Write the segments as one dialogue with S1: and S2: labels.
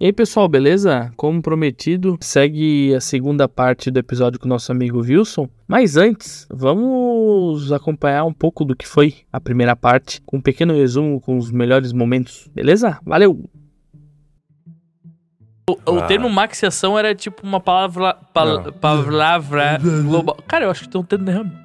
S1: E aí, pessoal, beleza? Como prometido, segue a segunda parte do episódio com o nosso amigo Wilson. Mas antes, vamos acompanhar um pouco do que foi a primeira parte, com um pequeno resumo com os melhores momentos, beleza? Valeu!
S2: O, o termo maxiação era tipo uma palavra. pal-
S3: Não.
S2: palavra global. Cara, eu acho que tem um dedo derrame.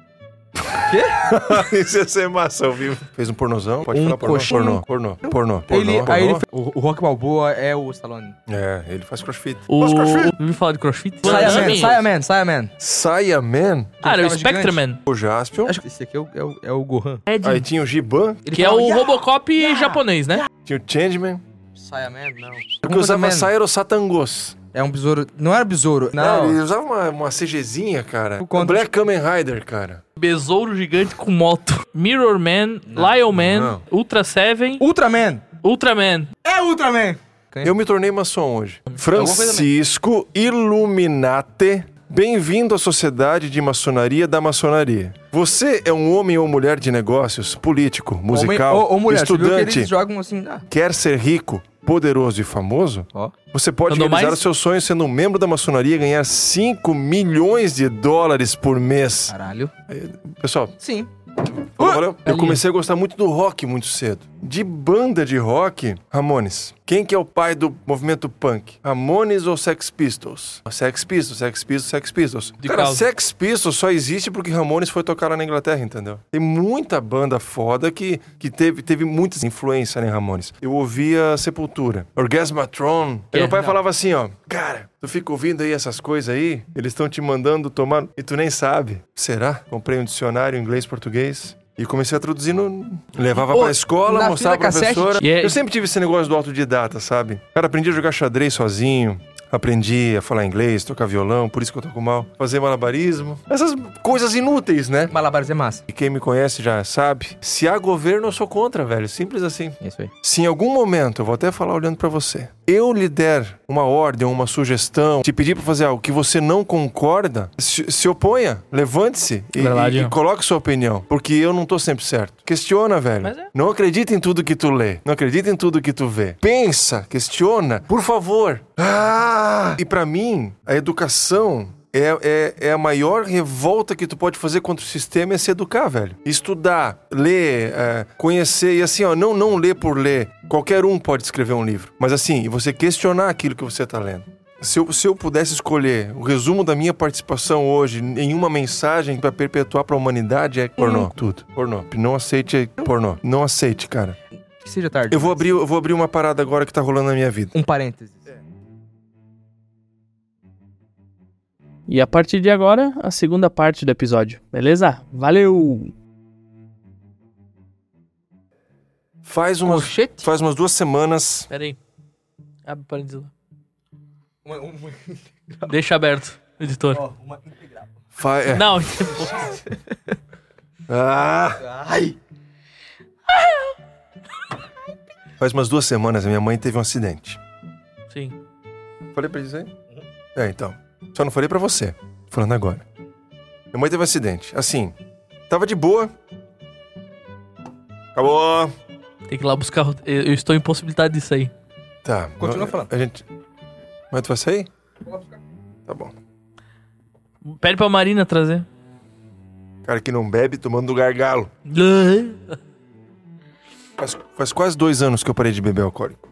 S4: Isso ia ser massa, eu vi. Fez um pornozão? Pode
S3: Um
S4: falar pornô?
S3: coxinho.
S4: Pornô, pornô, pornô, pornô,
S3: Ele, é,
S4: pornô.
S3: aí ele, fe- o, o Rock Balboa é o Stallone.
S4: É, ele faz crossfit.
S2: O.
S4: Faz crossfit.
S2: Ouviu falar de crossfit?
S3: Saia Man,
S2: Salame.
S3: Saia Man, Saia Man.
S4: Saia Man,
S2: Cara,
S3: Ele
S2: o
S3: ficava
S2: Spectrum
S3: gigante.
S2: Man.
S4: o Jaspion.
S3: Acho que esse aqui é o, é o, é o Gohan.
S4: Aí tinha o Giban,
S3: Ele
S2: Que é
S3: fala,
S2: o
S3: "Ya!"
S2: Robocop japonês, né?
S4: tinha o Changeman.
S3: Saia Man, não.
S4: O que usava
S3: Man.
S4: saia era o Satangos.
S3: É um besouro. Não era besouro.
S4: Não,
S3: Não.
S4: ele usava uma, uma CGzinha, cara.
S3: O contra-
S4: O Black Kamen Rider, cara.
S2: Besouro gigante com moto. Mirror Man, Lion Man,
S4: Não.
S2: Ultra Seven,
S3: Ultraman.
S2: Ultraman.
S3: É Ultraman.
S4: Eu me tornei maçom hoje.
S3: coisa
S4: Francisco Illuminate. Bem-vindo à Sociedade de Maçonaria da Maçonaria. Você é um homem ou mulher de negócios, político, musical,
S3: Homem- ou, ou mulher. você viu
S4: estudante,
S3: que eles jogam assim. Ah,
S4: quer ser rico, poderoso e famoso?
S3: Ó.
S4: Você pode
S2: Mandou
S4: realizar
S2: mais?
S4: os seus sonhos sendo um membro da maçonaria e ganhar 5 milhões de dólares por
S2: Ah.
S4: mês.
S3: caralho.
S4: Pessoal,
S3: Sim.
S2: Uh!
S3: Uh!
S4: Valeu? Eu comecei a gostar muito do rock muito cedo. De banda de rock, Ramones. Quem que é o pai do movimento punk? Ramones ou Sex Pistols? Sex Pistols, Sex Pistols, Sex Pistols.
S2: De
S4: Cara,
S2: causa.
S4: Sex Pistols só existe porque Ramones foi tocar lá na Inglaterra, entendeu? Tem muita banda foda que, que teve, teve muita influência em Ramones. Eu ouvia Sepultura, Orgasmatron.
S2: Que
S3: É.
S4: Meu pai
S2: não.
S4: falava assim, ó, cara, tu fica ouvindo aí essas coisas aí, eles estão te mandando tomar e tu nem sabe. Será? Comprei um dicionário inglês-português. E comecei a traduzir no... Levava
S3: Ô,
S4: pra escola,
S3: na
S4: mostrava
S3: fita
S4: pra
S3: cassete é
S4: professora.
S2: tinha-
S4: Eu sempre tive esse negócio do autodidata, sabe? Cara, aprendi a jogar xadrez sozinho. Aprendi a falar inglês, tocar violão, por isso que eu toco mal. Fazer malabarismo. Essas coisas inúteis, né?
S3: Malabares é massa.
S4: E quem me conhece já sabe. Se há governo, eu sou contra, velho. Simples assim.
S3: É Isso aí.
S4: Se em algum momento, eu vou até falar olhando pra você, eu lhe der uma ordem, uma sugestão, te pedir pra fazer algo que você não concorda, se, se oponha, levante-se e,
S2: Verdade,
S4: e- e
S2: ó.
S4: coloque sua opinião, porque eu não tô sempre certo. Questiona, velho.
S2: Mas é.
S4: Não acredita em tudo que tu lê, não acredita em tudo que tu vê. Pensa, questiona, por favor. Ah! E pra mim, a educação é, é, é a maior revolta que tu pode fazer contra o sistema é se educar, velho. Estudar, ler, é, conhecer e assim, ó, não, não ler por ler. Qualquer um pode escrever um livro. Mas assim, e você questionar aquilo que você tá lendo. Se eu, se eu pudesse escolher o resumo da minha participação hoje em uma mensagem pra perpetuar pra humanidade é pornô. Tudo. Pornô. Não aceite pornô. Não aceite, cara.
S3: Que seja tarde.
S4: Eu vou abrir, eu vou abrir uma parada agora que tá rolando na minha vida.
S3: Um parênteses.
S1: E a partir de agora, a segunda parte do episódio, beleza? Valeu!
S4: Faz
S2: Oh,
S4: umas,
S3: Colchete?
S4: faz umas duas semanas.
S2: Pera aí. Abre o parênteses lá. Deixa aberto, editor.
S3: uma integral.
S4: fa- é.
S2: Não,
S4: Ah!
S3: Ai!
S4: Faz umas duas semanas a minha mãe teve um acidente.
S2: sim.
S4: Falei pra dizer? É, então. Só não falei pra você. Tô Falando agora. Minha mãe teve um acidente. Assim, tava de boa. Acabou.
S2: Tem que ir lá buscar. o- Eu eu estou impossibilitado disso aí.
S4: Tá.
S3: Continua
S4: eu-
S3: falando.
S4: A gente... Mas tu vai sair? Tá bom.
S2: Pede pra Marina trazer.
S4: Cara que não bebe tomando gargalo. Faz, faz quase dois anos que eu parei de beber alcoólico.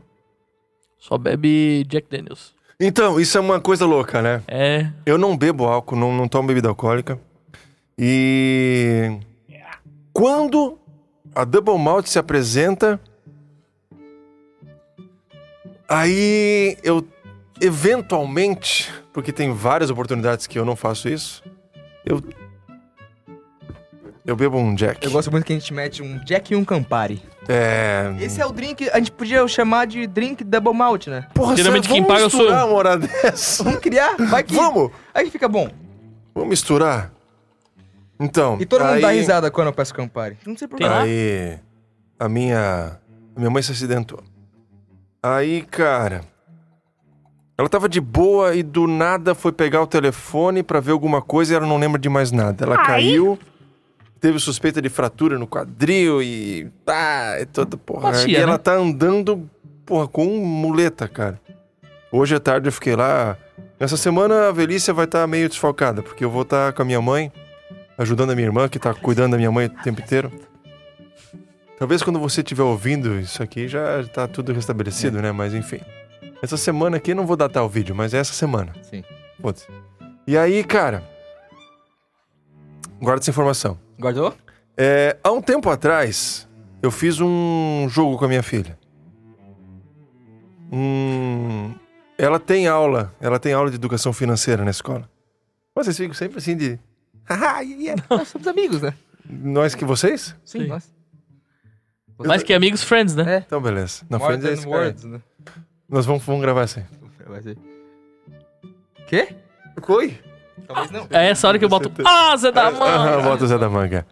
S2: Só bebe Jack Daniels.
S4: Então, isso é uma coisa louca, né?
S2: É.
S4: Eu não bebo álcool, não, não tomo bebida alcoólica. E quando a Double Malt se apresenta, aí eu eventualmente, porque tem várias oportunidades que eu não faço isso, eu eu bebo um Jack.
S3: Eu gosto muito que a gente mete um Jack e um Campari.
S4: É,
S3: Esse é o drink, a gente podia chamar de drink double malt, né?
S4: porra,
S2: Geralmente
S4: sério,
S2: quem
S4: vamos
S2: paga eu sou
S4: misturar uma hora dessa.
S3: Vamos criar, vai que...
S4: Vamos,
S3: Aí fica bom.
S4: vamos misturar. Então,
S3: E todo mundo dá
S4: aí-
S3: risada quando eu peço Campari. Não sei por quê.
S2: Tem lá?
S4: Aí a minha a minha mãe se acidentou. Aí, cara, ela tava de boa e do nada foi pegar o telefone pra ver alguma coisa e ela não lembra de mais nada. Ela caiu, teve suspeita de fratura no quadril e ah, é toda porra.
S2: Batia,
S4: e ela
S2: né?
S4: tá andando porra com um muleta, cara. Hoje à tarde eu fiquei lá. Essa semana a velhice vai estar meio desfalcada, porque eu vou estar com a minha mãe, ajudando a minha irmã, que tá cuidando da minha mãe o tempo inteiro. Talvez quando você estiver ouvindo isso aqui já tá tudo restabelecido, né? Mas enfim. Essa semana aqui não vou datar o vídeo, mas é essa semana.
S5: Sim.
S4: Foda-se. E aí, cara. Guarda essa informação.
S5: Guardou?
S4: É, há um tempo atrás, eu fiz um jogo com a minha filha. Um... Ela tem aula, ela tem aula de educação financeira na escola. Vocês ficam sempre assim de. Haha, é?" yeah.
S3: Nós somos amigos, né?
S4: Nós é que vocês?
S3: Sim. Nós.
S2: Mais que amigos, friends,
S3: É.
S2: né?
S4: Então, beleza. Na
S5: More
S4: frente é
S5: than
S4: esse cara aí.
S5: words, né?
S4: Nós vamos, vamos gravar assim.
S5: Vai ser.
S3: Quê?
S4: Oi?
S5: Talvez não.
S2: É essa hora que eu boto. Ah, Zé da
S4: Aham,
S2: Mãe!
S4: bota o Zé da Manga.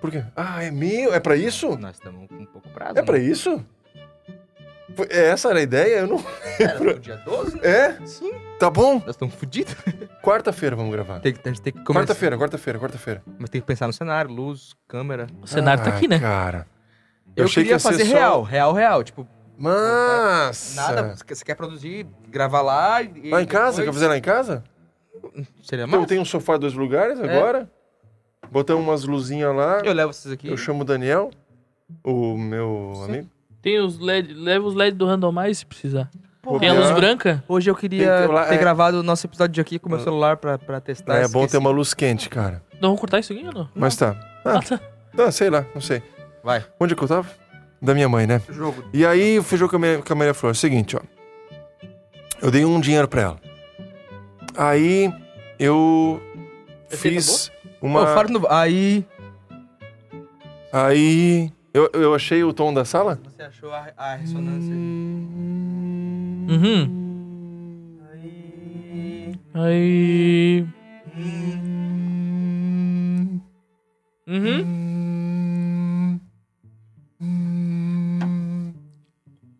S4: Por quê? Ah, é meu? É pra isso?
S5: Nós estamos com um pouco
S2: Tá
S5: prazo.
S4: É pra
S5: né?
S4: isso? Foi- é Essa era a ideia? Eu não.
S5: Era pro dia 12?
S4: É?
S5: Sim.
S4: Tá bom?
S5: Nós estamos fodidos.
S4: Quarta-feira vamos gravar.
S5: Tem que, a gente tem que começar.
S4: Quarta-feira, quarta-feira, quarta-feira.
S5: Mas tem que pensar no cenário, luz, câmera.
S2: O cenário tá
S4: Ah,
S2: aqui, né?
S4: Cara.
S5: Eu,
S4: achei que
S5: queria
S4: ia ser
S5: fazer
S4: só-
S5: real, real, real. Tipo,
S4: Mas.
S5: nada. Você quer- você quer produzir, gravar lá e.
S4: Lá em casa? Quer
S5: depois-
S4: fazer lá em casa?
S5: Seria
S4: Então
S5: mais?
S4: tem um sofá dois lugares agora. Botamos umas luzinhas lá.
S5: É. Eu levo vocês aqui.
S4: Eu chamo o Daniel, o meu amigo.
S2: Tem os LED, leva os LED do Randomize se precisar.
S4: Pô,
S2: Tem a
S4: pior.
S2: luz branca?
S5: Hoje eu
S4: Tem que
S5: queria
S4: ter lá-
S5: ter
S4: é. Ah.
S5: gravado o nosso episódio de aqui com o meu celular pra, pra testar.
S4: É
S5: esqueci.
S4: bom ter uma luz quente, cara.
S2: Não, Então vamos cortar isso aqui ou não?
S4: Mas tá. Ah,
S2: Ah, tá.
S4: ah, sei lá, não sei.
S5: Vai.
S4: Onde é que eu tava? Da minha mãe, né?
S5: jogo.
S4: E aí eu fiz jogo com a Maria, com a Maria Flor. É o seguinte, ó. Eu dei um dinheiro pra ela. Aí eu fiz uma.
S5: Pô, fora no... Aí...
S4: Aí. Eu, eu achei o tom da sala?
S5: Você achou a, a ressonância?
S2: Uhum. Aí. Uhum.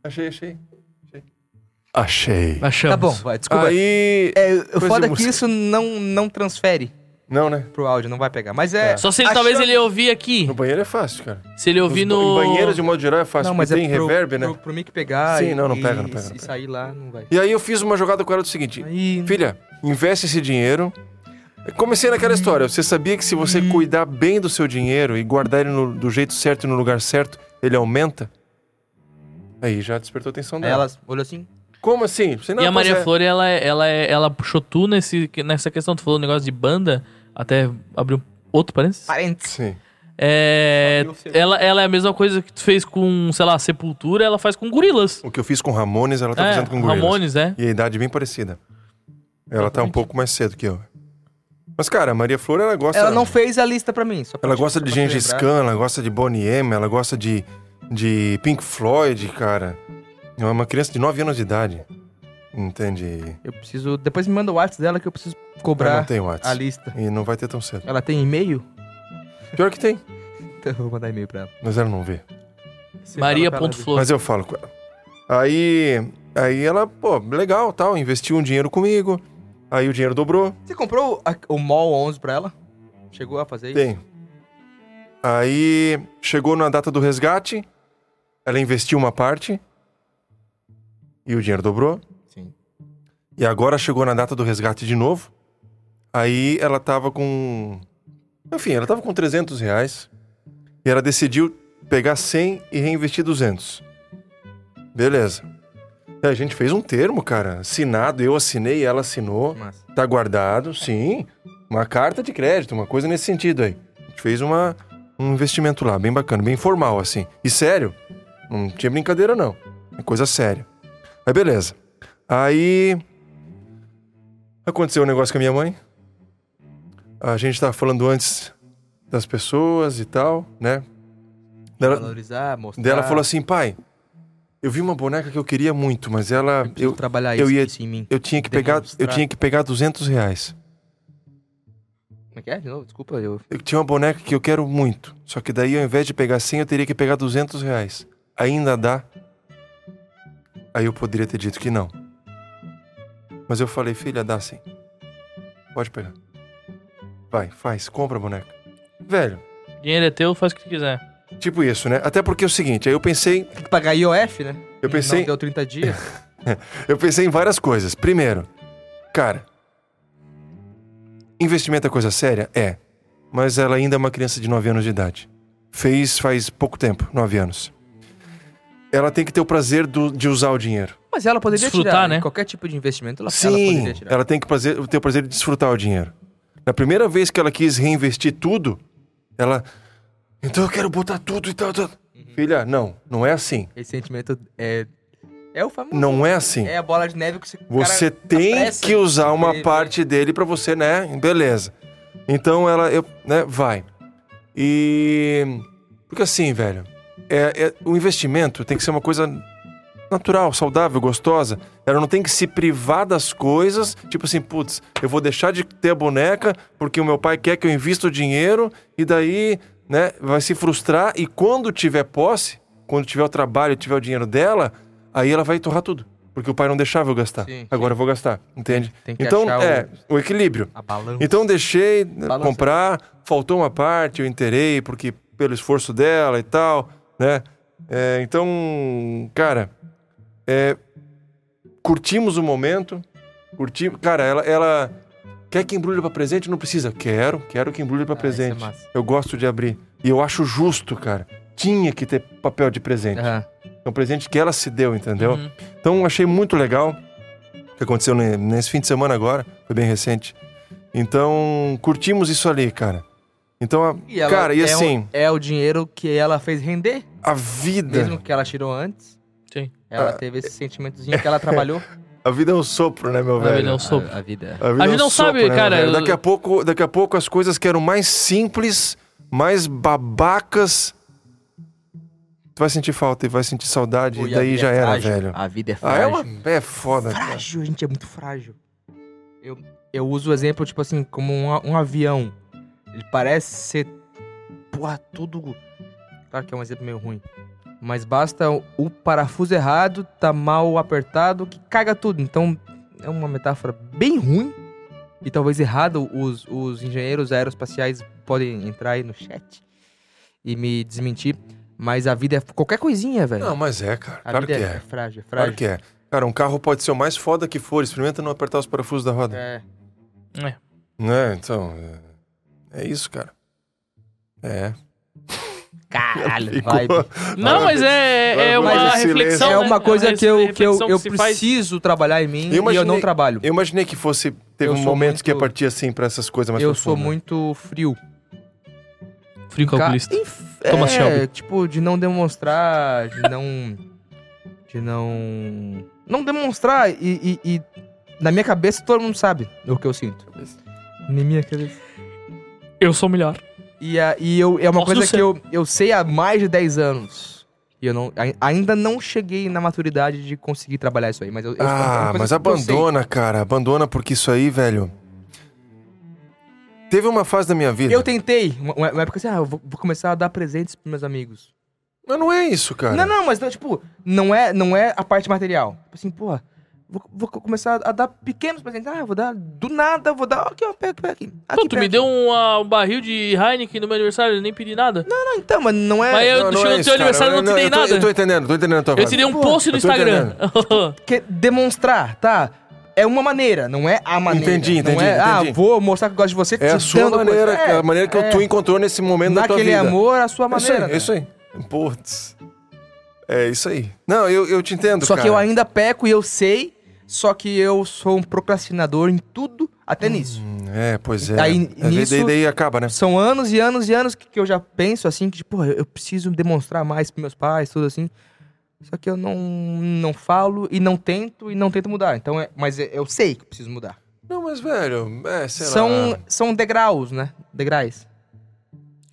S4: Achei, achei. Achei.
S2: Achamos.
S5: Tá bom, vai, desculpa.
S4: Aí.
S5: É, o
S4: Coisa
S5: foda
S4: de
S5: é que
S4: música.
S5: isso não, não transfere
S4: Não, né?
S5: pro áudio, não vai pegar. Mas é...
S2: Só se ele, talvez ele ouvir aqui.
S4: No banheiro é fácil, cara.
S2: Se ele ouvir
S4: Nos ba-
S2: no.
S4: Em banheiro, de modo geral, é fácil,
S5: Não, mas
S4: porque
S5: é
S4: tem
S5: pro,
S4: reverb, né?
S5: pro, pro mic pegar
S4: Sim,
S5: e,
S4: não, não pega,
S5: e-
S4: não pega, não
S5: e
S4: pega.
S5: sair lá, não vai.
S4: E aí eu fiz uma jogada com ela do seguinte:
S5: Aí...
S4: Filha, investe esse dinheiro. Comecei naquela história. Você sabia que se você
S2: Uhum.
S4: cuidar bem do seu dinheiro e guardar ele no- do jeito certo e no lugar certo, ele aumenta? Aí já despertou a atenção
S5: Aí
S4: dela.
S5: ela olhou assim...
S4: Como assim? Você, não,
S2: e a
S4: pois
S2: Maria
S4: é.
S2: Flor, ela, é- ela, é- ela puxou tu nesse, nessa questão. Tu falou um negócio de banda, até abriu outro parênteses.
S5: Parentes.
S4: Sim.
S2: É,
S5: Só que eu sei.
S2: ela, ela é a mesma coisa que tu fez com, sei lá, Sepultura, ela faz com gorilas.
S4: O que eu fiz com Ramones, ela tá
S2: é,
S4: fazendo com Gorillaz.
S2: Ramones, né?
S4: E a idade é bem parecida. Ela tá um pouco mais cedo que eu. Mas, cara, a Maria Flor, ela gosta...
S5: Ela não fez a lista pra mim. Só pra
S4: Ela
S5: te-
S4: gosta
S5: só
S4: de
S5: pra te
S4: Gengis
S5: lembrar.
S4: Khan, ela gosta de Bonnie M, ela gosta de, de Pink Floyd, cara. É uma criança de 9 anos de idade. Entende?
S5: Eu preciso... Depois me manda o WhatsApp dela que eu preciso
S4: Ela não
S5: cobrar
S4: tem
S5: a
S4: WhatsApp.
S5: lista.
S4: E não vai ter tão cedo.
S5: Ela tem e-mail?
S4: Pior que tem,
S5: Então eu vou mandar e-mail pra ela.
S4: mas ela não vê.
S2: Maria.flor.
S4: Mas eu falo com ela. Aí, aí ela, pô, legal, tal, investiu um dinheiro comigo. Aí o dinheiro dobrou.
S5: Você comprou a- o Mol 11 pra ela? Chegou a fazer isso?
S4: Tem. Aí chegou na data do resgate, ela investiu uma parte e o dinheiro dobrou.
S5: Sim.
S4: E agora chegou na data do resgate de novo. Aí ela tava com. Enfim, ela tava com 300 reais. E ela decidiu pegar 100 e reinvestir 200. Beleza. E a gente fez um termo, cara. Assinado, eu assinei, ela assinou.
S5: Massa.
S4: Tá guardado, sim. Uma carta de crédito, uma coisa nesse sentido aí. A gente fez uma, um investimento lá, bem bacana, bem formal, assim. E sério, não tinha brincadeira, não. É coisa séria. Aí, beleza. Aí. Aconteceu um negócio com a minha mãe. A gente tava falando antes das pessoas e tal, né? Dela,
S5: Valorizar, mostrar.
S4: dela falou assim: pai, eu vi uma boneca que eu queria muito, mas ela.
S5: Eu,
S4: Eu,
S5: preciso trabalhar
S4: eu
S5: isso,
S4: ia-
S5: isso em mim.
S4: eu tinha que pegar, eu
S5: Demonstrar.
S4: tinha que pegar 200 reais.
S5: Como é que é? De novo? Desculpa, eu...
S4: Eu tinha uma boneca que eu quero muito. Só que daí, ao invés de pegar 100, eu teria que pegar 200 reais. Ainda dá? Aí eu poderia ter dito que não. Mas eu falei, filha, dá sim. Pode pegar. Vai, faz, compra a boneca. Velho,
S2: Dinheiro é teu, faz o que tu quiser.
S4: tipo isso, né? Até porque é o seguinte, aí eu pensei,
S5: Tem que pagar IOF, né?
S4: eu pensei,
S5: Não deu 30 dias.
S4: Eu pensei em várias coisas. Primeiro, cara, investimento é coisa séria? É. Mas ela ainda é uma criança de 9 anos de idade. Fez faz pouco tempo 9 anos. Ela tem que ter o prazer do- de usar o dinheiro.
S5: Mas ela poderia
S2: Desfrutar,
S5: tirar
S2: né?
S5: qualquer tipo de investimento. Ela, ela
S4: Sim,
S5: poderia tirar.
S4: ela tem que prazer, ter o prazer de desfrutar o dinheiro. Na primeira vez que ela quis reinvestir tudo, ela. Então eu quero botar tudo e tal. tal."
S5: Uhum.
S4: Filha, não, não é assim.
S5: Esse sentimento é. É o famoso.
S4: Não é assim.
S5: É a bola de neve que você.
S4: Você tem
S5: apressa,
S4: que usar uma
S5: ele-
S4: parte dele pra você, né? Beleza. Então ela, eu, né, vai. E porque assim, velho, é, é- o investimento tem que ser uma coisa natural, saudável, gostosa. Ela não tem que se privar das coisas, tipo assim, putz, eu vou deixar de ter a boneca porque o meu pai quer que eu invista o dinheiro e daí, né, vai se frustrar e quando tiver posse, quando tiver o trabalho, tiver o dinheiro dela, aí ela vai torrar tudo. Porque o pai não deixava eu gastar.
S5: Sim,
S4: Agora eu vou gastar, entende?
S5: Tem que
S4: Então,
S5: achar o-
S4: é, o equilíbrio.
S5: A balança.
S4: Então deixei né,
S5: Balança.
S4: comprar, faltou uma parte, eu inteirei, porque pelo esforço dela e tal, né? É, então, cara, é, curtimos o momento, curtimos. Cara, ela, ela quer que embrulhe pra presente? Não precisa. Quero, quero que embrulhe pra
S5: Ah, isso é
S4: presente.
S5: massa.
S4: eu gosto de abrir. E eu acho justo, cara. Tinha que ter papel de presente.
S5: Aham.
S4: É um presente que ela se deu, entendeu?
S2: Uhum.
S4: Então achei muito legal o que aconteceu ne- nesse fim de semana agora, foi bem recente. Então curtimos isso ali, cara. Então, a-
S5: E ela
S4: cara, e
S5: é o-
S4: assim,
S5: é o dinheiro que ela fez render,
S4: a vida,
S5: mesmo que ela tirou antes.
S2: Sim.
S5: Ela
S4: Ah,
S5: teve esse sentimentozinho que ela trabalhou.
S4: a vida é um sopro, né, meu
S2: A
S4: velho?
S2: vida é um sopro.
S5: A, a vida.
S4: A vida
S2: A gente não sabe,
S4: sopro, né,
S2: cara,
S4: meu velho?
S2: eu-
S4: Daqui a pouco, daqui a pouco as coisas que eram mais simples, mais babacas, tu vai sentir falta e vai sentir saudade
S5: Pô, e
S4: e
S5: a
S4: daí
S5: vida
S4: já
S5: é
S4: era,
S5: frágil.
S4: velho.
S5: A vida é
S4: Ah,
S5: frágil.
S4: é uma é foda. cara.
S5: frágil, a gente é muito frágil. Eu, eu uso o exemplo, tipo assim, como um, a- um avião. Ele parece ser. Porra, tudo. Claro que é um exemplo meio ruim. Mas basta o, o parafuso errado, tá mal apertado, que caga tudo. Então, é uma metáfora bem ruim. E talvez errada, os, os engenheiros aeroespaciais podem entrar aí no chat e me desmentir. Mas a vida é qualquer coisinha, velho.
S4: Não, mas é, cara.
S5: a
S4: Claro que
S5: vida
S4: é.
S5: frágil, é
S4: Claro
S5: frágil.
S4: que é. Cara, um carro pode ser o mais foda que for. Experimenta não apertar os parafusos da roda.
S5: É.
S4: Né? Então. É é isso, cara. É.
S5: Caralho,
S4: Ficou-
S5: vai.
S2: Não, mas é, é
S4: Mas
S2: uma
S4: esse silêncio-
S2: reflexão.
S5: é
S2: né?
S5: uma coisa que eu, que eu,
S2: reflexão
S5: eu
S2: se faz.
S5: preciso trabalhar em mim
S4: Eu
S5: e eu
S4: imaginei-
S5: não trabalho.
S4: Eu imaginei que fosse. Teve
S5: Eu
S4: um
S5: sou
S4: momento
S5: muito-
S4: que ia partir assim pra essas coisas mais
S5: eu sou
S4: profundas.
S5: muito frio.
S2: Frio
S5: Ca-
S2: calculista.
S5: Inf-
S2: Thomas
S5: é,
S2: Shelby.
S5: tipo, de não demonstrar, de não... de não... Não demonstrar e, e- e Na minha cabeça todo mundo sabe o que eu sinto. Na minha cabeça.
S2: Eu sou melhor.
S5: E, a- e eu, é uma
S2: Posso
S5: coisa
S2: ser.
S5: que eu, eu sei há mais de 10 anos. E eu não, ai- ainda não cheguei na maturidade de conseguir trabalhar isso aí, mas eu... eu- é uma
S4: Ah, mas
S5: coisa que eu sei.
S4: abandona, cara. Abandona porque isso aí, velho. Teve uma fase da minha vida.
S5: Eu tentei, uma, uma época assim, ah, eu vou, vou começar a dar presentes pros meus amigos.
S4: Mas não é isso, cara.
S5: Não, não, mas não, tipo, não é, não é a parte material. Tipo assim, porra, vou, vou co- começar a dar pequenos presentes. Ah, vou dar do nada, vou dar, aqui, ó, pega, pega aqui. aqui
S2: Pô, tu me
S5: pega.
S2: deu um, ah, um barril de Heineken no meu aniversário, eu nem pedi nada.
S5: Não, então, mas não é...
S2: Mas eu
S4: Não, não
S2: chegou
S4: é
S2: no
S4: isso,
S2: teu
S4: cara.
S2: aniversário eu não te dei
S4: eu tô-
S2: nada.
S4: Eu tô entendendo, tô entendendo a tua
S2: Eu
S4: vibe.
S2: te dei um
S5: Pô,
S2: post no
S4: eu tô
S2: Instagram.
S5: que demonstrar, tá? É uma maneira, não é a maneira.
S4: Entendi,
S5: Não
S4: entendi,
S5: é, Ah,
S4: entendi.
S5: vou mostrar que eu gosto de você.
S4: É a sua maneira, cara, a maneira que tu encontrou nesse momento da tua
S5: É. Naquele
S4: vida. É
S5: amor, a sua
S4: Isso aí,
S5: maneira. né?
S4: isso aí. Putz. É isso aí. Não, eu, eu te entendo,
S5: Só
S4: cara.
S5: que eu ainda peco e eu sei, só que eu sou um procrastinador em tudo, até nisso.
S4: Hum, É, pois é.
S5: Aí,
S4: É, daí-
S5: nisso-
S4: daí, daí acaba, né?
S5: São anos e anos e anos que, que eu já penso assim, que, tipo, eu preciso demonstrar mais pros meus pais, tudo assim. Só que eu não, não falo e não tento e não tento mudar. Então, é, mas é- eu sei que eu preciso mudar.
S4: Não, mas, velho, é, sei
S5: São,
S4: lá.
S5: são degraus, né? Degraus.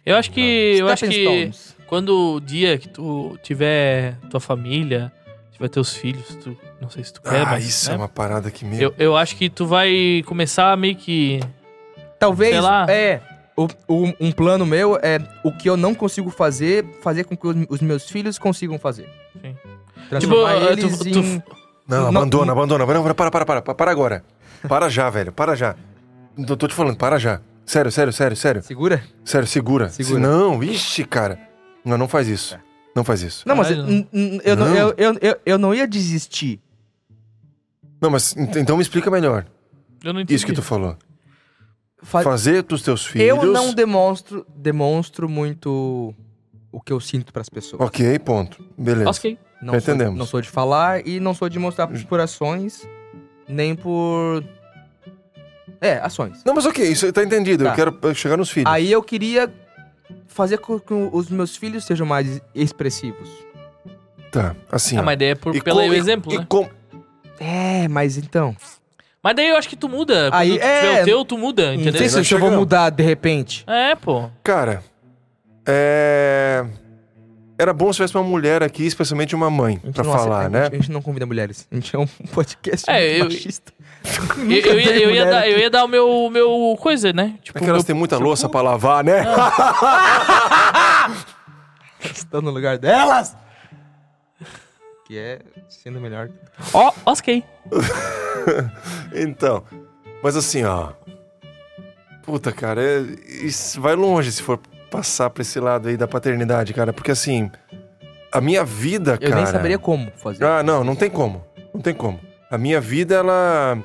S2: Eu acho que.
S5: tá
S2: Eu acho que
S5: Stones.
S2: quando o dia que tu tiver tua família, tiver teus filhos, tu. Não sei se tu quer,
S4: Ah,
S2: mas.
S4: isso
S2: né?
S4: é uma parada que me...
S2: eu, eu acho que tu vai começar meio que.
S5: Talvez,
S2: Sei lá.
S5: é... o- o- um plano meu é o que eu não consigo fazer, fazer com que os, os meus filhos consigam fazer.
S2: Sim. Tipo,
S5: Transformar
S2: ah,
S5: eles
S2: tu,
S5: em...
S2: tu-
S4: Não,
S5: Não-
S4: abandona, abandona. Não, para, para, para. pa- Para agora. Para já, velho. Para já. Não tô te falando, para já. Sério, sério, sério, sério.
S5: Segura?
S4: Sério, segura.
S5: Segura.
S4: Não, ixi, cara. Não, não faz isso. Não faz isso.
S5: Não, mas
S2: Caralho. né?
S5: n- n- eu, não.
S4: Não?
S5: eu, eu, eu, eu não ia desistir.
S4: Não, mas ent- então me explica melhor.
S2: Eu não entendi.
S4: Isso que tu falou.
S5: Fa-
S4: Fazer dos teus filhos.
S5: eu não demonstro, demonstro muito o que eu sinto pras pessoas.
S4: Ok, ponto. Beleza.
S2: Ok.
S5: Não sou,
S4: Entendemos.
S5: não sou de falar e não sou de mostrar por, por ações, nem por. É, ações.
S4: Não, mas ok, isso tá entendido. Eu
S5: Tá.
S4: quero eh, chegar nos filhos.
S5: Aí eu queria fazer com que os meus filhos sejam mais expressivos.
S4: Tá, assim.
S2: Ah,
S4: ó.
S2: mas daí é por,
S4: E
S2: pelo
S4: com- e-
S2: exemplo,
S4: e
S2: né?
S4: com-
S5: É, mas então.
S2: Tá Mas daí eu acho que tu muda. Quando
S5: Aí,
S2: tu tiver
S5: é.
S2: o teu, tu muda,
S5: Não sei
S2: entendeu?
S4: Entendi.
S5: se
S4: nós
S5: eu vou
S4: chegamos.
S5: mudar de repente.
S2: É, pô.
S4: Cara, é... Era bom se tivesse uma mulher aqui, especialmente uma mãe,
S5: A gente
S4: pra
S5: não
S4: falar,
S5: aceita- a
S4: né?
S5: é, gente- A gente não convida mulheres. A gente é um podcast
S2: É,
S5: muito
S2: eu-
S5: machista.
S2: Eu, eu ia, eu ia dar, eu ia dar o meu, meu coisa, né? Tipo,
S4: É que elas
S2: meu-
S4: têm muita louça pra lavar, né?
S5: Estou no lugar delas! Que é sendo melhor.
S2: Ó, ok.
S4: então, mas assim, ó. Puta, cara, é- isso vai longe se for passar pra esse lado aí da paternidade, cara. Porque assim, a minha vida,
S5: Eu
S4: cara.
S5: nem saberia como fazer.
S4: Ah, não, não tem como. Não tem como. A minha vida, ela.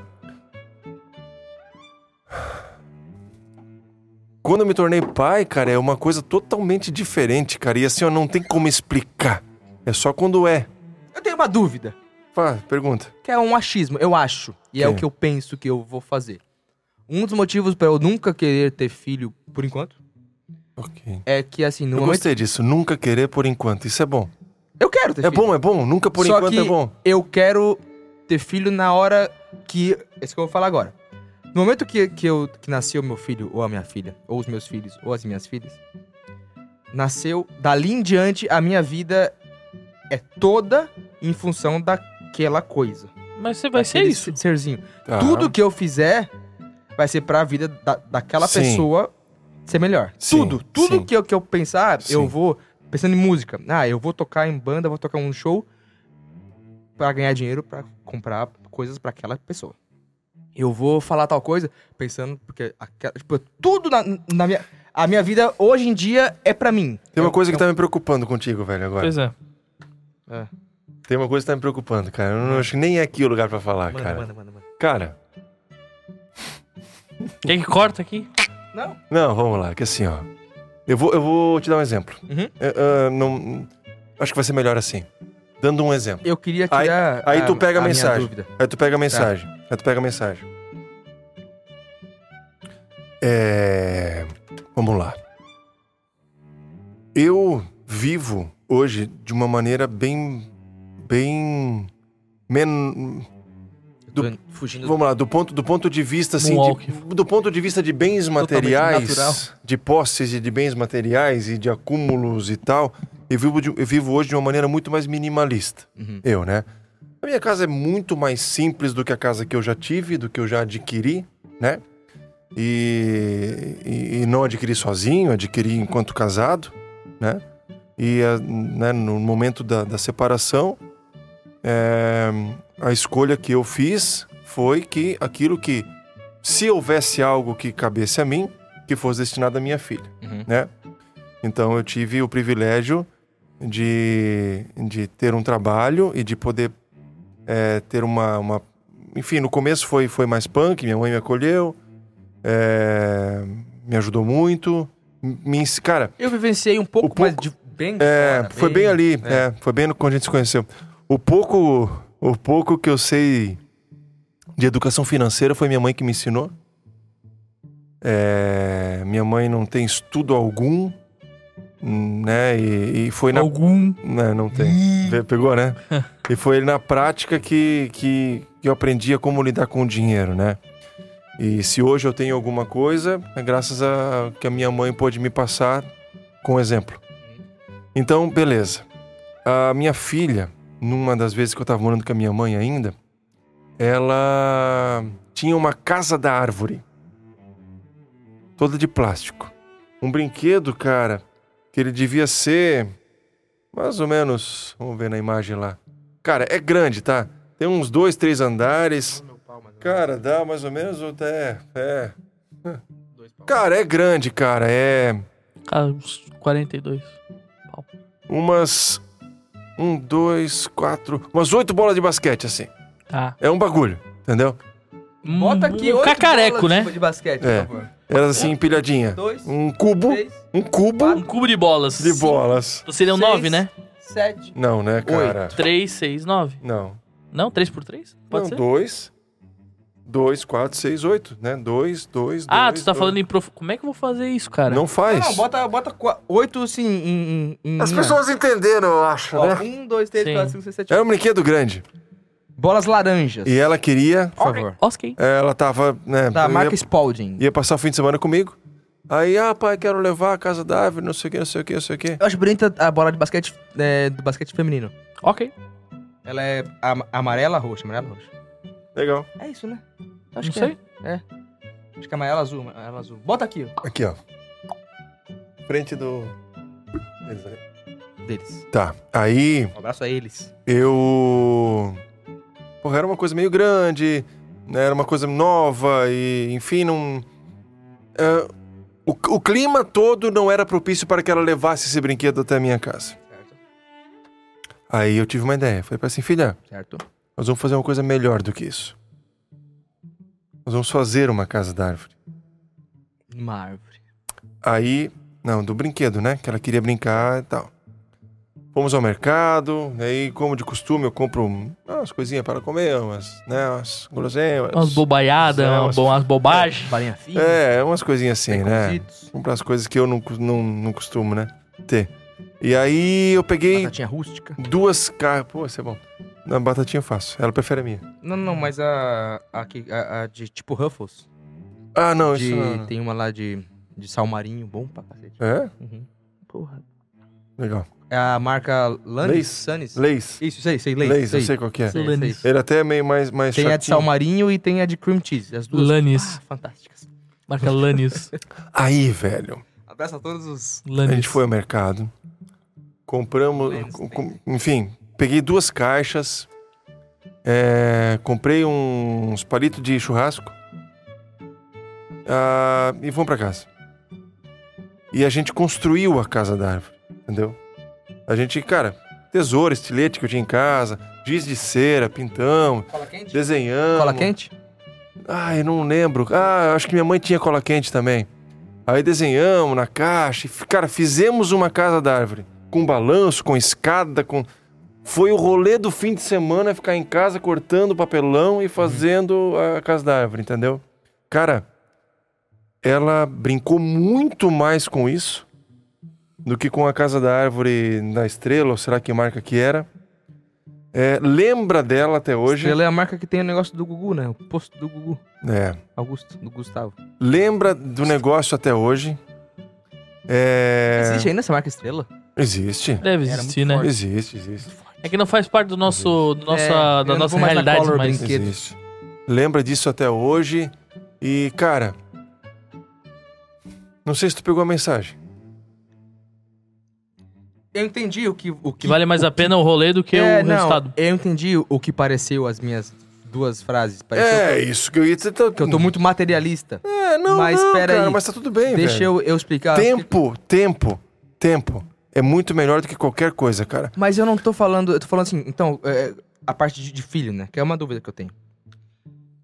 S4: Quando eu me tornei pai, cara, é uma coisa totalmente diferente, cara. E assim, ó, não tem como explicar. É só quando é.
S5: Eu tenho uma dúvida.
S4: Pá, pergunta.
S5: que é um achismo, eu acho. E é
S4: Sim.
S5: o que eu penso que eu vou fazer. Um dos motivos pra eu nunca querer ter filho, por enquanto,
S4: Ok.
S5: é que assim, no
S4: eu
S5: momento.
S4: gostei disso. Nunca querer por enquanto. Isso é bom.
S5: Eu quero ter
S4: É
S5: filho.
S4: bom, é bom. Nunca por
S5: Só
S4: enquanto
S5: que
S4: é bom.
S5: Eu quero ter filho na hora que. Esse que eu vou falar agora. No momento que, que, eu, que nasceu meu filho, ou a minha filha, ou os meus filhos, ou as minhas filhas, nasceu, dali em diante, a minha vida é toda em função daquela coisa.
S2: Mas você vai ser
S5: daquele
S2: isso.
S5: se- Serzinho.
S4: Tá.
S5: Tudo que eu fizer vai ser pra vida da, daquela
S4: Sim.
S5: pessoa ser melhor.
S4: Sim,
S5: tudo, tudo
S4: sim.
S5: que eu, que eu pensar, ah,
S4: Sim.
S5: eu vou. Pensando em música. Ah, eu vou tocar em banda, vou tocar um show pra ganhar dinheiro, pra comprar coisas pra aquela pessoa. Eu vou falar tal coisa pensando, porque aquela- tipo, tudo na, na minha. A minha vida hoje em dia é um pra mim.
S4: Tem uma
S5: Eu-
S4: coisa que
S5: eu-
S4: tá me preocupando contigo, velho, agora.
S2: Pois é.
S5: É.
S4: Tem uma coisa que tá me preocupando, cara. Eu não acho que nem é aqui o lugar pra falar,
S5: Uhum. Manda,
S4: cara.
S5: manda, manda, manda.
S4: Cara,
S2: Quer que corta aqui?
S5: Não.
S4: Não, vamos lá, que assim, ó. Eu vou, eu vou te dar um exemplo.
S5: Uhum.
S4: É, ah, não, acho que vai ser melhor assim. Dando um exemplo.
S5: Eu queria
S4: Aí-
S5: tirar.
S4: aí tu pega a
S5: minha
S4: mensagem.
S5: dúvida.
S4: Aí tu pega a mensagem. Aí tu pega a mensagem. É. Vamos lá. Eu vivo hoje de uma maneira bem. bem. Men...
S5: Eu
S4: Do-
S5: tô fugindo do
S4: Vamos lá, do ponto, do ponto de vista assim,
S2: Moonwalk.
S4: de- do ponto de vista de bens
S5: Totalmente natural.
S4: materiais, de posses e de bens materiais e de acúmulos e tal, eu vivo, de- eu vivo hoje de uma maneira muito mais minimalista.
S5: Uhum.
S4: Eu, né? A minha casa é muito mais simples do que a casa que eu já tive, do que eu já adquiri, né? E, e- e não adquiri sozinho, adquiri enquanto casado, né? E a- né, no momento da, da separação, é, a escolha que eu fiz foi que aquilo que, se houvesse algo que cabesse a mim, que fosse destinado à minha filha,
S5: Uhum.
S4: né? Então eu tive o privilégio de, de ter um trabalho e de poder é, ter uma, uma- Enfim, no começo foi, foi mais punk, minha mãe me acolheu, é, me ajudou muito. Me, ens- cara,
S5: Eu vivenciei um pouco,
S4: pouco-
S5: mais de bem. né? de
S4: é,
S5: fora,
S4: foi bem ali, é, foi bem no- quando a gente se conheceu. O pouco, o pouco que eu sei de educação financeira foi minha mãe que me ensinou. É, minha mãe não tem estudo algum, né? E, e foi na
S2: Algum.
S4: não, não tem. Pe- Pegou, né? e foi na prática que, que, que eu aprendi a como lidar com o dinheiro, né? E se hoje eu tenho alguma coisa, é graças a que a minha mãe pôde me passar com exemplo. Então, beleza. A minha filha, numa das vezes que eu tava morando com a minha mãe ainda, ela tinha uma casa da árvore. Toda de plástico. Um brinquedo, cara, que ele devia ser mais ou menos. Vamos ver na imagem lá. Cara, é grande, tá? Tem uns dois, três andares. Cara, dá mais ou menos até. É. Cara, é grande, cara. É
S2: Cara, uns 42.
S4: umas. Um, dois, quatro. Umas oito bolas de basquete, assim.
S2: Tá.
S4: É um bagulho. Entendeu?
S5: Bota aqui
S2: um
S5: oito
S2: cacareco,
S5: bolas
S2: né?
S5: tipo de basquete,
S4: É.
S5: por favor.
S4: Era assim, empilhadinha.
S5: Dois,
S4: Um cubo.
S5: três,
S4: Um
S2: Um
S4: cubo
S2: cubo de bolas.
S4: de bolas.
S2: Então seriam
S5: Seis.
S2: 9, né?
S5: sete.
S4: Não, né, cara?
S2: 3, 6, 9.
S4: Não.
S2: Não, 3 por 3? Pode
S4: não,
S2: ser?
S4: dois. Dois, quatro, seis, oito, né? Dois, dois,
S2: Ah,
S4: dois,
S2: tu tá
S4: dois.
S2: falando em prof... Como é que eu vou fazer isso, cara?
S4: Não faz.
S5: Não, bota, bota qua- oito, sim, em, em- em
S4: As
S5: linha.
S4: pessoas entenderam, eu acho,
S5: Ó,
S4: né?
S5: um, dois, três,
S2: Sim.
S5: quatro, cinco, seis, sete.
S4: Era
S5: oito.
S4: um brinquedo grande.
S5: Bolas laranjas.
S4: E ela queria.
S5: Por favor.
S2: Ok.
S4: Ela tava, né?
S5: Da Tá, marca
S4: ia,
S5: Spalding.
S4: ia passar o fim de semana comigo. Aí, ah, pai, quero levar a casa da árvore, não sei o que, não sei o que, não sei o que.
S5: Eu acho bonita a bola de basquete é, do basquete feminino.
S2: Ok.
S5: Ela é am- amarela, roxa, amarela, roxa.
S4: Legal.
S5: É isso, né?
S2: Acho
S5: Acho
S2: não
S5: que
S2: sei.
S5: é. Acho que é amarela azul, amarela azul. Bota aqui, ó.
S4: Aqui, ó. Frente do. Eles ali.
S5: Deles.
S4: Tá. Aí.
S5: Um abraço a eles.
S4: Eu. Porra, era uma coisa meio grande, né? era uma coisa nova e, enfim, não. é, o, o clima todo não era propício para que ela levasse esse brinquedo até a minha casa.
S5: Certo.
S4: Aí eu tive uma ideia. Falei pra assim, filha,
S5: Certo.
S4: nós vamos fazer uma coisa melhor do que isso. Nós vamos fazer uma casa da árvore.
S5: Uma árvore.
S4: Aí, não, do brinquedo, né? Que ela queria brincar e tal. Fomos ao mercado, aí, como de costume, eu compro um, umas coisinhas para comer, umas, né, umas guloseimas.
S2: Umas bobaiadas,
S5: É,
S4: Não,
S2: umas, bo- umas bobagens.
S5: Balinha fina.
S4: É, umas coisinhas assim, né?
S5: baconzitos,
S4: Comprar as coisas que eu não, cos- não, não costumo, né? Ter. E aí eu peguei
S5: Batatinha rústica.
S4: duas caixas. Pô, isso é bom. Na batatinha eu faço. Ela prefere a minha.
S5: Não, não, mas a, a, que- a- a de tipo Ruffles.
S4: Ah, não,
S5: De-
S4: isso não.
S5: tem uma lá de, de salmarinho, bom pra cacete.
S4: É?
S5: Uhum. Porra.
S4: Legal.
S5: É a marca Lannis?
S4: Leis.
S5: Sunnis?
S4: Leis.
S5: Isso, sei, sei, Leis.
S4: Leis, eu
S5: sei.
S4: sei qual que é.
S5: Sei,
S2: Lannis.
S5: sei.
S4: Ele até é meio mais, mais
S5: Tem a de
S4: chatinho.
S5: salmarinho e tem a de cream cheese. As duas.
S2: Lannis.
S5: Ah, fantásticas.
S2: Marca Lannis.
S4: Aí, velho.
S5: Abraço a todos os.
S2: Lannis.
S4: A gente foi ao mercado, compramos,
S5: Lens,
S4: com- com- enfim, peguei duas caixas, é, comprei um- uns palitos de churrasco ah, e fomos pra casa. E a gente construiu a casa da árvore, entendeu? A gente, cara, tesouro, estilete que eu tinha em casa, giz de cera, pintamos,
S5: Cola quente?
S4: desenhamos.
S5: Cola quente?
S4: Ah, eu não lembro. Ah, eu acho que minha mãe tinha cola quente também. Aí desenhamos na caixa. e, Cara, fizemos uma casa da árvore. Com balanço, com escada, com. Foi o rolê do fim de semana ficar em casa cortando papelão e fazendo a casa da árvore, entendeu? Cara, ela brincou muito mais com isso do que com a casa da árvore da estrela, ou será que marca que era? É, lembra dela até hoje.
S5: Estrela é a marca que tem o negócio do Gugu, né? O posto do Gugu.
S4: É.
S5: Augusto, do Gustavo.
S4: lembra do negócio até hoje. É...
S5: Existe ainda essa marca Estrela?
S4: Existe.
S2: Deve
S5: Era
S2: existir,
S5: muito
S2: né?
S4: Existe, existe.
S2: É que não faz parte do nosso, do nossa,
S5: É,
S2: da
S5: eu não
S2: nossa
S5: vou mais na
S2: realidade,
S5: Color
S2: mas.
S5: Brinquedo.
S4: Existe. Lembra disso até hoje. E, cara. Não sei se tu pegou a mensagem.
S5: Eu entendi o que. O
S2: Que vale mais a pena o rolê do que
S5: é,
S2: o
S5: não,
S2: resultado.
S5: Eu entendi o que pareceu as minhas duas frases. Pareceu
S4: É, isso que eu ia dizer. tá-
S5: que eu tô muito materialista.
S4: É, não,
S5: Mas
S4: não,
S5: pera
S4: cara,
S5: aí.
S4: mas tá tudo bem,
S5: Deixa
S4: velho.
S5: eu, eu explicar.
S4: Tempo, tempo, tempo. É muito melhor do que qualquer coisa, cara.
S5: Mas eu não tô falando. Eu tô falando assim, então, é, a parte de, de filho, né? Que é uma dúvida que eu tenho.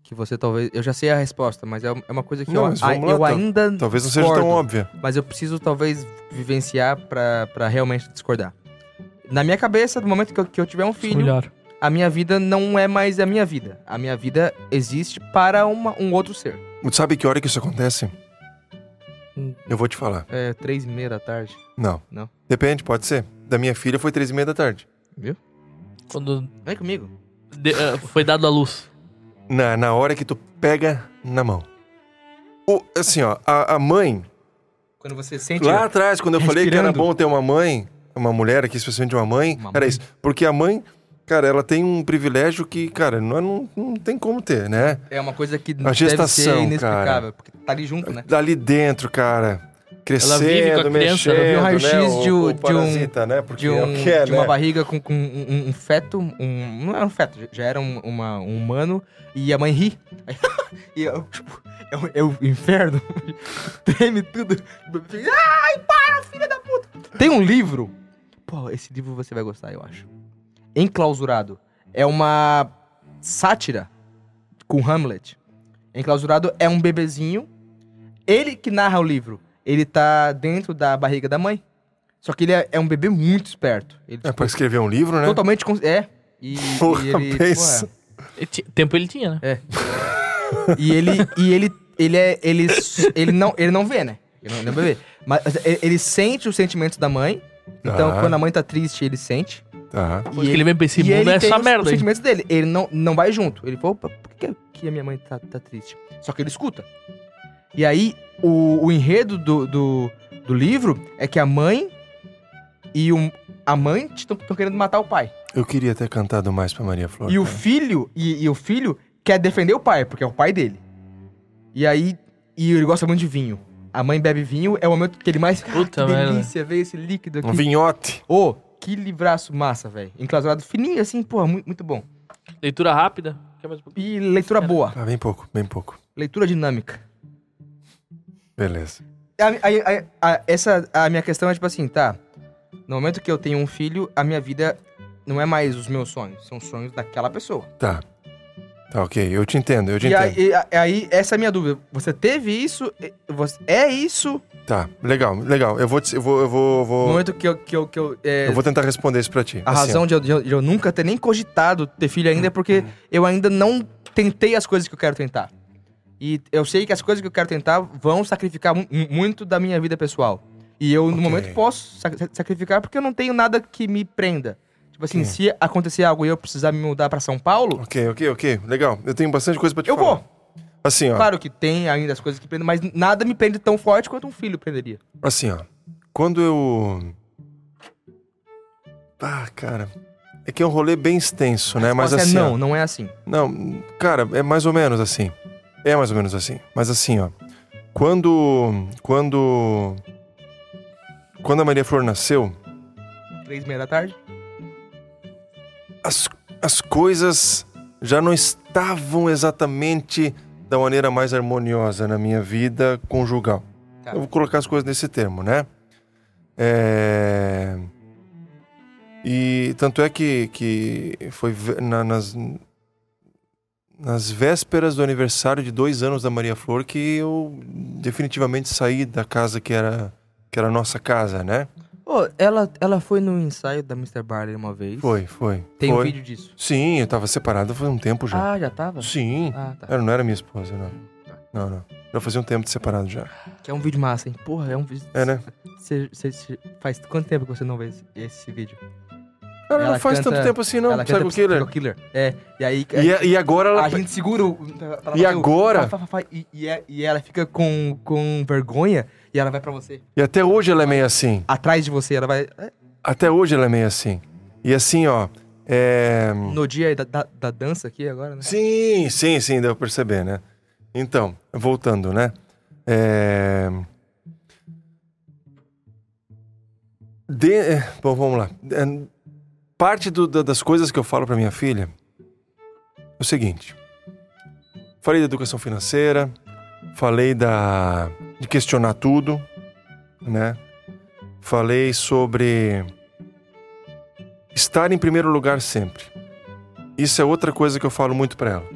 S5: Que você talvez. Eu já sei a resposta, mas é um- é uma coisa que
S4: Não,
S5: eu,
S4: mas
S5: a-
S4: vamos lá,
S5: eu
S4: tá-
S5: ainda.
S4: Talvez não seja tão
S5: discordo.
S4: óbvia.
S5: Mas eu preciso talvez vivenciar pra, pra realmente discordar. Na minha cabeça, no momento que eu, que eu tiver um filho,
S2: Melhor.
S5: a minha vida não é mais a minha vida. A minha vida existe para uma- um outro ser.
S4: Tu sabe que hora que isso acontece?
S5: Hum.
S4: Eu vou te falar.
S5: É três e meia da tarde.
S4: Não.
S5: Não?
S4: Depende, pode ser. Da minha filha foi três e meia da tarde.
S2: Quando
S5: Vem comigo.
S2: de- eh, foi dado a luz.
S4: Na, na hora que tu pega na mão. O, assim, ó, a, a mãe,
S5: Quando você sente.
S4: lá atrás, quando eu falei que era
S5: Respirando.
S4: bom ter uma mãe, uma mulher aqui, especialmente uma mãe,
S5: Uma
S4: era
S5: mãe.
S4: isso. Porque a mãe, cara, ela tem um privilégio que, cara, não, é, não, não tem como ter, né?
S5: É uma coisa que
S4: gestação,
S5: deve ser inexplicável.
S4: cara.
S5: Porque tá ali junto, né?
S4: Dali dentro, cara. Crescendo,
S2: vive com a criança,
S4: mexendo,
S2: ela
S5: viu
S4: né?
S5: um raio-x
S4: O-
S5: de
S4: o
S5: um- de um-
S4: parasita, né? Porque
S5: de,
S4: é
S5: um-
S4: o que é,
S5: de uma
S4: né?
S5: barriga com, com um, um- um feto, um, não era um feto, já- já era um, uma- um humano, e a mãe ri. Aí, e eu, tipo, é o, é o inferno, treme tudo. Ai, para, filha da puta! Tem um livro, pô, esse livro você vai gostar, eu acho. Enclausurado. É uma sátira com Hamlet. Enclausurado é um bebezinho. Ele que narra o livro. Ele tá dentro da barriga da mãe. Só que ele é, é um bebê muito esperto. Ele
S4: É pra escrever um livro, né?
S5: totalmente. cons- É. E,
S4: Porra,
S5: e ele.
S4: pensa.
S2: Ele ti- Tempo ele tinha, né?
S5: É, porra, e ele. E ele. Ele é. Ele, s- ele, não, ele não vê, né? Ele não, ele não é um bebê. Mas ele- ele sente os sentimentos da mãe. Então,
S4: Ah.
S5: quando a mãe tá triste, ele sente.
S4: Tá.
S2: Porque ele vem pra esse
S5: e
S2: mundo
S5: ele
S2: é
S5: tem um
S2: essa
S5: os-
S2: merda
S5: Os
S2: aí.
S5: sentimentos dele. Ele não, não vai junto. Ele falou, opa, por que, que- que a minha mãe tá, tá triste? Só que ele escuta. E aí, o, o enredo do, do, do livro é que a mãe e o a mãe estão querendo matar o pai.
S4: Eu queria ter cantado mais pra Maria Flor.
S5: E o
S4: cara.
S5: filho, e, e o filho quer defender o pai, porque é o pai dele. E aí, e ele gosta muito de vinho. A mãe bebe vinho, é o momento que ele mais...
S2: Puta
S5: que
S2: merda.
S5: delícia, veio esse líquido aqui.
S4: Um vinhote.
S5: Ô, que livraço massa, velho. Enclausurado fininho assim, porra, mu- muito bom.
S2: Leitura rápida. Quer mais um pouquinho?
S5: E leitura boa.
S4: Ah, bem pouco, bem pouco.
S5: Leitura dinâmica.
S4: Beleza.
S5: A, a- a- a- essa, a minha questão é tipo assim, tá? No momento que eu tenho um filho, a minha vida não é mais os meus sonhos, são os sonhos daquela pessoa.
S4: Tá. Tá, ok. Eu te entendo, eu te
S5: E
S4: entendo.
S5: aí, e a- e aí, essa é a minha dúvida. Você teve isso? E- você- É isso?
S4: Tá, legal, legal. Eu vou, te- eu vou, eu vou,
S5: No
S4: vou,
S5: momento que eu. Que eu, que eu, é,
S4: eu vou tentar responder isso pra ti.
S5: A
S4: Assim, ó. Hum,
S5: razão de eu, de eu- de eu nunca ter nem cogitado ter filho ainda é porque eu ainda não tentei as coisas que eu quero tentar. E eu sei que as coisas que eu quero tentar vão sacrificar mu- mu- muito da minha vida pessoal. E eu, no
S4: Ok.
S5: momento, posso sac- sac- sacrificar porque eu não tenho nada que me prenda. Tipo assim,
S4: Ok.
S5: se acontecer algo e eu precisar me mudar pra São Paulo,
S4: Ok, ok, ok. Legal. Eu tenho bastante coisa pra te
S5: eu
S4: falar.
S5: vou.
S4: Assim, ó.
S5: Claro que tem ainda as coisas que prendem, mas nada me prende tão forte quanto um filho prenderia.
S4: Assim, ó. Quando eu. Ah, cara. É que é um rolê bem extenso, né? Mas
S5: Pode ser,
S4: assim. ó.
S5: não, não é assim.
S4: Não, cara, é mais ou menos assim. É mais ou menos assim. Mas assim, ó. Quando. Quando. Quando a Maria Flor nasceu,
S5: Três e meia da tarde.
S4: as, as coisas já não estavam exatamente da maneira mais harmoniosa na minha vida conjugal.
S5: Tá.
S4: Eu vou colocar as coisas nesse termo, né? É... E tanto é que, que foi ve- na- nas, nas vésperas do aniversário de dois anos da Maria Flor que eu definitivamente saí da casa que era, que era a nossa casa, né?
S5: Pô, ela, ela foi no ensaio da Mr. Barley uma vez.
S4: Foi, foi.
S5: Tem
S4: foi.
S5: um vídeo disso.
S4: Sim, eu tava separado faz um tempo já.
S5: Ah, já tava?
S4: Sim.
S5: Ah, tá.
S4: Ela não era minha esposa, não.
S5: Tá.
S4: Não, não. Já fazia um tempo de separado já.
S5: Que é um vídeo massa, hein? Porra, é um vídeo.
S4: É, né?
S5: Cê- cê- cê- faz quanto tempo que você não vê esse- esse vídeo?
S4: Cara,
S5: Ela
S4: não faz
S5: canta-
S4: tanto tempo assim, não.
S5: ela
S4: Psycho
S5: canta
S4: Killer.
S5: Psycho Killer. É, e aí
S4: E, a- e agora
S5: a,
S4: ela.
S5: gente segura o. tá- tá lá
S4: E
S5: no-
S4: agora?
S5: Fá, fá, fá, E, e é- e ela fica com, com vergonha e ela vai pra você.
S4: E até hoje ela é meio assim.
S5: Atrás de você, ela vai. é,
S4: Até hoje ela é meio assim. E assim, ó. É.
S5: No dia da, da, da dança aqui agora, né?
S4: Sim, sim, sim, deu pra perceber, né? Então, voltando, né? É... De- é, Bom, vamos lá. É, Parte do- da- das coisas que eu falo pra minha filha é o seguinte. Falei da educação financeira, falei da... de questionar tudo, né? Falei sobre estar em primeiro lugar sempre. Isso é outra coisa que eu falo muito pra ela.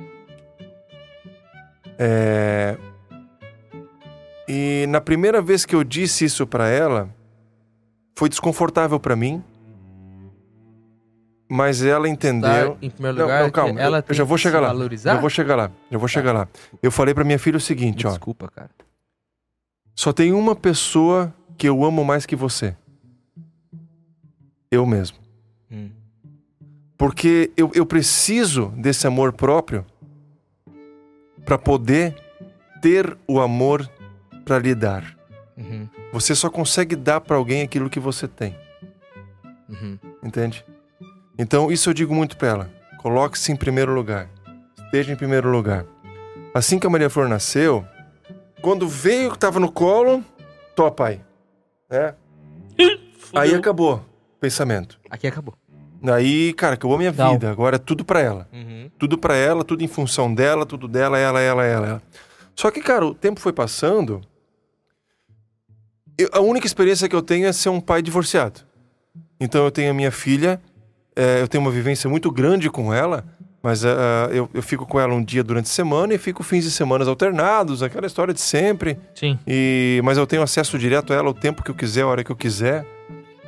S4: É... E na primeira vez que eu disse isso pra ela, foi desconfortável pra mim. Mas ela entendeu.
S5: Tá Em primeiro
S4: Não,
S5: lugar,
S4: não, calma.
S5: que
S4: eu-
S5: ela
S4: eu,
S5: tem
S4: já vou
S5: que
S4: chegar
S5: se
S4: lá.
S5: valorizar.
S4: Eu vou chegar lá. Eu vou chegar lá. Eu falei pra minha filha o seguinte, ó.
S5: Desculpa, cara.
S4: Só tem uma pessoa que eu amo mais que você. Eu mesmo.
S5: Hum.
S4: Porque eu, eu preciso desse amor próprio para poder ter o amor para lhe dar.
S5: Uhum,
S4: Você só consegue dar para alguém aquilo que você tem,
S5: uhum.
S4: entende? Então, isso eu digo muito para ela. Coloque-se em primeiro lugar. Esteja em primeiro lugar. Assim que a Maria Flor nasceu, quando veio que tava no colo, topa aí. né? Aí
S2: Fudeu.
S4: acabou o pensamento.
S5: Aqui acabou.
S4: Aí, cara, acabou a minha
S2: Legal.
S4: vida. Agora é tudo para ela.
S5: Uhum.
S4: tudo pra ela, tudo em função dela, tudo dela, ela, ela, ela, ela. Só que, cara, o tempo foi passando. Eu- a única experiência que eu tenho é ser um pai divorciado. Então eu tenho a minha filha, é, eu tenho uma vivência muito grande com ela, Mas ah, eu, eu fico com ela um dia durante a semana e fico fins de semana alternados, aquela história de sempre.
S2: Sim.
S4: E, mas eu tenho acesso direto a ela o tempo que eu quiser, a hora que eu quiser.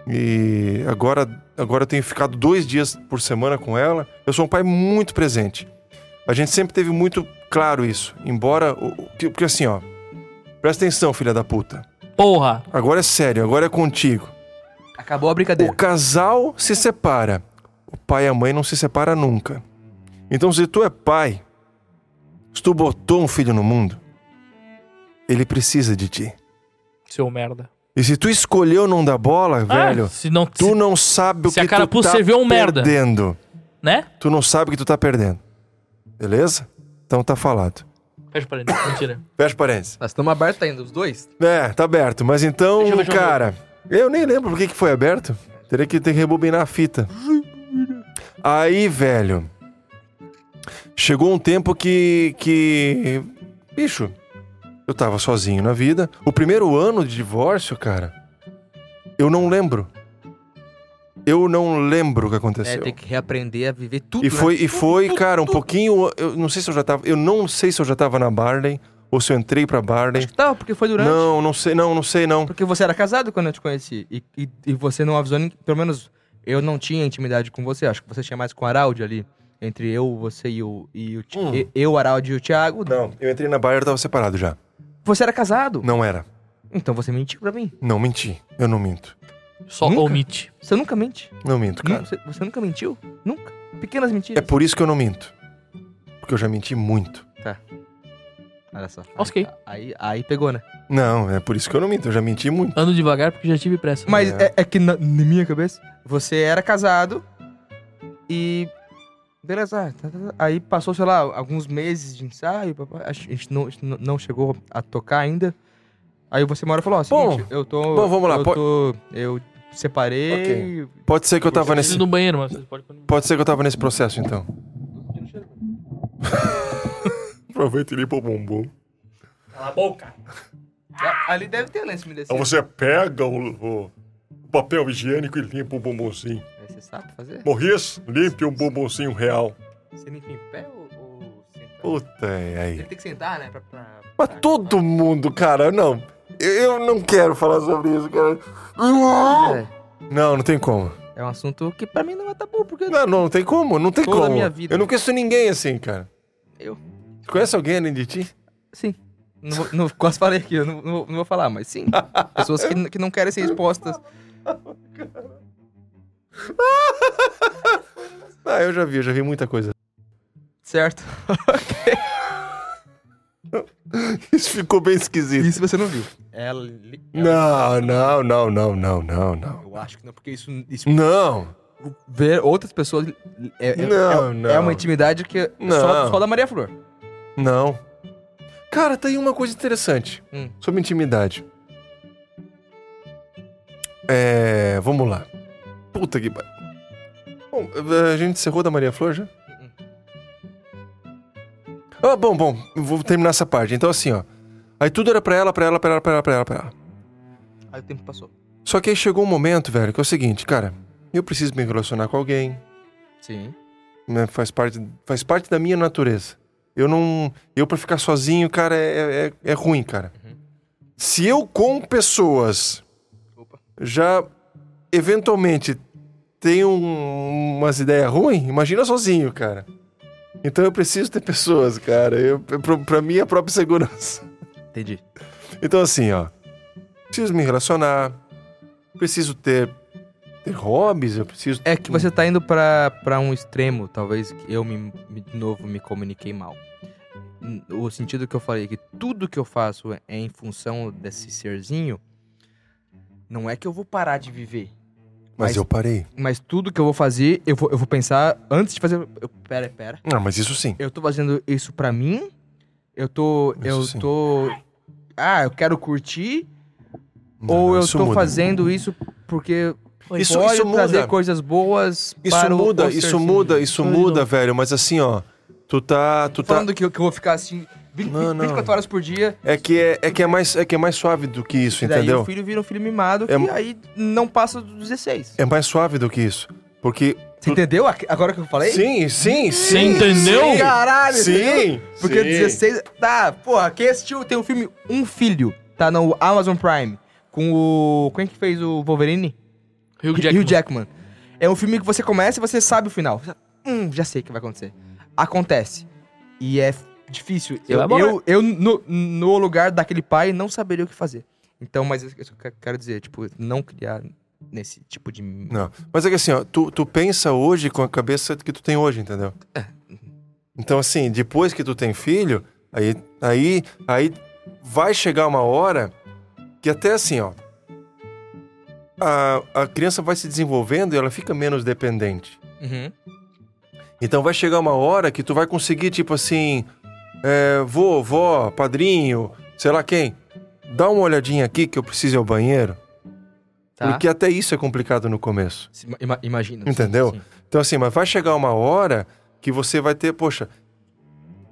S4: E agora, agora eu tenho ficado dois dias por semana com ela. Eu sou um pai muito presente. A gente sempre teve muito claro isso. Embora. o- o- que- Porque assim, ó. Presta atenção, filha da puta.
S2: Porra!
S4: Agora é sério, agora é contigo.
S5: Acabou a brincadeira.
S4: O casal se separa. O pai e a mãe não se separam nunca. Então, se tu é pai, se tu botou um filho no mundo, ele precisa de ti.
S2: Seu merda.
S4: E se tu escolheu não dar bola, velho,
S2: Ah, se não.
S4: tu
S2: se-
S4: não sabe o
S2: se a
S4: que tu
S2: carapuça
S4: tá
S2: serviu, é um merda.
S4: perdendo.
S2: né?
S4: Tu não sabe o que tu tá perdendo. Beleza? Então tá falado.
S2: Fecha pra ele. Mentira.
S4: Fecha parênteses.
S5: Nós estamos abertos ainda, os dois.
S4: É, tá aberto. Mas então,
S2: Deixa eu ver, deixa eu
S4: cara, eu nem lembro por que que foi aberto. Teria que ter que rebobinar a fita. Aí, velho. Chegou um tempo que. que. Bicho, eu tava sozinho na vida. O primeiro ano de divórcio, cara, eu não lembro. Eu não lembro o que
S5: É,
S4: aconteceu.
S5: tem que reaprender a viver tudo.
S4: E
S5: né?
S4: foi, e foi, cara, um pouquinho. Eu não sei se eu já tava. Eu não sei se eu já tava na Barley ou se eu entrei pra Barley.
S5: Acho que tá, porque foi durante.
S4: Não, não sei, não, não sei, não.
S5: Porque você era casado quando eu te conheci. E, e, e você não avisou ninguém. Pelo menos eu não tinha intimidade com você. Acho que você tinha mais com o Araldi ali. Entre eu, você e o. E o Ti-
S4: Hum.
S5: e- eu, Araldi e o Thiago.
S4: Não, eu entrei na Barley, eu tava separado já.
S5: Você era casado.
S4: Não era.
S5: Então você mentiu pra mim.
S4: Não menti. Eu não minto.
S2: Só
S5: Nunca?
S2: omite.
S5: Você nunca mente.
S4: Não minto, cara.
S5: Você, você nunca mentiu? Nunca. Pequenas
S4: É
S5: mentiras.
S4: por isso que eu não minto. Porque eu já menti muito.
S5: Olha só. Aí-
S2: Ok.
S5: Aí, aí pegou, né?
S4: Não, é por isso que eu não minto. Eu já menti muito.
S2: Ando devagar porque já tive pressa.
S5: Mas
S4: É.
S5: é, é que na, na minha cabeça, você era casado e. Beleza, ah, tá, tá, tá. aí passou, sei lá, alguns meses de ensaio, papai, a gente não, a gente não- não chegou a tocar ainda. Aí você mora e falou, ó,
S4: Bom,
S5: seguinte, eu tô...
S4: bom, vamos lá,
S5: Eu
S4: po-
S5: tô... Eu separei...
S4: Pode ser que eu tava nesse.
S2: Preciso do banheiro, mas vocês podem continuar.
S4: Pode ser que eu tava nesse processo, então. Aproveita e limpa o bumbum.
S2: Cala a boca.
S5: A- Ah, Ali deve ter lenço
S6: Aí
S5: umedecido.
S6: Então você pega o, o papel higiênico e limpa o bombonzinho.
S5: Aí Você sabe fazer?
S6: Morris, limpe um bombonzinho real.
S5: Você limpa em pé ou, ou sentado?
S4: Puta, é aí.
S5: Ele tem que sentar, né? Pra, pra-
S4: Mas
S5: pra-
S4: todo mundo, cara, não. Eu- Eu não quero falar sobre isso, cara. Não,
S5: É,
S4: não tem como.
S5: é um assunto que pra mim não é tabu, porque...
S4: Não, não tem como, não tem
S5: Toda
S4: como.
S5: a minha vida.
S4: Eu não conheço ninguém assim, cara.
S5: Eu.
S4: Tu conhece alguém além de ti?
S5: Sim. Não, vou- não, quase falei aqui, eu não, não, vou- não vou falar, mas sim. Pessoas que, que não querem ser expostas.
S4: Ah, eu já vi, eu já vi muita coisa.
S5: Certo?
S4: Isso ficou bem esquisito.
S5: Isso você não viu. Ela. É li- é,
S4: Não, não, não, não, não, não, não.
S5: Eu acho que não, porque isso. isso
S4: Não,
S5: ver outras pessoas. É, é-
S4: Não,
S5: é-
S4: não.
S5: é uma intimidade que. Só,
S4: Não.
S5: só da Maria Flor.
S4: não. Cara, tá aí uma coisa interessante
S5: Hum.
S4: sobre intimidade. É. Vamos lá. Puta que. pa- Bom, a gente encerrou da Maria Flor já? Ah, bom, bom, vou terminar essa parte. Então, assim, ó. Aí tudo era pra ela, pra ela, pra ela, pra ela, pra ela, pra ela.
S5: Aí o tempo passou.
S4: Só que aí chegou um momento, velho, que é o seguinte, cara, eu preciso me relacionar com alguém,
S5: Sim.
S4: né? Faz parte, faz parte da minha natureza. Eu não. Eu, pra ficar sozinho, cara, é, é, é ruim, cara.
S5: Uhum.
S4: Se eu com pessoas
S5: Opa.
S4: já eventualmente tenho um- umas ideias ruins, imagina sozinho, cara. Então eu preciso ter pessoas, cara. Eu, pra, pra minha própria segurança.
S5: Entendi.
S4: Então assim, ó. Preciso me relacionar. Preciso ter, ter hobbies, eu preciso.
S5: É que você tá indo pra, pra um extremo, talvez que eu me, me- de novo me comuniquei mal. N- O sentido que eu falei é que tudo que eu faço é em função desse serzinho. Não é que eu vou parar de viver.
S4: Mas
S5: Mas-
S4: eu parei.
S5: Mas tudo que eu vou fazer, eu vou, eu vou pensar antes de fazer. Eu, pera, pera.
S4: Não, Ah, mas isso sim.
S5: Eu tô fazendo isso pra mim. Eu tô.
S4: Isso
S5: eu
S4: sim.
S5: tô. Ah, eu quero curtir.
S4: Não,
S5: ou
S4: não,
S5: eu
S4: isso
S5: tô
S4: muda.
S5: fazendo isso porque.
S4: Isso-
S5: pode
S4: isso muda.
S5: trazer coisas boas.
S4: Isso
S5: para o-
S4: muda,
S5: o
S4: isso
S5: serzinho.
S4: muda, isso
S2: Não,
S4: muda, velho. Mas assim, ó. Tu tá. Tu
S5: Tô
S4: tá.
S5: falando que eu, que eu vou ficar assim vinte-
S4: Não, não.
S5: 24 horas por dia.
S4: É que é, é que é mais é que é mais suave do que isso,
S5: E daí o
S4: entendeu?
S5: filho vira um filho mimado
S4: É-
S5: que aí não passa dos 16.
S4: É mais suave do que isso. Porque.
S5: Você entendeu a- agora que eu falei?
S4: Sim, sim, sim.
S2: entendeu?
S4: sim,
S5: Caralho,
S4: Sim!
S5: Porque
S6: Sim.
S5: 16. Tá, porra, quem assistiu tem o filme Um Filho, tá no Amazon Prime, com o. Quem que fez o Wolverine?
S2: Hugh
S5: Hugh
S2: Jackman.
S5: Jackman. É um filme que você começa e você sabe o final. Hum, já sei o que vai acontecer. Acontece. E é difícil. eu,
S2: vai morrer.
S5: eu, eu, no, no lugar daquele pai, não saberia o que fazer. Então, mas isso que eu quero dizer, tipo, não criar nesse tipo de.
S4: Não. Mas é que assim, ó, tu, tu pensa hoje com a cabeça que tu tem hoje, entendeu? Então, assim, depois que tu tem filho, aí, aí, aí vai chegar uma hora que até assim, ó. A, a criança vai se desenvolvendo e ela fica menos dependente.
S5: Uhum.
S4: Então vai chegar uma hora que tu vai conseguir, tipo assim, é, vô, vó, padrinho, sei lá quem, dá uma olhadinha aqui que eu preciso ir ao banheiro.
S5: Tá?
S4: Porque até isso é complicado no começo.
S5: Se ima- ima- imagina.
S4: Entendeu?
S5: Sim.
S4: Então, assim, mas vai chegar uma hora que você vai ter, poxa,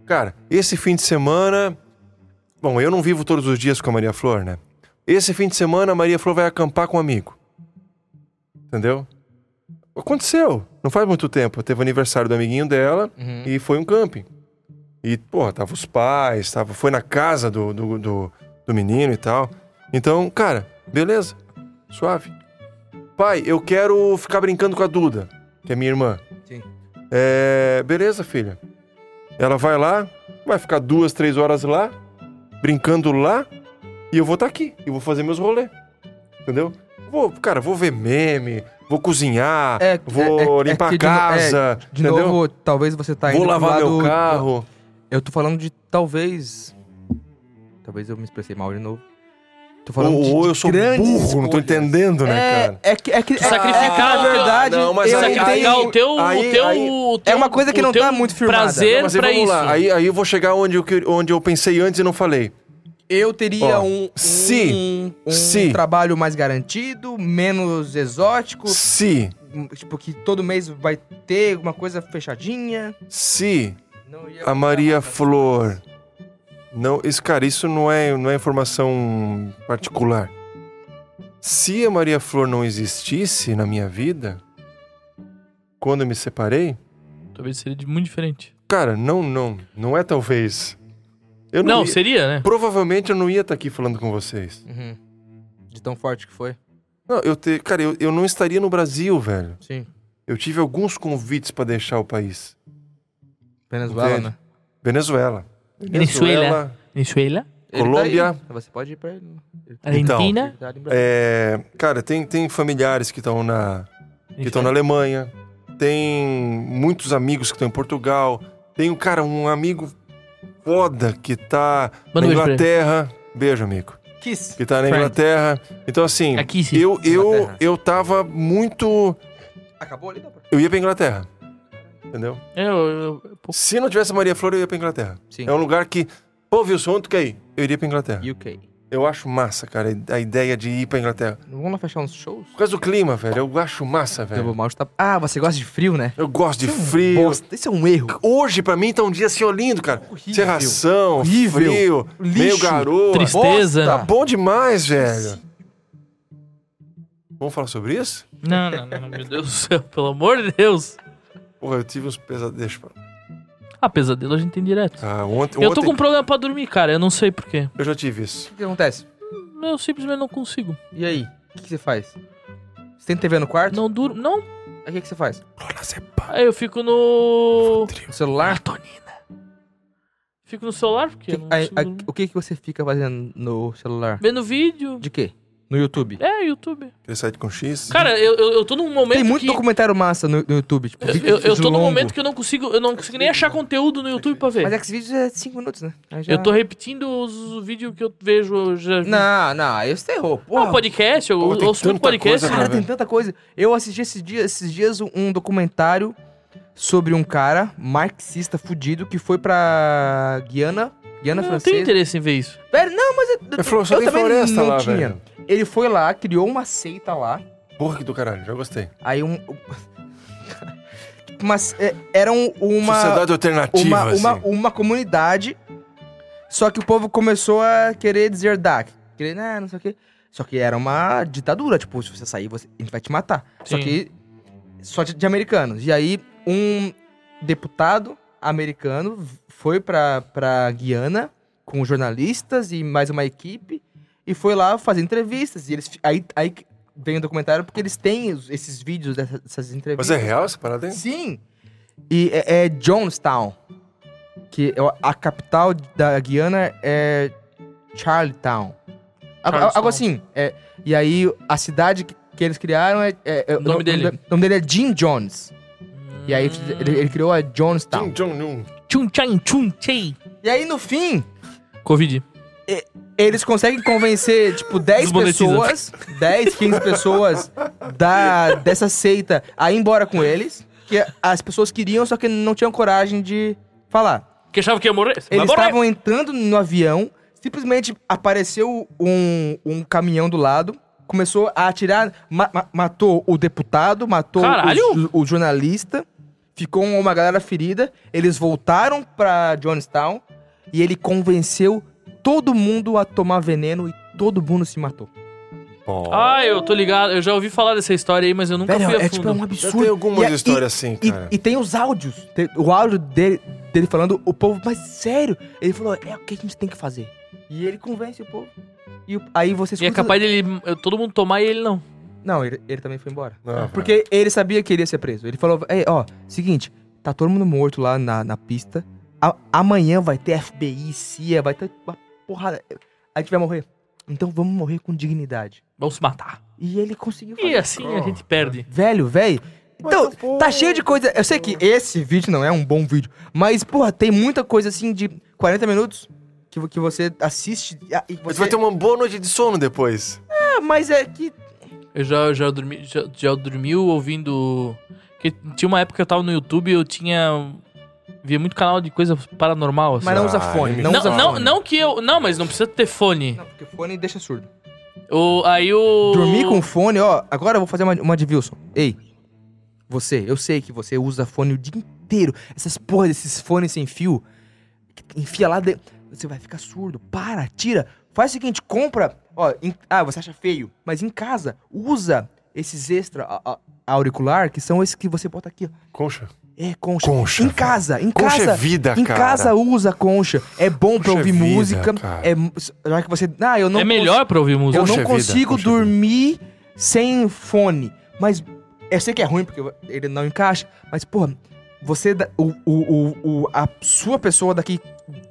S4: cara, esse fim de semana. Bom, eu não vivo todos os dias com a Maria Flor, né? Esse fim de semana a Maria Flor vai acampar com um amigo. Entendeu? Aconteceu. Não faz muito tempo. Teve o aniversário do amiguinho dela
S5: Uhum.
S4: e foi um camping. E, porra, tava os pais, tava, foi na casa do, do, do, do menino e tal. Então, cara, beleza. Suave. Pai, eu quero ficar brincando com a Duda, que é minha irmã.
S5: Sim.
S4: É, beleza, filha. Ela vai lá, vai ficar duas, três horas lá, brincando lá, e eu vou estar aqui. E vou fazer meus rolês. Entendeu? Vou, cara, vou ver meme, vou cozinhar,
S5: É, é- é-
S4: vou
S5: é
S4: limpar
S5: que
S4: a
S5: de no- é,
S4: casa.
S5: De
S4: entendeu?
S5: novo, talvez você tá indo
S4: vou
S5: pro
S4: lavar meu
S5: lado-
S4: carro.
S5: Eu tô falando de talvez. Talvez eu me expressei mal de novo. Tô falando
S4: ou
S5: de,
S4: ou
S5: de
S4: eu sou burro,
S5: grandes
S4: não tô
S5: escolhas.
S4: entendendo, né, cara?
S5: É, é que é que é,
S2: sacrificar
S5: é,
S2: o
S5: na
S2: teu-
S5: verdade.
S4: Não, mas
S5: eu
S4: aí-
S5: não
S2: Sacrificar
S5: tenho-
S2: o teu,
S4: aí-
S2: o teu,
S4: aí-
S2: o teu-
S5: É uma coisa que
S2: o
S5: não
S2: teu
S5: tá muito firmada.
S2: Prazer
S4: Não, mas aí
S2: pra
S4: vamos
S2: isso.
S4: lá. Aí, aí eu vou chegar onde eu, que- onde eu pensei antes e não falei.
S5: Eu teria
S4: Ó,
S5: um, um,
S4: se-
S5: um
S4: se-
S5: trabalho mais garantido, menos exótico,
S4: Se,
S5: tipo que todo mês vai ter uma coisa fechadinha.
S4: se
S5: Não ia-
S4: a Maria Flor. Não, isso, cara, isso não é, não é informação particular. Se a Maria Flor não existisse na minha vida, quando eu me separei,
S2: Talvez seria de- muito diferente.
S4: cara, não, não, não é talvez. Eu não,
S2: Não,
S4: ia-
S2: seria, né?
S4: provavelmente eu não ia estar aqui falando com vocês.
S5: Uhum. De tão forte que foi.
S4: Não, eu te, cara, eu, eu não estaria no Brasil, velho.
S5: Sim.
S4: Eu tive alguns convites pra deixar o país.
S5: Venezuela,
S4: Entende?
S5: né?
S4: Venezuela.
S2: Venezuela. Venezuela,
S5: Ele
S4: Colômbia.
S5: Tá aí. Você pode ir pra ele. ele tá-
S2: Argentina,
S5: ele tá ali em Brasília.
S4: É, cara, tem, tem familiares que estão na, que estão na Alemanha. Tem muitos amigos que estão em Portugal. Tem um cara, um amigo foda que tá
S2: Manda um
S4: na
S2: beijo pra ele.
S4: Inglaterra. Beijo, amigo.
S5: Kiss.
S4: Que tá na
S2: Friend.
S4: Inglaterra. Então, assim,
S2: aqui sim.
S4: eu, eu,
S5: Inglaterra.
S4: eu tava muito.
S5: Acabou ali, dá pra...
S4: Eu ia pra Inglaterra. Entendeu?
S2: É, eu- eu- pô,
S4: Se não tivesse Maria Flor, eu ia pra Inglaterra.
S5: Sim.
S4: É um lugar que. Pô, Wilson, tu quer ir? Eu iria pra Inglaterra.
S5: UK.
S4: Eu acho massa, cara, a ideia de ir pra Inglaterra.
S5: Não vamos lá fechar uns shows?
S4: Por causa do clima, velho. Eu acho massa,
S5: Double
S4: velho.
S5: Mouse tá... Ah, você gosta de frio, né?
S4: Eu gosto É. de frio.
S5: Bosta, isso é um erro.
S4: Hoje, pra mim, tá um dia assim, ó, lindo, cara.
S5: Horrível.
S4: Serração,
S5: Horrível.
S4: frio, meio
S5: Lixo.
S4: garoa.
S2: Tristeza.
S4: Tá bom demais, velho. Vamos falar sobre isso?
S2: Não, não, não, meu Deus do céu, pelo amor de Deus.
S4: Porra, eu tive uns pesadelos. pra-
S2: Ah, pesadelo a gente tem direto.
S4: Ah, ontem,
S2: Eu tô
S4: ontem
S2: com um problema pra dormir, cara, eu não sei porquê.
S4: eu já tive isso.
S5: O que acontece?
S2: Eu simplesmente não consigo.
S5: E aí? O que, que você faz? Você tem TV no quarto?
S2: Não duro, não.
S5: Aí o que, que você faz?
S2: Aí eu fico no...
S5: O celular?
S2: Melatonina. Fico no celular porque Ah, eu não
S5: Aí,
S2: consigo
S5: aí,
S2: dormir.
S5: o que, que você fica fazendo no celular?
S2: Vendo vídeo.
S5: De quê? No YouTube?
S2: É, YouTube.
S4: Aquele site com X.
S2: Cara, eu, eu, eu tô num momento
S5: Tem muito
S2: que...
S5: documentário massa no, no YouTube. Tipo,
S2: Eu, eu tô num momento que eu não consigo, eu não consigo nem achar conteúdo no YouTube pra ver.
S5: Mas Xvideos é 5 minutos, né? Aí já-
S2: Eu tô repetindo os, os vídeos que eu vejo. eu Já...
S5: Não, não, aí você errou.
S2: Pô,
S5: Porra,
S2: podcast, eu
S4: Pô, tem
S2: ouço muito
S4: tanta
S2: podcast.
S4: coisa,
S2: cara.
S5: Cara, tem tanta coisa. Eu assisti esses dias, esses dias um- um documentário sobre um cara marxista fudido que foi pra Guiana, Guiana
S2: Eu não tenho
S5: Francesa.
S2: interesse em ver isso.
S5: Velho, não, mas eu,
S4: É flor, só
S5: eu
S4: tem
S5: também
S4: floresta
S5: não
S4: lá,
S5: tinha.
S4: velho.
S5: Ele foi lá, criou uma seita lá.
S4: Porra que do caralho, já gostei.
S5: Aí um mas é, era um- uma
S4: Sociedade alternativa,
S5: uma, uma,
S4: assim.
S5: uma comunidade. Só que o povo começou a querer deserdar. Querer, né, não sei o quê. Só que era uma ditadura, tipo, se você sair, você, a gente vai te matar. Só
S2: Sim.
S5: que só de, de americanos. E aí, um deputado americano v- foi pra, pra Guiana com jornalistas e mais uma equipe e foi lá fazer entrevistas. E eles, fi- aí, aí que vem o documentário porque eles têm os- esses vídeos dessas, dessas
S4: Mas
S5: entrevistas.
S4: é real essa parada, hein?
S5: Sim! E é, é Jonestown, que é o- a capital da Guiana é Charlottetown. Al- al-
S2: Charlestown.
S5: Algo assim. é. e aí, a cidade que, que eles criaram é... é- é-
S2: O nome dele.
S5: O nome dele é Jim Jones. E aí, ele, ele criou a
S4: Jim
S5: Jonestown.
S4: Jong-un.
S2: Tchum, tcham, tchum, tchei.
S5: E aí, no fim,
S2: Covid.
S5: eles conseguem convencer, tipo, 10
S2: Desmonetiza.
S5: pessoas, 10, 15 pessoas da, dessa seita a ir embora com eles, que as pessoas queriam, só que não tinham coragem de falar.
S2: Que achava que ia morrer. Vai
S5: Eles
S2: morrer.
S5: estavam entrando no avião, simplesmente apareceu um, um caminhão do lado, começou a atirar, ma- ma- matou o deputado, matou
S2: Caralho!
S5: o, ju- o jornalista, ficou uma galera ferida, eles voltaram pra Johnstown e ele convenceu todo mundo a tomar veneno e todo mundo se matou.
S4: Bom.
S2: Ah, eu tô ligado. Eu já ouvi falar dessa história aí, mas eu nunca
S5: Velho,
S2: fui a
S5: é
S2: fundo.
S5: tipo é um
S4: Já
S5: absurdo.
S4: tem algumas
S5: E- e-
S4: histórias assim,
S5: e,
S4: cara.
S5: e tem os áudios. Tem o áudio dele, dele falando, o povo, mas sério, ele falou, é o que a gente tem que fazer. E ele convence o povo. E o- aí você
S2: E é capaz dele eu- todo mundo tomar e ele não.
S5: Não, ele, ele também foi embora.
S4: Ah,
S5: é Porque ele sabia que ele ia ser preso. Ele falou, "Ei, ó, seguinte, tá todo mundo morto lá na, na pista. A- amanhã vai ter FBI, CIA, vai ter uma porrada. A gente vai morrer. Então vamos morrer com dignidade.
S2: Vão se matar.
S5: E ele conseguiu fazer.
S2: E assim a gente perde.
S5: Velho, velho. Então, tá cheio de coisa. Eu sei que esse vídeo não é um bom vídeo, mas, porra, tem muita coisa assim de 40 minutos que, vo- que você assiste e a- e
S4: Mas
S5: você.
S4: vai ter um uma boa noite de sono depois.
S5: Ah, mas é que.
S2: Eu já, já, dormi, já, já dormiu ouvindo. Que tinha uma época que eu tava no YouTube e eu tinha. Via muito canal de coisa paranormal, assim.
S5: Mas não usa
S4: Ah,
S5: fone.
S4: ele-
S5: Não,
S2: não,
S5: usa
S2: não,
S5: fone.
S2: não que eu. Não, mas não precisa ter fone.
S5: Não, porque fone deixa surdo.
S2: O, aí o.
S5: Dormir com fone, ó. Agora eu vou fazer uma, uma de Wilson. Ei. Você, eu sei que você usa fone o dia inteiro. Essas porra desses fones sem fio. que Enfia lá dentro. Você vai ficar surdo. Para, tira. Faz o seguinte, compra. Ó, em- ah, você acha feio. Mas em casa, usa esses extra a- a- auricular, que são esses que você bota aqui, ó.
S4: Concha.
S5: É, concha.
S4: Concha,
S5: Em
S4: velho.
S5: casa, em
S4: Concha
S5: casa.
S4: é vida,
S5: em
S4: cara.
S5: casa usa concha. É bom
S4: Concha
S5: pra
S4: é
S5: ouvir
S4: vida,
S5: música.
S4: cara.
S5: É, mu- já que você. Ah, eu não
S2: é melhor pra ouvir música.
S5: eu
S4: Poxa
S5: não
S4: vida,
S5: consigo
S4: poxa
S5: dormir sem fone. Mas eu sei que é ruim porque ele não encaixa. Mas, porra, você. da- O, o, o, o- a sua pessoa daqui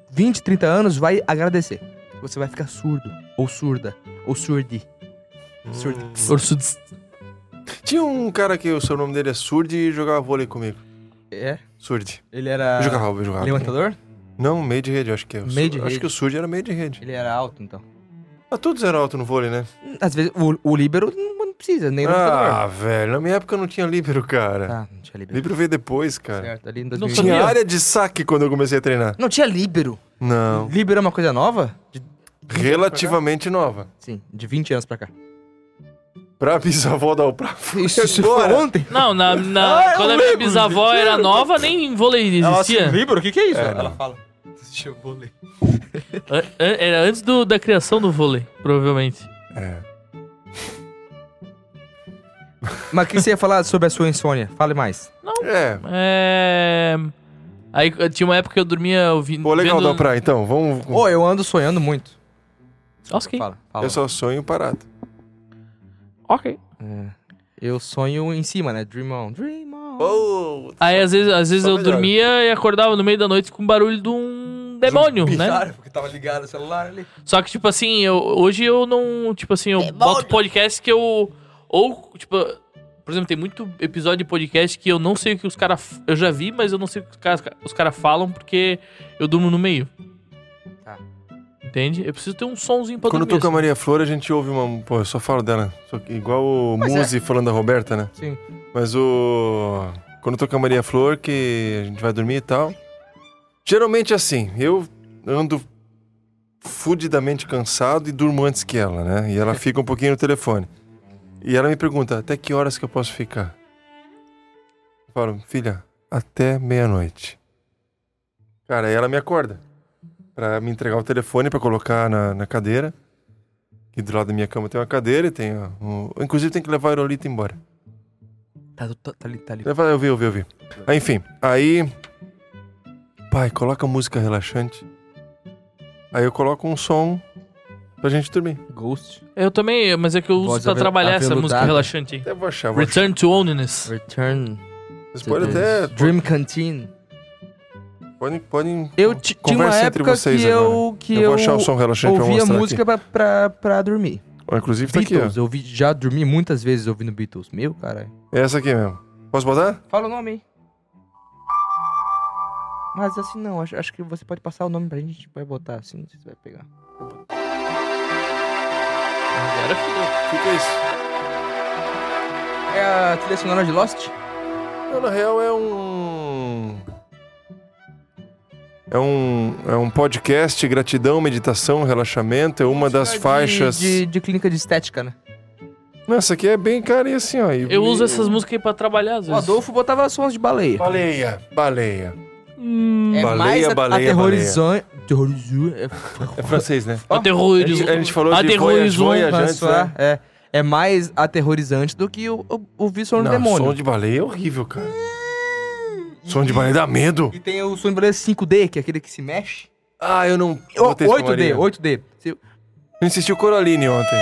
S5: 20, 30 anos vai agradecer. Você vai ficar surdo. Ou surda. Ou surdi. Surdi.
S2: Orsudes.
S4: Hum. Tinha um cara que o seu nome dele é Surdi e jogava vôlei comigo.
S5: É?
S4: Surdi.
S5: Ele era.
S4: Eu jogava, eu jogava.
S5: Ah, Levantador?
S4: Não, meio de rede, eu acho que é. O
S5: Meio
S4: Sur-
S5: de
S4: Acho
S5: rede.
S4: que o Surdi era meio de rede.
S5: Ele era alto, então.
S4: Mas todos eram alto no vôlei, né?
S5: Às vezes, o, o líbero não não precisa, nem um levantador.
S4: Ah, velho, na minha época eu não tinha líbero, cara.
S5: Tá, não tinha líbero.
S4: Líbero veio depois, cara.
S5: Certo, ali em
S2: Não
S5: 2000.
S2: sabia.
S4: Tinha área de saque quando eu comecei a treinar.
S5: Não tinha líbero.
S4: Não.
S5: Líbero é uma coisa nova? De-
S4: Relativamente nova.
S5: sim, de 20 anos pra cá.
S4: Pra bisavó dar o pra
S5: Isso, isso
S4: agora.
S5: foi ontem?
S2: Não, na, na-
S5: Ah, eu
S2: quando a minha
S5: lembro,
S2: bisavó
S5: gente.
S2: era nova, nem vôlei existia.
S5: livro? O que, que é isso?
S4: É,
S5: ela
S4: não.
S5: fala. Deixa eu vou ler.
S2: An- an- É, Era antes do- da criação do vôlei, provavelmente.
S4: É.
S5: Mas o que você ia falar sobre a sua insônia? Fale mais.
S4: É.
S2: É... Aí eh, tinha uma época que eu dormia ouvindo...
S4: Pô, legal
S2: vendo...
S4: dar pra então. Vamos.
S5: Ô, eu ando sonhando muito.
S2: Nossa, que...
S5: Fala, fala.
S4: Eu é só sonho parado.
S2: Ok.
S5: É. Eu sonho em cima, né? Dream on, dream on.
S4: Oh,
S2: Aí às vezes, às vezes
S4: Só
S2: eu
S4: melhor.
S2: dormia e acordava no meio da noite com o barulho de um demônio, né?
S5: Claro, porque tava ligado o celular ali.
S2: Só que, tipo assim, eu, hoje eu não... Tipo assim, eu boto podcast que eu... Ou, tipo... Por exemplo, tem muito episódio de podcast que eu não sei o que os caras... Eu já vi, mas eu não sei o que os caras os cara falam porque eu durmo no meio.
S5: Tá.
S2: Entende? Eu preciso ter um sonzinho pra
S4: Quando
S2: dormir.
S4: toca a Maria Flor, a gente ouve uma. Pô, eu só falo dela. Só que igual o Muzi falando da Roberta, né?
S5: Sim.
S4: Mas o. Quando toca a Maria Flor, que a gente vai dormir e tal. Geralmente é assim, eu ando fudidamente cansado e durmo antes que ela, né? E ela fica um pouquinho no telefone. E ela me pergunta, até que horas que eu posso ficar? Eu falo, filha, até meia-noite. Cara, aí ela me acorda pra me entregar o telefone pra colocar na, na cadeira. E do lado da minha cama tem uma cadeira e tem. ó, um- Inclusive tem que levar a Aerolita embora.
S5: Tá, tá, tá ali, tá ali.
S4: Ele fala, Eu vi, eu vi, eu vi. Ah, Enfim, aí. Pai, coloca música relaxante. Aí eu coloco um som pra gente dormir.
S5: Ghost.
S2: Eu também, mas é que eu uso
S5: Voz
S2: pra
S5: ave-
S2: trabalhar essa música
S5: aveludada.
S2: relaxante aí.
S4: Até vou achar. Vou achar.
S2: Return to Oneness.
S5: Return.
S4: Vocês podem até.
S5: Dream Canteen.
S4: Podem. podem
S5: Eu ti- tinha uma
S4: Conversa entre
S5: época que
S4: vocês
S5: eu, que
S4: eu
S5: eu,
S4: vou achar o som relaxante pra
S5: ouvia
S4: mostrar
S5: música pra, pra, pra dormir.
S4: aqui. Ó, inclusive tá
S5: Beatles.
S4: aqui,
S5: eu ouvi, já dormi muitas vezes ouvindo Beatles. Meu, caralho.
S4: ó. É essa aqui mesmo. Posso botar?
S5: Fala o nome aí. Mas assim não, acho, acho que você pode passar o nome pra gente, a gente vai botar assim, não sei se vai pegar.
S2: Agora fudeu.
S4: Fica isso.
S5: É a trilha sonora de Lost?
S4: Não, na real é um. É um, é um podcast, gratidão, meditação, relaxamento. É uma das
S5: De-
S4: faixas.
S5: De, de clínica de estética, né?
S4: Não, essa aqui é bem carinha assim, ó.
S2: Eu uso essas músicas aí pra trabalhar, às
S5: O
S2: vezes.
S5: Adolfo botava sons de baleia.
S4: Baleia, baleia.
S2: Hum.
S5: É
S4: Baleia,
S5: mais a-
S4: baleia,
S5: aterrorizante. Aterrorizante. É,
S4: É francês, né?
S2: Aterrorizou.
S4: A gente- a gente falou de
S2: Aterrorizou.
S4: voyage, voyage.
S5: vai
S4: antes, né?
S5: soar- é, é mais aterrorizante do que o, o, ouvir som do
S4: Não,
S5: um demônio.
S4: som de baleia é horrível, cara. Som de baleia dá medo.
S5: E tem o som de baleia 5D, que é aquele que se mexe.
S4: Ah, eu não.
S5: Ô,
S4: botei isso pra
S5: 8D,
S4: Maria.
S5: 8D. Se-
S4: Eu assisti o Coraline ontem.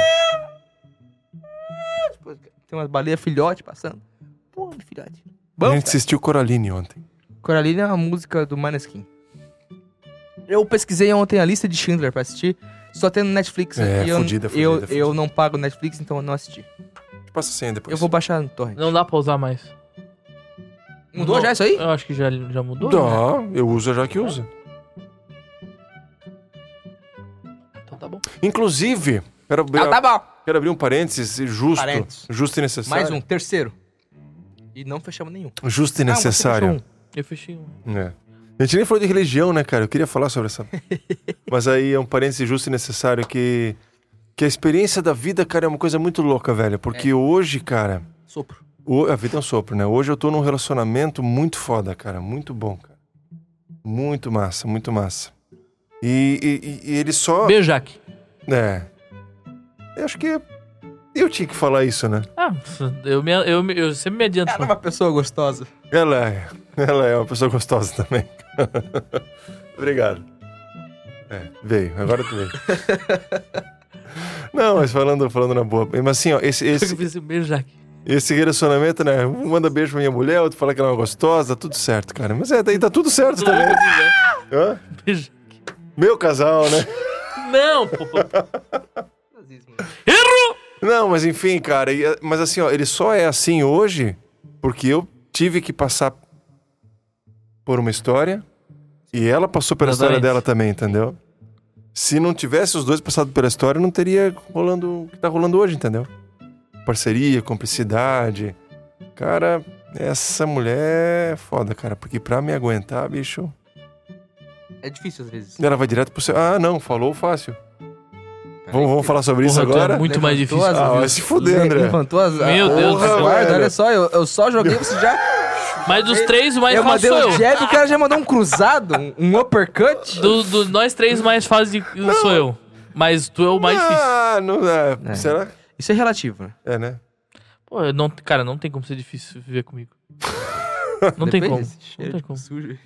S5: Tem umas baleias filhote passando. Pô, filhote.
S4: a
S5: Vamos,
S4: gente assistiu Coraline ontem.
S5: Coraline é uma música do Maneskin. Eu pesquisei ontem a lista de Schindler pra assistir. Só tem no Netflix.
S4: É,
S5: e eu,
S4: fudida, fudida,
S5: eu,
S4: fudida.
S5: eu não pago Netflix, então eu não assisti.
S4: Passa a senha depois.
S5: Eu vou baixar no torrent.
S2: Não dá pra usar mais.
S5: Mudou já é isso aí?
S2: Eu acho que já, já mudou. né?
S4: Dá, eu uso já que usa.
S2: Então tá bom.
S4: Inclusive, quero abrir,
S5: Ah, tá bom.
S4: quero abrir um parênteses justo.
S5: Parênteses.
S4: Justo e necessário.
S5: Mais um, terceiro. E não fechamos nenhum.
S4: Justo e
S5: Ah, você
S4: necessário.
S5: fechou um.
S2: Eu fechei um.
S4: É. A gente nem falou de religião, né, cara? Eu queria falar sobre essa. Mas aí é um parêntese justo e necessário que. Que a experiência da vida, cara, é uma coisa muito louca, velho. Porque hoje, cara.
S5: Sopro.
S4: o- A vida é um sopro, né? Hoje eu tô num relacionamento muito foda, cara. Muito bom, cara. Muito massa, muito massa. E, e- e- e ele só.
S2: Beijo, Jaque.
S4: É. Eu acho que. Eu tinha que falar isso, né?
S2: Ah, eu, me, eu, me- eu sempre me adianto.
S5: Ela é uma pessoa gostosa.
S4: Ela é. Ela é uma pessoa gostosa também. Obrigado. É, veio. Agora tu veio. Não, mas falando, falando na boa. Mas assim, ó, esse,
S2: Eu
S4: esse,
S2: fiz um beijo, Jaque.
S4: esse relacionamento, né? Um manda beijo pra minha mulher, outro fala que ela é uma gostosa, tudo certo, cara. Mas é, daí tá tudo certo também. Hã?
S2: Beijo.
S4: Meu casal, né?
S2: Não, pô. Erro!
S4: Não, mas enfim, cara. e- mas assim, ó, ele só é assim hoje porque eu tive que passar por uma história e ela passou pela história
S2: Exatamente.
S4: dela também, entendeu? Se não tivesse os dois passado pela história, não teria rolando o que tá rolando hoje, entendeu? Parceria, cumplicidade. Cara, essa mulher é foda, cara, porque pra me aguentar, bicho.
S5: É difícil às vezes.
S4: Ela vai direto pro seu. Ah, não, falou fácil. Vamos, vamos falar sobre isso
S2: Porra, tu é
S4: agora?
S2: muito mais
S5: Levantou
S2: difícil.
S5: as-
S4: Ah, vai se fuder,
S5: Le-
S4: André.
S5: Levantou as.
S2: Meu
S5: a-
S2: Deus
S5: as
S4: do
S5: guardas,
S4: céu.
S5: Olha só, eu, eu só joguei, você já.
S2: Mas dos três, o mais
S5: eu
S2: fácil
S5: mandei
S2: sou
S5: um
S2: eu.
S5: jab, o cara já mandou um cruzado, um, um uppercut.
S2: Do- Dos nós três, o mais fácil de- sou eu. Mas tu é o mais difícil.
S4: Ah, não é.
S5: É.
S4: Será?
S5: Isso é relativo, né?
S4: É, né?
S2: Pô, eu não, cara, não tem como ser difícil viver comigo. Não tem
S5: Depende
S2: como.
S5: desse cheiro
S2: Não tem
S5: de
S2: como.
S5: sujo.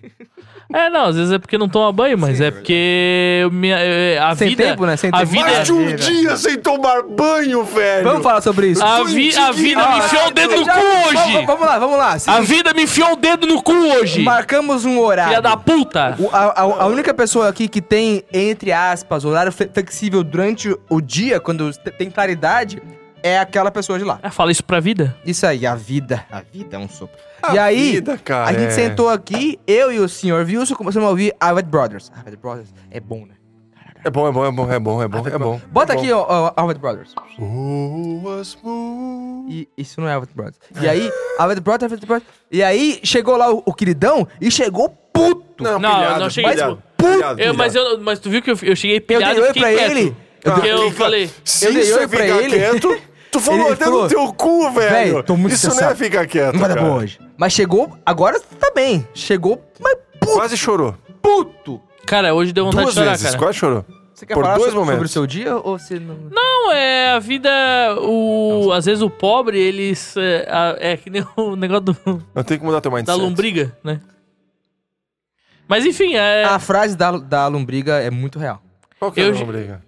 S2: É, não, às vezes é porque não toma banho, mas é porque eu me- é, a
S5: Sem
S2: vida.
S5: tempo, né? Sem
S2: a
S5: tempo.
S2: vida
S4: Mais
S2: é-
S4: de um dia sem tomar banho, velho!
S5: Vamos falar sobre isso.
S2: A, vi- a vida me enfiou o dedo no
S5: Já-
S2: cu
S5: Vamos,
S2: hoje!
S5: vamos lá, vamos lá.
S2: A
S5: Seguinte,
S2: vida me enfiou o dedo no cu hoje!
S5: Marcamos um horário.
S2: Filha da puta!
S5: O- a, a- a única pessoa aqui que tem, entre aspas, horário fle- flexível durante o dia, quando te- tem claridade, é aquela pessoa de lá.
S2: Ah, fala isso pra vida?
S5: Isso aí, a vida. A vida é um sopro.
S4: A
S5: e aí,
S4: vida, cara,
S5: a gente
S4: é.
S5: sentou aqui, eu e o senhor Wilson começamos a ouvir Avett Brothers. Avett Brothers é bom, né?
S4: É bom, é bom, é bom, é bom, é bom, é bom.
S5: Bota
S4: é bom.
S5: aqui, ó, ó, Avett Brothers.
S4: Boas mu-
S5: E isso não é Avett Brothers. E aí, Avett Brothers, Avett Brothers. E aí, chegou lá o, o queridão e chegou puto.
S4: Não,
S2: Não,
S4: pilhado,
S2: não cheguei-
S4: pilhado,
S5: Mas-
S4: pilhado,
S2: Eu, mas,
S4: pilhado.
S2: eu, mas tu viu que eu, eu cheguei
S5: Eu
S2: pilhado
S5: dei
S2: e
S5: oi
S2: fiquei
S5: pra
S2: quieto.
S5: ele.
S2: Porque
S4: Ah,
S2: eu um
S4: fica-
S2: falei...
S4: Se
S5: eu dei
S4: isso
S5: oi
S4: é
S5: pra
S4: ficar
S5: ele.
S4: quieto, tu falou
S5: Ele
S4: até no
S5: falou,
S4: teu cu, velho.
S5: "Véi, tô muito
S4: isso não é
S5: cansado.
S4: ficar quieto,
S5: Não vai dar
S4: cara.
S5: boa hoje. Mas chegou, agora tá bem. Chegou, mas puto.
S4: Quase chorou.
S5: puto.
S2: Cara, hoje deu vontade
S4: Duas
S2: de chorar,
S4: vezes,
S2: cara.
S4: quase chorou.
S5: Você quer
S4: Por
S5: falar
S4: dois
S5: so- sobre o
S4: momentos.
S5: seu dia ou você não...
S2: Não, é a vida. O, às vezes o pobre, eles. É, a- é que nem o negócio do-
S4: Eu tenho que mudar teu
S2: da
S4: mindset.
S2: lombriga, né? Mas enfim, é.
S5: A frase da, da lombriga é muito real.
S4: Qual que é
S2: Eu
S4: a
S2: já-
S4: lombriga?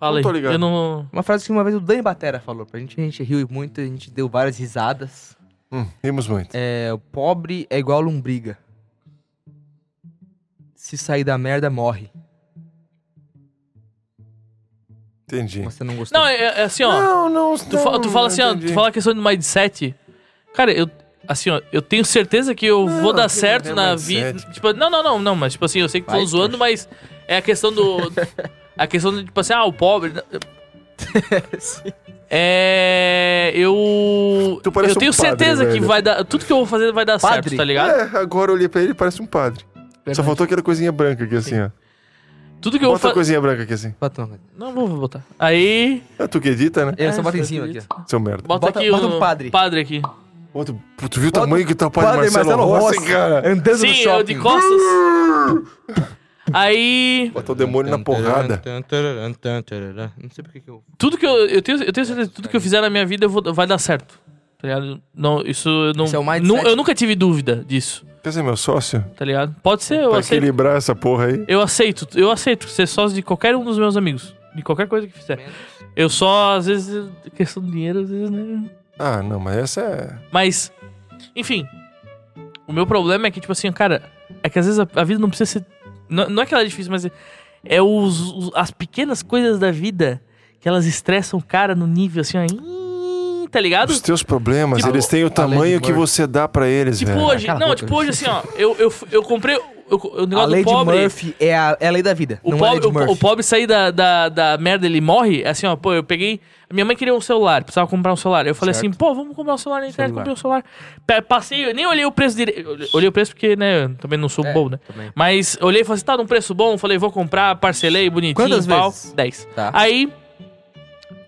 S2: fala
S4: não
S2: aí.
S4: tô ligado.
S2: Eu não.
S5: Uma frase que uma vez o Dan Batera falou pra gente, a gente riu muito, a gente deu várias risadas.
S4: Hum, rimos muito.
S5: É, o pobre é igual a lombriga. Se sair da merda, morre.
S4: Entendi.
S5: Você não gostou.
S2: Não, é, é assim, ó.
S4: Não, não,
S2: Tu, fa- tu fala assim, ó, tu fala a questão do mindset. Cara, eu. Assim, ó, eu tenho certeza que eu
S4: Não,
S2: vou dar
S4: que
S2: certo
S4: não é
S2: na
S4: mindset.
S2: vida. Tipo, não, não, não, não, mas tipo assim, eu sei que tô
S5: Vai,
S2: zoando, mas é a questão do. a questão do, tipo assim, ah, o pobre. É. Eu.
S4: Tu parece
S2: eu
S4: um
S2: tenho
S4: padre,
S2: certeza que
S4: velho.
S2: vai dar. Tudo que eu vou fazer vai dar certo,
S5: Padre?
S2: tá ligado?
S4: É, agora eu olhei pra ele e parece um padre. Só faltou aquela coisinha branca aqui, assim, ó.
S2: Tudo que eu vou
S4: Bota a
S2: fazer.
S4: coisinha branca aqui, assim.
S5: Batom.
S2: Não, vou vou botar. Aí.
S4: É tu que edita, né?
S5: Eu só
S2: É,
S5: boto em
S2: eu
S5: cima aqui.
S2: acredito.
S5: ó.
S4: Seu merda.
S2: Bota,
S5: Bota-
S2: aqui
S5: bota
S2: o.
S5: um padre.
S2: Padre aqui.
S4: Ô, tu, tu viu o tamanho que tá o pai de Marcelo, Rossi, cara?
S5: Andando no
S2: Sim, eu
S5: shopping.
S2: de costas. Aí.
S4: Bota o demônio na porrada.
S5: Não sei porque que eu...
S2: Tudo que eu, eu, tenho, eu tenho certeza que tudo que eu fizer na minha vida eu vou- vai dar certo. Tá ligado? Não, isso eu não,
S5: Esse é o mindset.
S2: nu- Eu nunca tive dúvida disso,
S4: Quer ser meu sócio?
S2: tá ligado? Pode ser, eu
S4: pra
S2: aceito.
S4: equilibrar essa porra aí.
S2: Eu aceito, eu aceito ser sócio de qualquer um dos meus amigos. De qualquer coisa que fizer. Eu só, às vezes, questão do dinheiro, às vezes, né?
S4: Ah, não, mas essa é.
S2: Mas, enfim. O meu problema é que, tipo assim, cara, é que às vezes a, a vida não precisa ser. Não, não é que ela é difícil, mas é, é os, os- as pequenas coisas da vida que elas estressam o cara no nível assim, ó. "Ih", Tá ligado?
S4: Os teus problemas,
S2: Tipo,
S4: eles têm o tamanho que
S5: Murphy.
S4: você dá pra eles,
S2: Tipo
S4: velho.
S2: hoje,
S5: cala a
S2: não,
S5: boca.
S2: tipo hoje assim, ó, eu, eu, eu comprei eu, o
S5: A
S2: negócio
S5: lei
S2: do
S5: de
S2: pobre.
S5: Murphy é a, é a lei da vida.
S2: O
S5: não é a
S2: pobre,
S5: lei de
S2: o, po-
S5: Murphy.
S2: o pobre sair da, da, da merda, ele morre. é Assim, ó, pô, eu peguei. a Minha mãe queria um celular, precisava comprar um celular. Eu falei
S5: Certo.
S2: assim, pô, vamos comprar um celular na internet, comprei um celular. Pe- Passei, eu nem olhei o preço direito. Olhei o preço porque, né, eu também não sou bom, né?
S5: É, também.
S2: Mas olhei e falei assim, tá num preço bom. Falei, vou comprar, parcelei, bonitinho
S5: Quantas
S2: e tal.
S5: vezes?
S2: 10.
S5: Tá.
S2: Aí,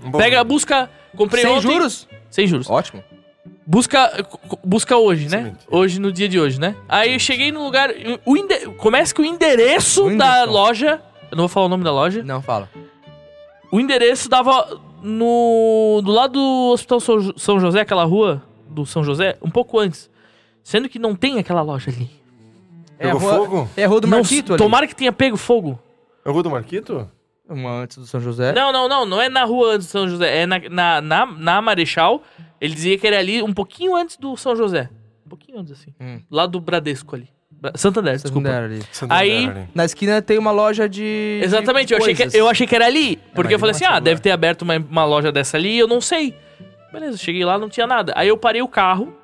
S4: Bom,
S2: pega, busca, comprei
S5: Sem
S2: ontem.
S5: juros?
S2: Sem juros.
S5: Ótimo.
S2: Busca, cu- cu- busca hoje, né?
S4: Excelente.
S2: Hoje, no dia de hoje, né? Aí eu cheguei no lugar. O ende- Começa que o endereço
S5: O
S2: da
S5: endereço.
S2: loja. Eu não vou falar o nome da loja.
S5: Não, fala.
S2: O endereço dava no. Do lado do Hospital São, Jo- São José, aquela rua do São José, um pouco antes. Sendo que não tem aquela loja ali.
S5: é a
S4: Pegou
S5: rua-
S4: fogo?
S5: É a rua do
S2: Não-
S5: Marquito ali.
S2: tomara que tenha pego fogo.
S4: É o gol do Marquito?
S5: Uma antes do São José.
S2: Não, não, não. Não é na rua antes do São José. É na, na, na, na Marechal. Ele dizia que era ali um pouquinho antes do São José. Um pouquinho antes, assim.
S5: Hum.
S2: Lá do Bradesco ali. Bra- Santander,
S5: Vocês
S2: desculpa.
S5: não deram ali.
S2: Aí-
S4: Santander, hein?
S5: Na esquina tem uma loja de.
S2: Exatamente,
S5: de
S2: eu achei, que,
S5: coisas. né?
S2: eu achei que era ali. Porque
S5: mas
S2: eu falei
S5: ele
S2: assim,
S5: não
S2: ah,
S5: achou
S2: deve ter aberto uma, uma loja dessa ali, eu não sei. Beleza, cheguei lá, não tinha nada. Aí eu parei o carro.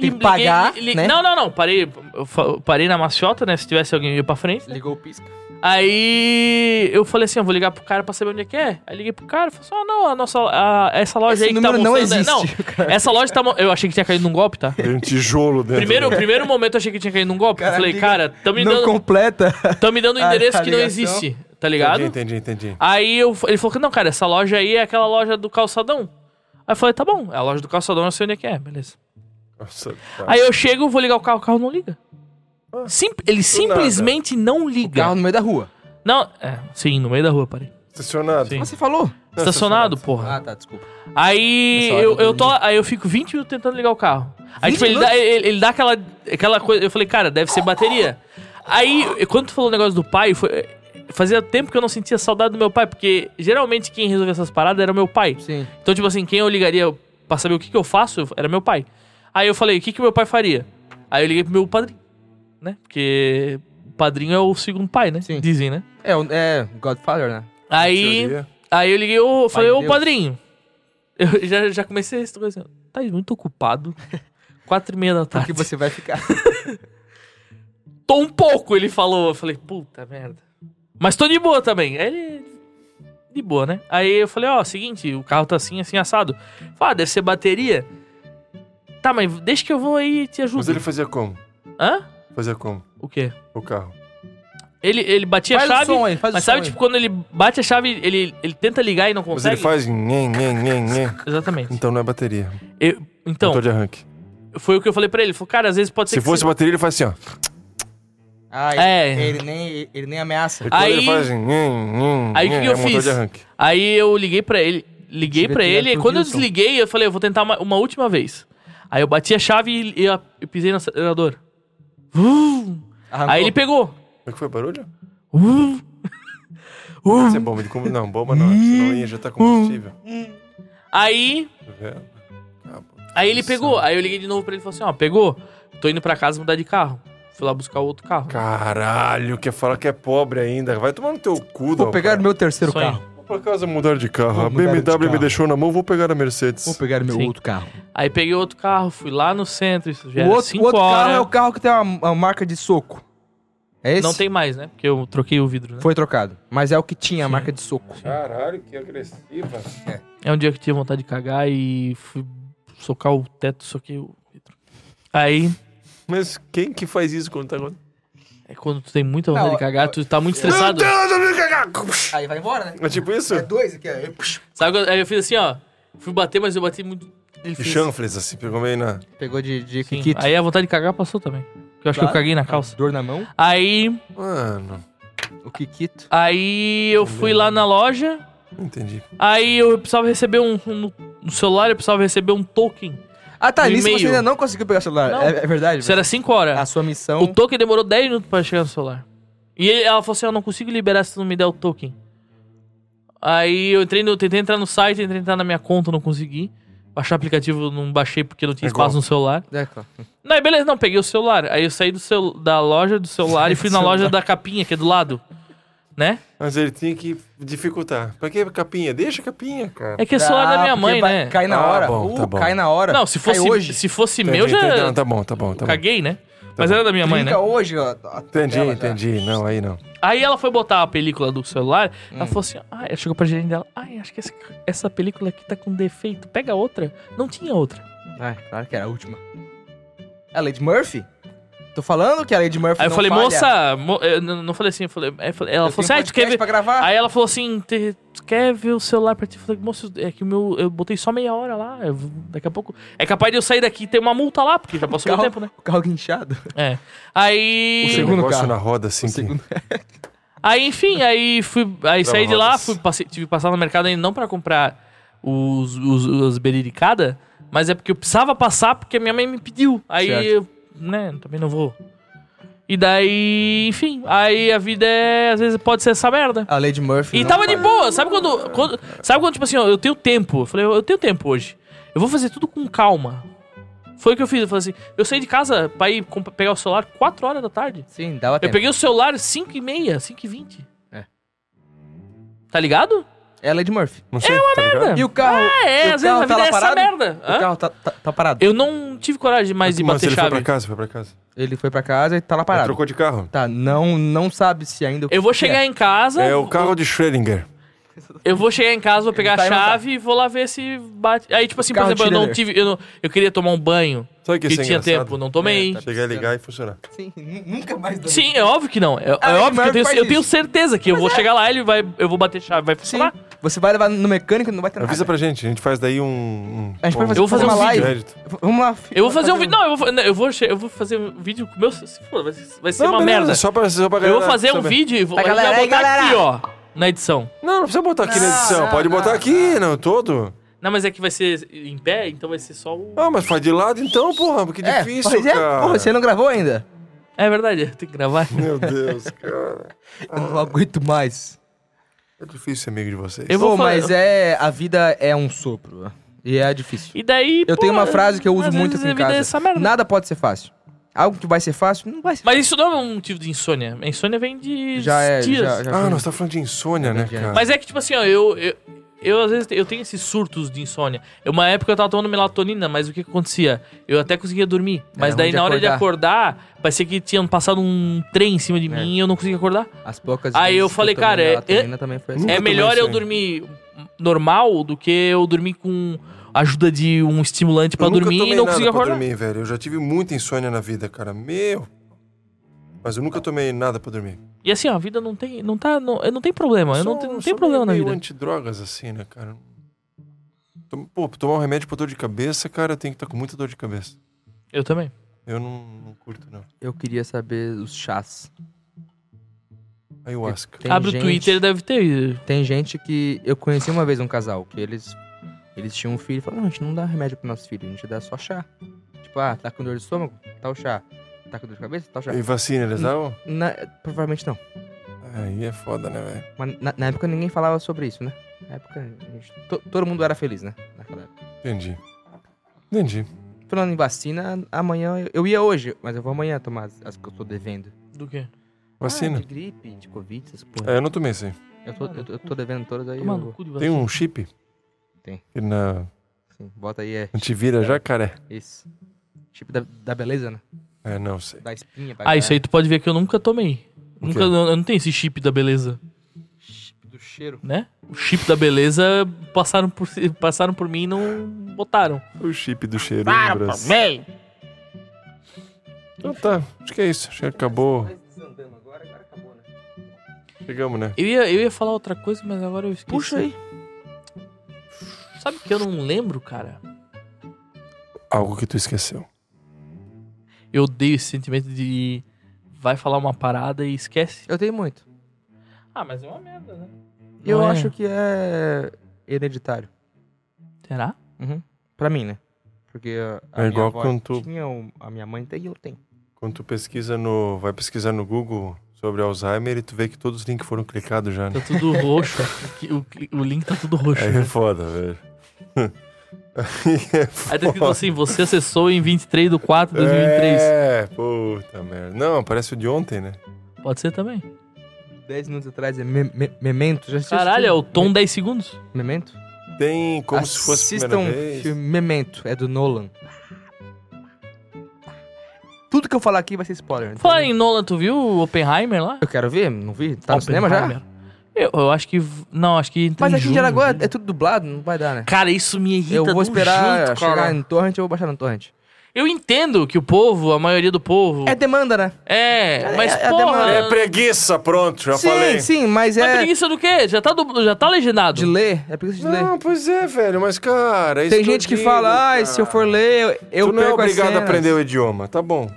S5: Tem que pagar, né?
S2: Não, não, não. Parei, eu fa- parei na maciota, né? Se tivesse alguém eu ia pra frente.
S5: Ligou o pisca.
S2: Aí eu falei assim, eu vou ligar pro cara pra saber onde é que é. Aí liguei pro cara e falei assim, ah, não, a nossa, a- essa loja
S5: Esse
S2: aí que tá
S5: número não
S2: mostrando é-
S5: existe.
S2: Não, essa loja tá... mo- Eu achei que tinha caído num golpe, tá?
S4: Tem um tijolo dentro.
S2: Primeiro,
S4: do-
S2: primeiro momento eu achei que tinha caído num golpe.
S5: Cara,
S2: eu falei,
S5: liga-
S2: cara, tão me
S5: não
S2: dando,
S5: completa.
S2: tão me dando um
S5: a-
S2: endereço
S5: a
S2: que não
S5: ligação.
S2: existe, tá ligado?
S4: Entendi, entendi, entendi.
S2: Aí eu, ele falou que não, cara, essa loja aí é aquela loja do calçadão. Aí eu falei, tá bom, é a loja do calçadão, eu sei onde é que é, beleza.
S4: Nossa, tá.
S2: Aí eu chego, vou ligar o carro, o carro não liga.
S5: Ah,
S2: Sim, ele simplesmente não liga.
S5: Carro no meio da rua.
S2: Não, é, sim, no meio da rua, parei.
S4: Estacionado.
S2: Sim.
S5: Mas Ah, Você falou?
S2: Estacionado, porra.
S5: Ah, tá, desculpa.
S2: Aí
S5: Nessa hora
S2: eu,
S5: eu
S2: eu tô, aí eu fico 20 minutos tentando ligar o carro. Aí
S5: 20
S2: tipo, ele dá, ele, ele dá aquela, aquela coisa, eu falei, cara, deve ser bateria. Aí, quando tu falou o negócio do pai, foi- fazia tempo que eu não sentia saudade do meu pai, porque geralmente quem resolvia essas paradas era meu pai.
S5: Sim.
S2: Então, tipo assim, quem eu ligaria pra saber o que, que eu faço era meu pai. Aí eu falei, o que, que meu pai faria? Aí eu liguei pro meu padrinho, né? Porque o padrinho é o segundo pai, né?
S5: Sim.
S2: Dizem, né?
S5: É, o- é Godfather, né?
S2: Aí,
S4: Teoria.
S2: aí eu liguei, eu falei,
S5: de
S2: ô
S5: Deus.
S2: padrinho. Eu já, já comecei a coisa assim, tá muito ocupado. Quatro e meia da tarde.
S5: Porque você vai ficar.
S2: Tô um pouco, ele falou. Eu falei, puta merda. Mas tô de boa também. Aí ele. De boa, né? Aí eu falei, ó, seguinte, o carro tá assim, assim, assado. Fala, ah, deve ser bateria. Tá, mas deixa que eu vou aí e te ajudo.
S4: Mas ele fazia como?
S2: Hã?
S4: Fazia como?
S2: O quê?
S4: O carro.
S2: Ele, ele batia
S5: faz
S2: a
S5: o
S2: chave.
S5: som aí, faz
S2: mas
S5: o
S2: sabe,
S5: som
S2: tipo, quando ele bate a chave, ele, ele tenta ligar e não
S4: Mas
S2: consegue?
S4: ele faz. Nhen, nhen, nhen, nhen.
S2: Exatamente.
S4: Então não é bateria.
S2: Eu- então,
S4: Motor de arranque.
S2: foi o que eu falei pra ele. Ele falou, cara, às vezes pode ser
S4: Se
S2: que
S4: fosse
S2: você-
S4: bateria, ele faz assim, ó.
S5: Ah, ele,
S2: É.
S5: ele nem, ele nem ameaça.
S4: E quando
S2: Aí-
S4: ele faz assim, nhim, nhim,
S2: aí o que
S4: nhim,
S2: que eu
S4: é motor
S2: fiz?
S4: de arranque.
S2: Aí eu liguei pra ele, liguei
S5: Direto
S2: pra ele,
S5: direto
S2: e
S5: pro
S2: quando eu
S5: Wilson.
S2: desliguei, eu falei, eu vou tentar uma, uma última vez. Aí eu bati a chave e, e a- e pisei no acelerador.
S5: Hum.
S2: Vum!
S5: Arrancou.
S2: Aí ele pegou.
S4: Como é que foi o barulho?
S2: Vum!
S4: Isso é bomba de combustível. Não, bomba não. Senão ia injetar combustível.
S2: Aí,
S4: Tá vendo? Ah, pô.
S2: aí ele pegou. Aí eu liguei de novo pra ele e falei assim, ó, pegou. Tô indo pra casa mudar de carro. Fui lá buscar o outro carro.
S4: Caralho, quer falar que é pobre ainda. Vai tomar no teu cu,
S5: Vou
S4: Dalton.
S5: pegar meu terceiro
S2: Sonho.
S5: carro.
S4: Vou pra casa mudar de carro.
S5: Vou
S4: A
S5: mudar de
S4: BMW me
S5: carro.
S4: deixou na mão, vou pegar a Mercedes.
S5: Vou pegar meu
S2: Sim.
S5: outro carro.
S2: Aí peguei outro carro, fui lá no centro, isso já
S5: O
S2: era
S5: outro, o
S2: cinco
S5: outro
S2: horas.
S5: carro é o carro que tem uma, uma marca de soco. É esse?
S2: Não tem mais, né? Porque eu troquei o vidro, né?
S5: Foi trocado. Mas é o que tinha, a marca de soco.
S4: Caralho, que agressiva.
S2: É um dia que eu tinha vontade de cagar e fui socar o teto, soquei o vidro. Aí,
S4: Mas quem que faz isso quando tá acontecendo?
S2: é quando tu tem muita vontade
S5: Não,
S2: de cagar, tu tá muito estressado.
S5: Aí vai embora, né?
S4: É tipo isso?
S5: dois aqui, ó.
S2: Sabe? quando- Aí eu fiz assim, ó. Fui bater, mas eu bati muito. Ele
S4: E
S2: fez.
S4: chanfles, assim, pegou meio na...
S5: Pegou de, de
S2: Sim.
S5: Kikito.
S2: Aí a vontade de cagar passou também. Porque Eu acho
S5: Claro.
S2: que eu caguei na calça.
S5: Dor na mão,
S2: Aí,
S4: Mano,
S5: o Kikito.
S2: aí eu fui lá na loja.
S4: não entendi.
S2: Aí eu precisava receber um. um- no celular eu precisava receber um token.
S5: Ah, tá,
S2: No
S5: nisso
S2: e-mail.
S5: você ainda não conseguiu pegar o celular.
S2: Não.
S5: É, é verdade.
S2: Isso era 5 horas.
S5: A sua
S4: Então-
S5: missão...
S2: O token demorou 10 minutos pra chegar no celular. E ele- ela falou assim: Eu não consigo liberar se tu não me der o token. Aí eu entrei no, tentei entrar no site, tentei entrar na minha conta, não consegui. Baixar aplicativo, eu não baixei porque não tinha
S4: É igual.
S2: espaço no celular.
S5: É, claro.
S2: Não, aí beleza, não, peguei o celular. Aí eu saí do celu- da loja do celular e fui na loja da capinha, que é do lado. Né?
S4: Mas ele tinha que dificultar. Pra que capinha? Deixa a capinha, cara.
S2: É que é celular da
S5: Ah,
S2: minha
S5: porque
S2: mãe,
S5: vai-
S2: né?
S5: Cai na
S4: Ah,
S5: hora.
S4: bom, tá
S5: Uh,
S4: bom.
S5: Cai na hora.
S2: Não, se fosse,
S5: Cai hoje.
S2: se fosse
S4: Entendi,
S2: meu, já
S4: entendi. Não, tá bom, tá bom, tá bom.
S2: caguei, né? Mas era da minha mãe, né?
S5: Trinca hoje, ó. a
S4: Entendi,
S5: tela já.
S4: entendi. Não, aí não.
S2: Aí ela foi botar a película do celular,
S5: Hum.
S2: ela falou assim, ah, ela chegou pra gerente dela, ai, acho que essa, essa película aqui tá com defeito, pega outra. Não tinha outra.
S5: Ah, claro que era a última. É a Lady Murphy? Tô falando que a Lady Murphy
S2: Aí eu
S5: não
S2: falei,
S5: falha.
S2: moça, mo- eu não não falei assim, eu falei, aí eu falei- ela
S5: eu
S2: falou
S5: tenho um
S2: assim, ah, tu quer
S5: podcast
S2: ver?
S5: pra gravar.
S2: Aí ela falou assim, "Te- tu quer ver o celular pra ti? Eu falei, moço, é que o meu, eu botei só meia hora lá, eu vou- daqui a pouco... É capaz de eu sair daqui e ter uma multa lá, porque já passou meu
S5: Calma.
S2: tempo, né?
S5: O carro guinchado.
S2: É. Aí...
S5: O
S4: Tem
S5: segundo
S4: um negócio
S5: carro.
S4: na roda, assim, que...
S5: segundo-
S2: Aí, enfim, aí fui. Aí
S4: Dava
S2: saí de lá,
S4: rodas.
S2: fui, passei- tive que passar no mercado ainda não pra comprar os, os, os beriricada, mas é porque eu precisava passar porque a minha mãe me pediu. Aí
S5: Certo.
S2: eu, né, também não vou. E daí, enfim, aí a vida é. Às vezes pode ser essa merda.
S5: A Lady Murphy.
S2: E tá-
S5: não
S2: tava de
S5: falha.
S2: boa, sabe quando, quando- Sabe quando, tipo assim, ó, eu tenho tempo. Eu falei, eu tenho tempo hoje. Eu vou fazer tudo com calma. Foi o que eu fiz. Eu falei assim, eu saí de casa pra ir comp- pegar o celular 4 horas da tarde.
S5: Sim, dava
S2: Eu
S5: tempo.
S2: peguei o celular 5 e meia, 5 e 20.
S5: É.
S2: Tá ligado?
S5: É a Lady Murphy.
S4: Não sei, é uma merda.
S5: E o carro.
S2: É,
S5: e
S2: é
S5: o
S2: às vezes
S5: carro
S2: a vida
S5: tá lá
S2: é essa
S5: parado?
S2: merda. Hã?
S5: O carro tá, tá- tá parado.
S2: Eu não tive coragem mais de
S4: Mas
S2: bater
S4: ele foi pra
S2: chave.
S4: casa, foi pra casa.
S5: Ele foi pra casa e tá lá
S4: Ele
S5: parado.
S4: trocou de carro.
S5: Tá, não, não sabe se ainda. o
S2: Eu vou
S5: que
S2: chegar
S5: é.
S2: em casa,
S4: É o carro de Schrödinger.
S2: eu vou chegar em casa, vou pegar
S5: tá
S2: a
S5: aí, não
S2: chave e vou lá ver se bate. Aí, tipo assim, por
S5: Carro
S2: exemplo, eu
S5: tira
S2: não
S5: ele.
S2: tive. Eu, não- eu queria tomar um banho.
S4: Sabe que
S2: Que
S4: isso é
S2: tinha
S4: engraçado?
S2: tempo, não tomei.
S5: É, tá.
S4: Chegar, ligar e funcionar.
S5: Sim, nu- nunca mais dá.
S2: Sim, é óbvio que não. É, é
S5: Ah,
S2: óbvio que eu
S5: mas
S2: tenho,
S5: faz
S2: eu tenho
S5: isso.
S2: certeza que eu vou chegar lá, ele vai, eu vou bater chave, vai
S5: Sim.
S2: funcionar.
S5: Você vai levar no mecânico e não vai ter
S4: Avisa
S5: nada.
S4: pra gente, a gente faz daí um... um
S5: A gente pode fazer,
S2: Eu vou fazer
S5: uma
S2: um
S5: live.
S2: vídeo.
S4: crédito.
S5: V- Vamos lá. fi-
S2: Eu vou fazer um vídeo. Não, eu vou, eu vou, che- eu vou fazer um vídeo com o meu. Se for, vai ser vai ser
S4: Não,
S2: é uma
S4: beleza,
S2: merda.
S4: Só pra, só pra
S2: Eu vou
S4: galera
S2: fazer um
S4: saber.
S2: vídeo e vou,
S5: Tá,
S2: eu
S5: galera,
S2: vou
S5: aí,
S2: botar
S5: galera.
S2: aqui, ó. Na edição.
S4: Não, não precisa botar aqui na
S5: Não,
S4: edição.
S5: não,
S4: Pode botar
S5: não,
S4: aqui, não, todo.
S2: Não, mas é que vai ser em pé, então vai ser só o.
S5: Oh.
S4: Ah, mas faz de lado então, porra, porque
S5: É,
S4: difícil,
S5: pois é.
S4: cara.
S5: Porra, você não gravou ainda?
S2: É verdade, tem que gravar.
S4: Meu Deus, cara.
S5: Eu não aguento mais.
S4: É difícil ser amigo de vocês.
S2: Eu vou
S5: Pô,
S2: fazer-
S5: mas é. A vida é um sopro. né? E é difícil.
S2: E daí.
S5: Eu
S2: pô,
S5: tenho uma frase que eu uso
S2: às
S5: muito
S2: vezes
S5: aqui em
S2: a vida
S5: casa.
S2: é essa merda.
S5: Nada pode ser fácil. Algo que vai ser fácil, não vai ser
S2: Mas isso não é um motivo de insônia. A insônia vem de
S5: Já é,
S2: tiras.
S5: já, já
S4: Ah,
S5: foi.
S4: nós tá falando de insônia, né, cara?
S2: Mas é que, tipo assim, ó, eu. eu... Eu, às vezes, eu tenho esses surtos de insônia. Eu, uma época eu tava tomando melatonina, mas o que que acontecia? Eu até conseguia dormir. Mas
S5: ruim
S2: daí,
S5: de
S2: na hora de acordar, parecia que tinha passado um trem em
S5: É.
S2: cima de mim e eu não conseguia acordar.
S5: As poucas
S2: Aí eu
S5: vezes que
S2: falei,
S5: tomei
S2: cara, é-
S5: melatonina também foi assim.
S4: Nunca
S2: É
S4: tomei
S2: melhor
S4: isso
S2: eu
S4: aí.
S2: dormir normal do que eu dormir com a ajuda de um estimulante pra
S4: Eu nunca
S2: dormir
S4: tomei
S2: e não
S4: nada
S2: conseguir
S4: pra
S2: acordar.
S4: dormir, velho. Eu já tive muita insônia na vida, cara. Meu. Mas eu nunca tomei nada pra dormir.
S2: E assim, ó, a vida não tem, não tá, não, eu não tem problema, eu não,
S4: Sou- um
S2: tenho- não
S4: sou
S2: tenho problema
S4: meio,
S2: na
S4: meio
S2: vida.
S4: antidrogas, assim, né, cara? tá Tom- Pô, tomar um remédio pra dor de cabeça, cara, tem que estar com muita dor de cabeça.
S2: Eu também.
S4: Eu não, não curto, não.
S5: Eu queria saber os chás.
S4: Ayahuasca.
S5: Tem
S2: Abre
S5: gente-
S2: o Twitter, deve ter.
S5: Tem gente que. Eu conheci uma vez um casal que eles. Eles tinham um filho e falaram: não, a gente não dá remédio pro nosso filho, a gente dá só chá. Tipo, ah, tá com dor de estômago? Tá o chá. Tá com dor de cabeça? Tá o chá.
S4: E vacina,
S2: Hum.
S4: eles davam?
S5: Na- provavelmente não.
S4: Aí é foda, né, velho?
S5: Mas na, na época ninguém falava sobre isso, né? Na época. a gente- to- todo mundo era feliz, né? Naquela época.
S4: Entendi. Entendi.
S5: Falando em vacina, amanhã. Eu, eu ia hoje, mas eu vou amanhã tomar as, as que eu tô devendo.
S2: Do quê?
S5: Ah,
S4: Vacina.
S5: de gripe, de Covid, essas porra.
S4: É, eu não tomei esse.
S5: Eu, tô, eu, tô- eu tô devendo todas aí.
S2: Toma
S5: Eu,
S2: no cu de
S4: Tem
S2: vacina.
S4: um chip?
S5: Tem.
S4: Que na
S5: assim, bota aí, é
S4: antivira jacaré.
S5: isso. Tipo da, da beleza, né?
S4: É, não sei.
S5: Da espinha. vai
S2: Ah, isso
S5: pra-
S2: aí tu pode ver que eu nunca tomei.
S4: O
S2: Nunca,
S4: quê?
S2: eu não tenho esse chip da beleza,
S5: Tipo, Do cheiro.
S2: né? O chip da beleza passaram por, si- passaram por mim e não botaram.
S4: O chip do cheiro
S2: Ah,
S4: no Brasil. Então tá, acho que é isso. Acho que acabou.
S5: né?
S4: Chegamos, né?
S2: Eu ia, eu ia falar outra coisa, mas agora eu esqueci. Puxa aí. Sabe que eu não lembro, cara?
S4: Algo que tu esqueceu.
S2: Eu odeio esse sentimento de vai falar uma parada e esquece.
S5: Eu tenho muito.
S2: Ah, mas é uma merda, né?
S5: Eu
S2: Não é?
S5: acho que é hereditário.
S2: Será?
S5: Uhum. Pra mim, né? Porque
S4: É
S5: a minha
S4: igual
S5: avó
S4: quando tu-
S5: tinha, o- a minha mãe tem e eu tenho.
S4: Quando tu pesquisa no. Vai pesquisar no Google sobre Alzheimer e tu vê que todos os links foram clicados já, né?
S2: Tá tudo roxo. aqui, o, cli- o link tá tudo roxo.
S4: Aí é foda, velho. Aí é
S2: Aí tá escrito assim, você acessou em 23 de 4 de 2023.
S4: É, puta merda. Não, parece o de ontem, né?
S2: Pode ser também.
S5: 10 minutos atrás é me, me- Memento. Já assistiu
S2: Caralho, é o
S5: esse filme?
S2: Tom 10 segundos.
S5: Me- Memento?
S4: Tem como se fosse a
S5: Assistam
S4: primeira
S5: o
S4: vez.
S5: filme Memento, é do Nolan. Tudo que eu falar aqui vai ser spoiler. então-
S2: Fala em Nolan, tu viu o Oppenheimer lá?
S5: Eu quero ver, não vi? Tá no cinema já?
S2: Oppenheimer. Eu, eu acho que. v- Não, acho que. entra
S5: Mas
S2: em
S5: aqui em
S2: junho,
S5: Jaraguá
S2: né?
S5: é tudo dublado, não vai dar, né?
S2: Cara, isso me irrita
S5: Eu vou
S2: de um
S5: esperar
S2: jeito,
S5: chegar
S2: cara.
S5: no torrent, eu vou baixar no torrent.
S2: Eu entendo que o povo, a maioria do povo.
S5: É demanda, né?
S2: É,
S5: É-
S2: mas
S5: é a
S2: porra.
S5: demanda.
S4: É preguiça, pronto, já
S5: sim,
S4: falei.
S5: sim, mas
S2: Mas
S5: é
S2: preguiça do quê? Já tá, dublo- já tá legendado.
S5: de ler, é preguiça de ler.
S4: Não, pois é, velho, mas cara. é isso
S5: Tem gente
S4: eu
S5: que
S4: digo,
S5: fala, ah,
S4: cara.
S5: se eu for ler, eu, eu
S4: tu não é
S5: perco as
S4: obrigado a
S5: cenas."
S4: aprender o idioma, tá bom.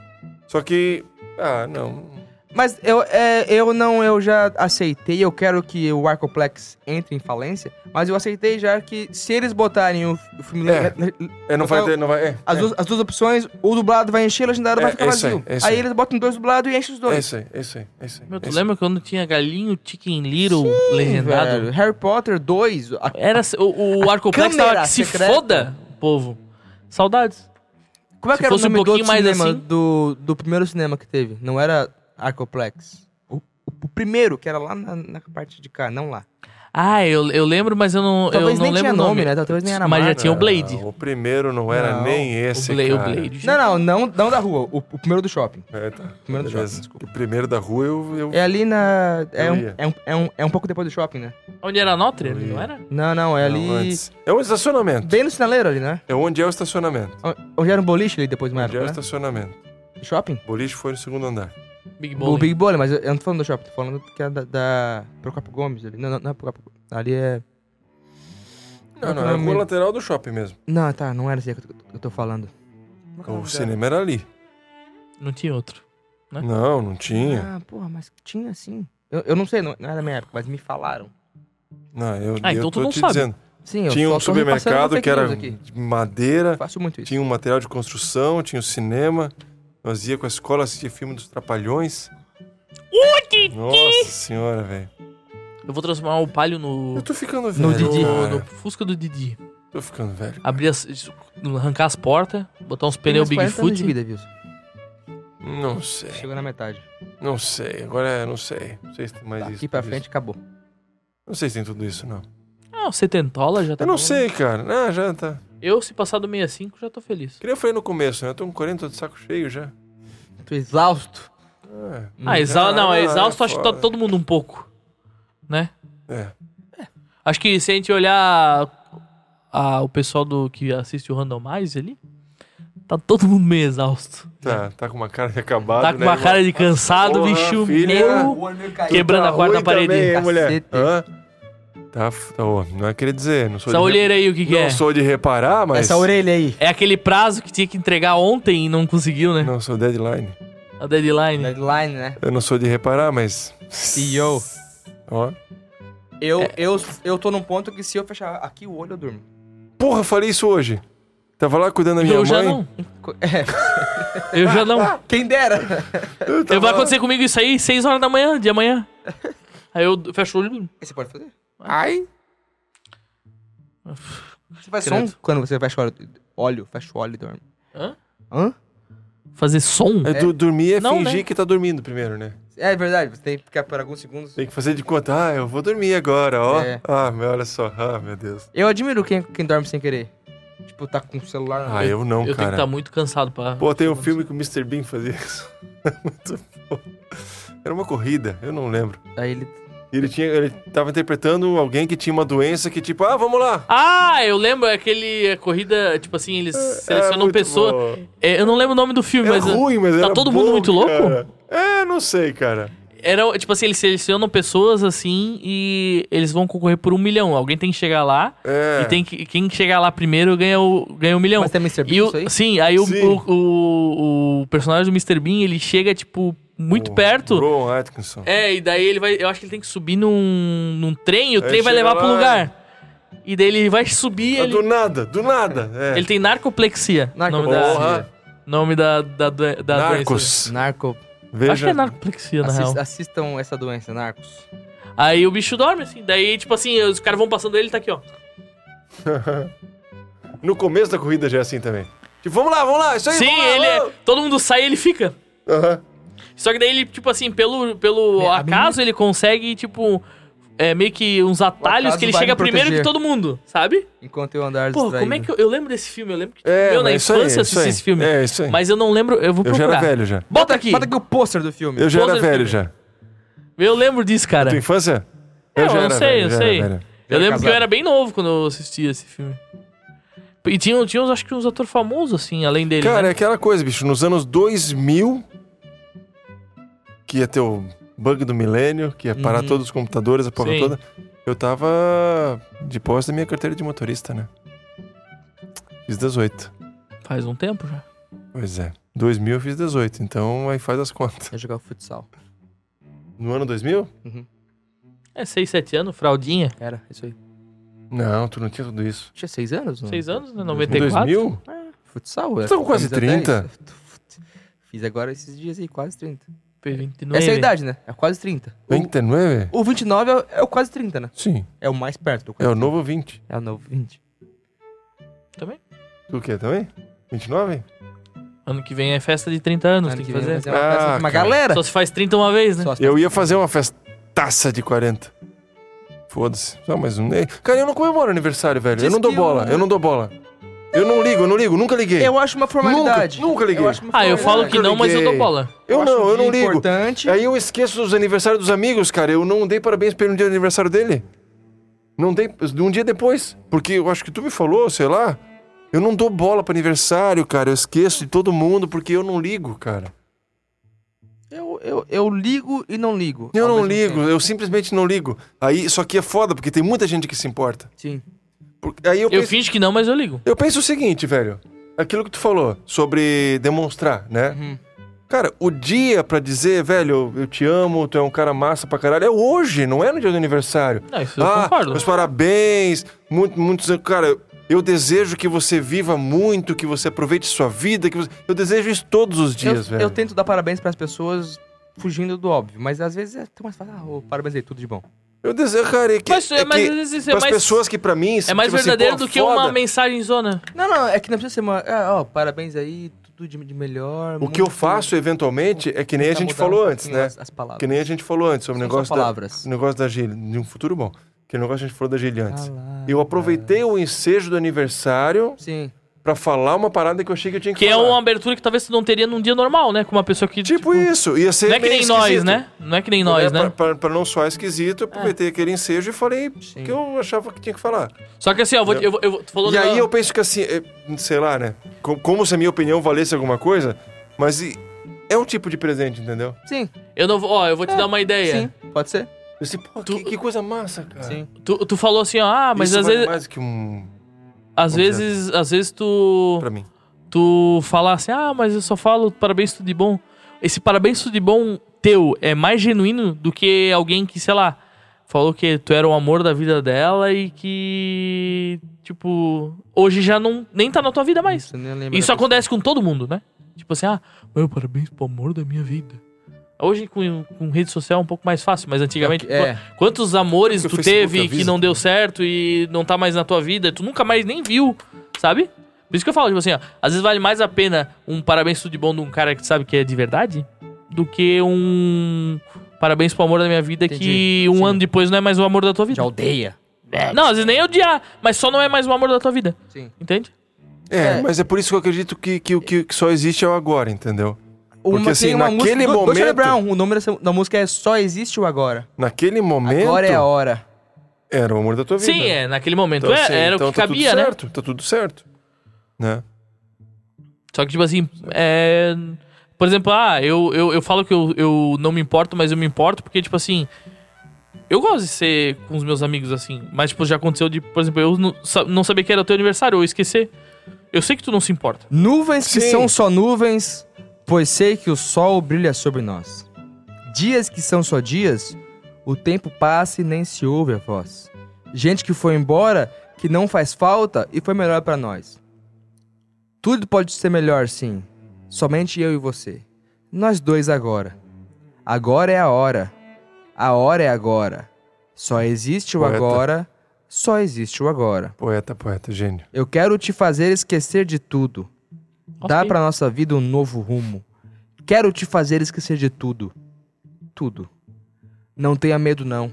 S4: Só que. Ah, não.
S5: Mas eu, é, eu não, eu já aceitei, eu quero que o Arcoplex entre em falência, mas eu aceitei já que se eles botarem o, o filme...
S4: É.
S5: le- le-
S4: É, não vai
S5: Então,
S4: ter, não vai. É,
S5: As, duas, as duas opções, o dublado vai encher, o legendado
S4: É,
S5: vai ficar
S4: é isso aí,
S5: vazio.
S4: é isso
S5: aí
S4: aí.
S5: eles botam dois dublados e enchem os
S4: é, é
S5: dois.
S4: isso aí, é isso aí. É isso aí,
S2: Meu, tu
S4: é isso aí.
S2: lembra quando tinha galinho, chicken little legendado? É,
S5: Velho, Harry Potter 2, a-
S2: Era se- o, o Arcoplex
S5: câmera
S2: tava que se
S5: secreta.
S2: foda, povo. Saudades.
S5: como é
S2: Se
S5: que era o
S2: fosse um
S5: nome do outro
S2: pouquinho mais
S5: cinema,
S2: assim.
S5: do, do primeiro cinema que teve? Não era Arcoplex. O, o- o primeiro, que era lá na, na parte de cá, não lá.
S2: Ah, eu, eu lembro, mas eu não,
S5: Talvez
S2: eu não
S5: nem
S2: lembro
S5: tinha
S2: o
S5: nome, né? Talvez nem era
S2: Mas já
S5: marca.
S2: tinha o Blade.
S4: Ah, o primeiro não era
S5: Não,
S4: nem
S2: o,
S4: esse.
S2: Blade o
S4: cara.
S2: Blade. já.
S5: Não, não, não, não da rua, o, o primeiro do shopping.
S4: É, tá.
S5: Primeiro
S4: Beleza.
S5: do shopping, desculpa.
S4: O primeiro da rua eu. eu...
S5: É ali na... É
S4: Eu
S5: um,
S4: ia.
S5: é, um, é, um, é um pouco depois do shopping, né?
S2: Onde era a Notre?
S4: Eu ia.
S2: Não era?
S5: Não, não, é
S4: não,
S5: ali...
S4: antes. É um estacionamento.
S5: bem no sinaleiro ali, né?
S4: É onde é o estacionamento.
S5: Onde era um boliche ali depois, uma
S4: Onde é
S5: época,
S4: o
S5: né?
S4: estacionamento.
S5: Do shopping?
S4: O boliche foi no segundo andar.
S2: Big
S5: O
S2: Bowling.
S5: Big Bowling, mas eu- eu não tô falando do shopping, tô falando que é da, da Procopio Gomes ali. Não, não, não é Procopio Gomes. Ali é...
S4: Não, não, é a rua lateral do shopping mesmo.
S5: Não, tá, não era assim que eu tô- eu tô falando.
S4: O cinema era ali.
S2: Não tinha outro. Né?
S4: Não, não tinha.
S5: Ah, porra, mas tinha sim. Eu, eu não sei, não, não era da minha época, mas me falaram.
S4: Não, eu,
S2: Ah,
S4: eu
S2: então tu
S4: tô
S2: não
S4: te
S2: sabe.
S4: dizendo.
S5: Sim, eu
S4: tinha
S5: só
S4: um
S5: tô repassando
S4: supermercado
S5: fake
S4: que era
S5: news Aqui.
S4: de madeira,
S5: Faço muito isso.
S4: tinha um material de construção, tinha o cinema. Nós ia com a escola assistir filme dos Trapalhões. Nossa senhora, velho.
S2: Eu vou transformar o Palio no,
S4: Eu tô ficando velho.
S5: No Didi.
S2: no,
S4: cara.
S2: no Fusca do Didi.
S4: Tô ficando velho.
S2: Abrir as, isso- arrancar as portas, botar uns
S5: Tenho
S2: pneus
S5: uns 40 anos de
S2: Bigfoot.
S5: vida, Wilson.
S4: Não sei.
S5: Chegou na metade.
S4: Não sei. Agora é, não sei. Não sei se tem mais isso.
S5: Daqui pra
S4: tudo
S5: frente,
S4: isso.
S5: acabou.
S4: Não sei se tem tudo isso, não.
S2: Não, setentola já tá
S4: eu não
S2: bom, né?
S4: sei, cara. Ah, já tá.
S2: Eu, se passar do 65, já tô feliz.
S4: Queria falei no começo, né? Eu tô com 40 de saco cheio já.
S5: Tô exausto.
S4: Ah,
S2: Ah, exa não,
S4: é
S2: é exausto, acho que tá
S4: foda.
S2: todo mundo um pouco. Né?
S4: é.
S2: Acho que se a gente olhar a- o pessoal do que assiste o Randomize ali, tá todo mundo meio exausto.
S4: Tá, tá com uma cara de
S2: É.
S4: acabado.
S2: Tá com
S4: né,
S2: uma
S4: irmão?
S2: cara de cansado,
S4: Porra,
S2: bicho,
S4: filha.
S2: meu, quebrando a quarta
S4: Tá Ruim também,
S2: parede.
S4: hein, mulher?
S5: Cacete.
S4: Hã? Tá, f- tá, ó, não é querer dizer, não sou
S2: Essa
S4: de
S2: olheira aí, o que, que
S4: Não
S2: é?
S4: sou de reparar, mas.
S5: Essa orelha aí.
S2: É aquele prazo que tinha que entregar ontem e não conseguiu, né?
S4: Não sou deadline.
S2: A deadline.
S4: é
S5: Deadline, né?
S4: Eu não sou de reparar, mas.
S5: CEO.
S4: Ó.
S2: É.
S5: Eu, eu, eu tô num ponto que se eu fechar aqui o olho, eu durmo.
S4: Porra, eu falei isso hoje. Tava lá cuidando da minha
S2: Eu
S4: mãe.
S2: já não.
S5: Co- É,
S2: Eu já não.
S5: quem dera.
S4: Eu
S2: Então
S4: tava
S2: vai
S4: lá-
S2: acontecer comigo isso aí 6 horas da manhã, de amanhã. Aí eu fecho o olho.
S5: Você pode fazer?
S4: Ai.
S5: Você faz
S2: Credo.
S5: som quando você fecha o olho, olho, fecha o olho e dorme.
S2: Hã?
S5: Hã?
S2: Fazer som?
S4: É, du- dormir é
S2: Não,
S4: fingir
S2: né?
S4: que tá dormindo primeiro, né?
S5: É verdade, você tem que ficar por alguns segundos.
S4: Tem que fazer de conta. Ah, eu vou dormir agora, ó.
S5: É.
S4: Ah, meu, olha só. Ah, meu Deus.
S5: Eu admiro quem, quem dorme sem querer. Tipo, tá com o celular na
S4: Ah, eu não,
S2: eu tenho que tá
S4: cara.
S2: estar muito cansado pra.
S4: Pô, tem um filme que o Mr. Bean fazia isso. Muito bom. Era uma corrida, eu não lembro.
S5: Aí ele.
S4: E Ele, tinha, ele tava interpretando alguém que tinha uma doença que, tipo, ah, vamos lá.
S2: Ah, eu lembro, é aquele é, corrida, tipo assim, eles selecionam
S4: É, muito
S2: pessoa.
S4: bom.
S2: É, eu não lembro o nome do filme,
S4: Era
S2: mas.
S4: ruim, mas
S2: tá
S4: era
S2: todo
S4: bom,
S2: mundo muito louco?
S4: cara. É, não sei, cara.
S2: Era, tipo assim, eles selecionam pessoas assim e eles vão concorrer por um milhão. Alguém tem que chegar lá
S4: É.
S2: e tem que, quem chegar lá primeiro ganha o, ganha um milhão.
S5: Mas tem Mr. Bean
S2: E o-
S5: isso aí?
S2: Sim, aí o,
S4: Sim.
S2: O, o- o personagem do Mr. Bean, ele chega, tipo, muito
S4: O
S2: perto.
S4: Ron Atkinson.
S2: É, e daí ele vai. Eu acho que ele tem que subir num, num trem e o
S4: Aí
S2: trem vai
S4: chega
S2: levar pro
S4: lá,
S2: lugar. E daí ele vai subir.
S4: Ah,
S2: ele,
S4: Do nada, do nada. É.
S2: ele tem narcoplexia. Nome
S4: Porra.
S2: da, nome da, da, doen- da doença.
S4: Narcos.
S5: Narco.
S4: Veja.
S2: Acho que é narcoplexia, na
S5: Assis-
S2: real.
S5: assistam essa doença, narcos.
S2: Aí o bicho dorme, assim. Daí, tipo assim, os caras vão passando ele e tá aqui, ó.
S4: No começo da corrida já é assim também. Tipo, vamos lá, vamos lá, isso aí.
S2: Sim,
S4: vamos lá,
S2: ele é.
S4: vamos
S2: Todo mundo sai e ele fica.
S4: lá. Aham.
S2: Só que daí ele, tipo assim, pelo, pelo
S4: É,
S5: A
S2: acaso, ele consegue, tipo. É, meio que uns atalhos
S5: acaso
S2: que ele
S5: vai
S2: chega
S5: me
S2: primeiro que
S5: proteger.
S2: todo mundo, sabe?
S5: Enquanto eu andar
S2: Pô,
S5: distraído.
S2: como é que eu, eu lembro desse filme? Eu lembro que
S4: Tá É,
S2: eu na
S4: mas isso aí,
S2: infância
S4: isso
S2: assisti
S4: aí.
S2: esse filme.
S4: É, isso aí.
S2: Mas eu não lembro, eu vou
S4: Eu já
S2: procurar.
S4: era velho já.
S2: Bota aqui.
S5: Bota aqui o pôster do filme.
S4: Eu já era
S2: Poser
S4: velho
S2: filme.
S4: já.
S2: Eu lembro disso, cara.
S4: Tua infância?
S2: É, eu
S4: já
S2: não
S4: era
S2: sei,
S4: velho,
S2: eu
S4: já era
S2: sei.
S4: velho.
S2: Eu lembro
S5: Casado.
S2: que eu era bem novo quando eu assistia esse filme. E tinha, tinha uns, acho que uns atores famosos, assim, além dele.
S4: Cara,
S2: né?
S4: é aquela coisa, bicho. Nos anos 2000, que ia ter o bug do milênio, que ia parar
S2: Uhum.
S4: todos os computadores, a porra
S2: Sim.
S4: toda, eu tava de posse da minha carteira de motorista, né? Fiz 18.
S2: Faz um tempo já.
S4: Pois é. 2000 eu fiz 18, então aí faz as contas.
S5: Eu jogava futsal. Uhum.
S4: No ano 2000?
S2: É, 6, 7 anos, fraldinha.
S5: Era, isso aí.
S4: Não, tu não tinha tudo isso.
S5: Tinha seis anos, não?
S2: 6 anos, né?
S4: Em
S2: 94.
S4: 2000?
S5: Futsal, é? era.
S4: tá com quase 30?
S5: Fiz agora esses dias aí, quase 30.
S2: Foi 29.
S5: Essa é a idade, né? É quase 30.
S4: 29?
S5: O 29 é o, é o quase 30, né?
S4: Sim.
S5: É o mais perto do
S4: É
S5: quase
S4: o novo 20.
S5: 30. É o novo 20.
S4: Tu quer também? 29?
S2: Ano que vem é festa de 30 anos,
S5: Ano
S2: tem que,
S5: que vem
S2: fazer.
S5: vai ser é uma festa
S4: Ah,
S5: com uma
S4: cara.
S5: galera.
S2: Só se faz 30 uma vez, né?
S5: Só as
S4: Eu ia fazer uma festaça de 40. Foda-se. Só mais um. Ei, Cara, eu não comemoro aniversário, velho. eu
S5: Diz
S4: não dou
S5: que
S4: bola,
S5: o-
S4: eu não dou bola. Eu não ligo, eu não ligo, nunca liguei.
S5: Eu acho uma formalidade.
S4: Nunca, nunca liguei.
S5: Eu acho uma
S2: Ah, eu falo
S5: formalidade.
S2: que não, mas eu dou
S4: liguei.
S2: bola.
S4: Eu,
S5: acho
S4: não,
S5: um
S4: eu não
S5: dia
S4: ligo.
S5: importante.
S4: Aí eu esqueço dos aniversários dos amigos, cara. Eu não dei parabéns pra ele no dia do aniversário dele. Não dei. Um dia depois. Porque eu acho que tu me falou, sei lá. Eu não dou bola pra aniversário, cara. Eu esqueço de todo mundo porque eu não ligo, cara.
S5: Eu, eu, eu ligo e não ligo.
S4: Eu
S5: ao
S4: não
S5: mesmo
S4: ligo,
S5: tempo.
S4: eu simplesmente não ligo. Aí, só que é foda, porque tem muita gente que se importa.
S5: Sim.
S4: Por- Aí eu,
S2: Eu
S4: penso,
S2: finge que não, mas eu ligo.
S4: eu penso o seguinte, velho. Aquilo que tu falou sobre demonstrar, né?
S5: Uhum.
S4: Cara, o dia pra dizer, velho, eu te amo, tu é um cara massa pra caralho, é hoje, não é no dia do aniversário.
S2: Não, isso eu
S4: Ah,
S2: concordo.
S4: Meus parabéns, muito, muitos, cara, eu desejo que você viva muito, que você aproveite sua vida, que você- eu desejo isso todos os dias,
S5: eu,
S4: velho.
S5: eu tento dar parabéns pras pessoas fugindo do óbvio, mas às vezes é tão mais fácil. Ah, ô, parabéns aí, tudo de bom.
S4: Eu desejo, cara, é que,
S2: Mas,
S4: é
S2: mas
S4: que
S2: isso é
S4: pras
S2: mais,
S4: pessoas tipo assim, que pra mim,
S2: é mais verdadeiro do que uma mensagem zona.
S5: Não, não, é que não precisa ser uma. Ah, ó, parabéns aí, tudo de, de melhor.
S4: O que eu faço eventualmente é que nem a gente falou antes, né?
S5: um As, as palavras.
S4: Que nem a gente falou antes sobre o
S5: São só
S4: negócio da,
S5: palavras.
S4: o negócio da Gil, de um futuro bom. Que negócio que a gente falou da Gil antes.
S5: Palavras.
S4: Eu aproveitei o ensejo do aniversário
S5: Sim.
S4: pra falar uma parada que eu achei que eu tinha que,
S2: Que é
S4: falar.
S2: uma abertura que talvez tu não teria num dia normal, né? Com uma pessoa que.
S4: Tipo, isso, ia ser
S2: Não é que
S4: meio
S2: nem nós,
S4: esquisito.
S2: né? Não é que nem nós,
S4: É, pra-
S2: né?
S4: Pra, pra não soar esquisito, eu aproveitei aquele ensejo e falei o
S5: É. Sim.
S4: que eu achava que tinha que falar.
S2: Só que assim, ó, vou te- eu, vou- eu, vou- tu falou
S4: e
S2: da-
S4: aí eu penso que assim, é, sei lá, né? co- Como se a minha opinião valesse alguma coisa, mas e- é um tipo de presente, entendeu?
S5: Sim.
S2: eu não vou. Ó, eu vou te dar uma ideia.
S5: Sim. Pode ser?
S4: Eu disse, pô,
S2: Tu-
S4: que, que coisa massa, cara.
S5: Sim.
S2: Tu, tu falou assim, ó, ah, mas
S4: Isso
S2: às
S4: vale
S2: vezes,
S4: mais que um...
S2: às
S4: vamos dizer.
S2: vezes, às vezes tu,
S4: Pra mim.
S2: tu falar assim, ah, mas eu só falo parabéns tudo de bom. Esse parabéns tudo de bom teu é mais genuíno do que alguém que, sei lá, falou que tu era o amor da vida dela e que, tipo, hoje já não nem tá na tua vida mais.
S5: Você nem lembra
S2: Isso
S5: da pessoa.
S2: acontece com todo mundo, né? Tipo assim, ah, meu parabéns pro amor da minha vida. Hoje com, com rede social é um pouco mais fácil, mas antigamente.
S5: É,
S2: qu- Quantos amores
S4: Porque
S2: tu
S4: o Facebook
S2: teve
S4: avisa
S2: que não
S4: tudo.
S2: deu certo e não tá mais na tua vida, tu nunca mais nem viu, sabe? Por isso que eu falo, tipo assim, ó, às vezes vale mais a pena um parabéns tudo de bom de um cara que tu sabe que é de verdade do que um parabéns pro amor da minha vida que
S5: Entendi,
S2: um
S5: sim.
S2: ano depois não é mais o amor da tua vida.
S5: já odeia.
S2: Não, às vezes nem odiar, mas só não é mais o amor da tua vida.
S5: É, Sim.
S2: Entende?
S4: É,
S5: É.
S4: mas é por isso que eu acredito que, que o que, que só existe é o agora, entendeu? Porque,
S5: tem
S4: assim,
S5: música
S4: naquele
S5: do- do Charlie
S4: momento-
S5: Brown, o nome dessa- da música é Só Existe o Agora.
S4: Naquele momento,
S5: Agora é a hora.
S4: era o amor da tua vida.
S2: Sim, é, naquele momento.
S4: Então,
S2: é,
S4: assim,
S2: era
S4: então
S2: o que cabia,
S4: tá tudo
S2: né?
S4: certo, tá tudo certo. Né?
S2: Só que, tipo assim, é... Por exemplo, ah, eu, eu, eu falo que eu, eu não me importo, mas eu me importo porque, tipo assim... Eu gosto de ser com os meus amigos, assim. Mas, tipo, já aconteceu de... Por exemplo, eu não, sa- não saber que era o teu aniversário ou esquecer. Eu sei que tu não se importa.
S5: Nuvens que
S4: Sim.
S5: são só nuvens, pois sei que o sol brilha sobre nós. Dias que são só dias, o tempo passa e nem se ouve a voz. Gente que foi embora, que não faz falta e foi melhor pra nós. Tudo pode ser melhor, sim. Somente eu e você. Nós dois agora. Agora é a hora. A hora é agora. Só existe o
S4: Poeta.
S5: agora. Só existe o agora.
S4: Poeta, poeta, gênio.
S5: Eu quero te fazer esquecer de tudo. Dar
S2: Ok.
S5: pra nossa vida um novo rumo. Quero te fazer esquecer de tudo. Tudo. Não tenha medo, não.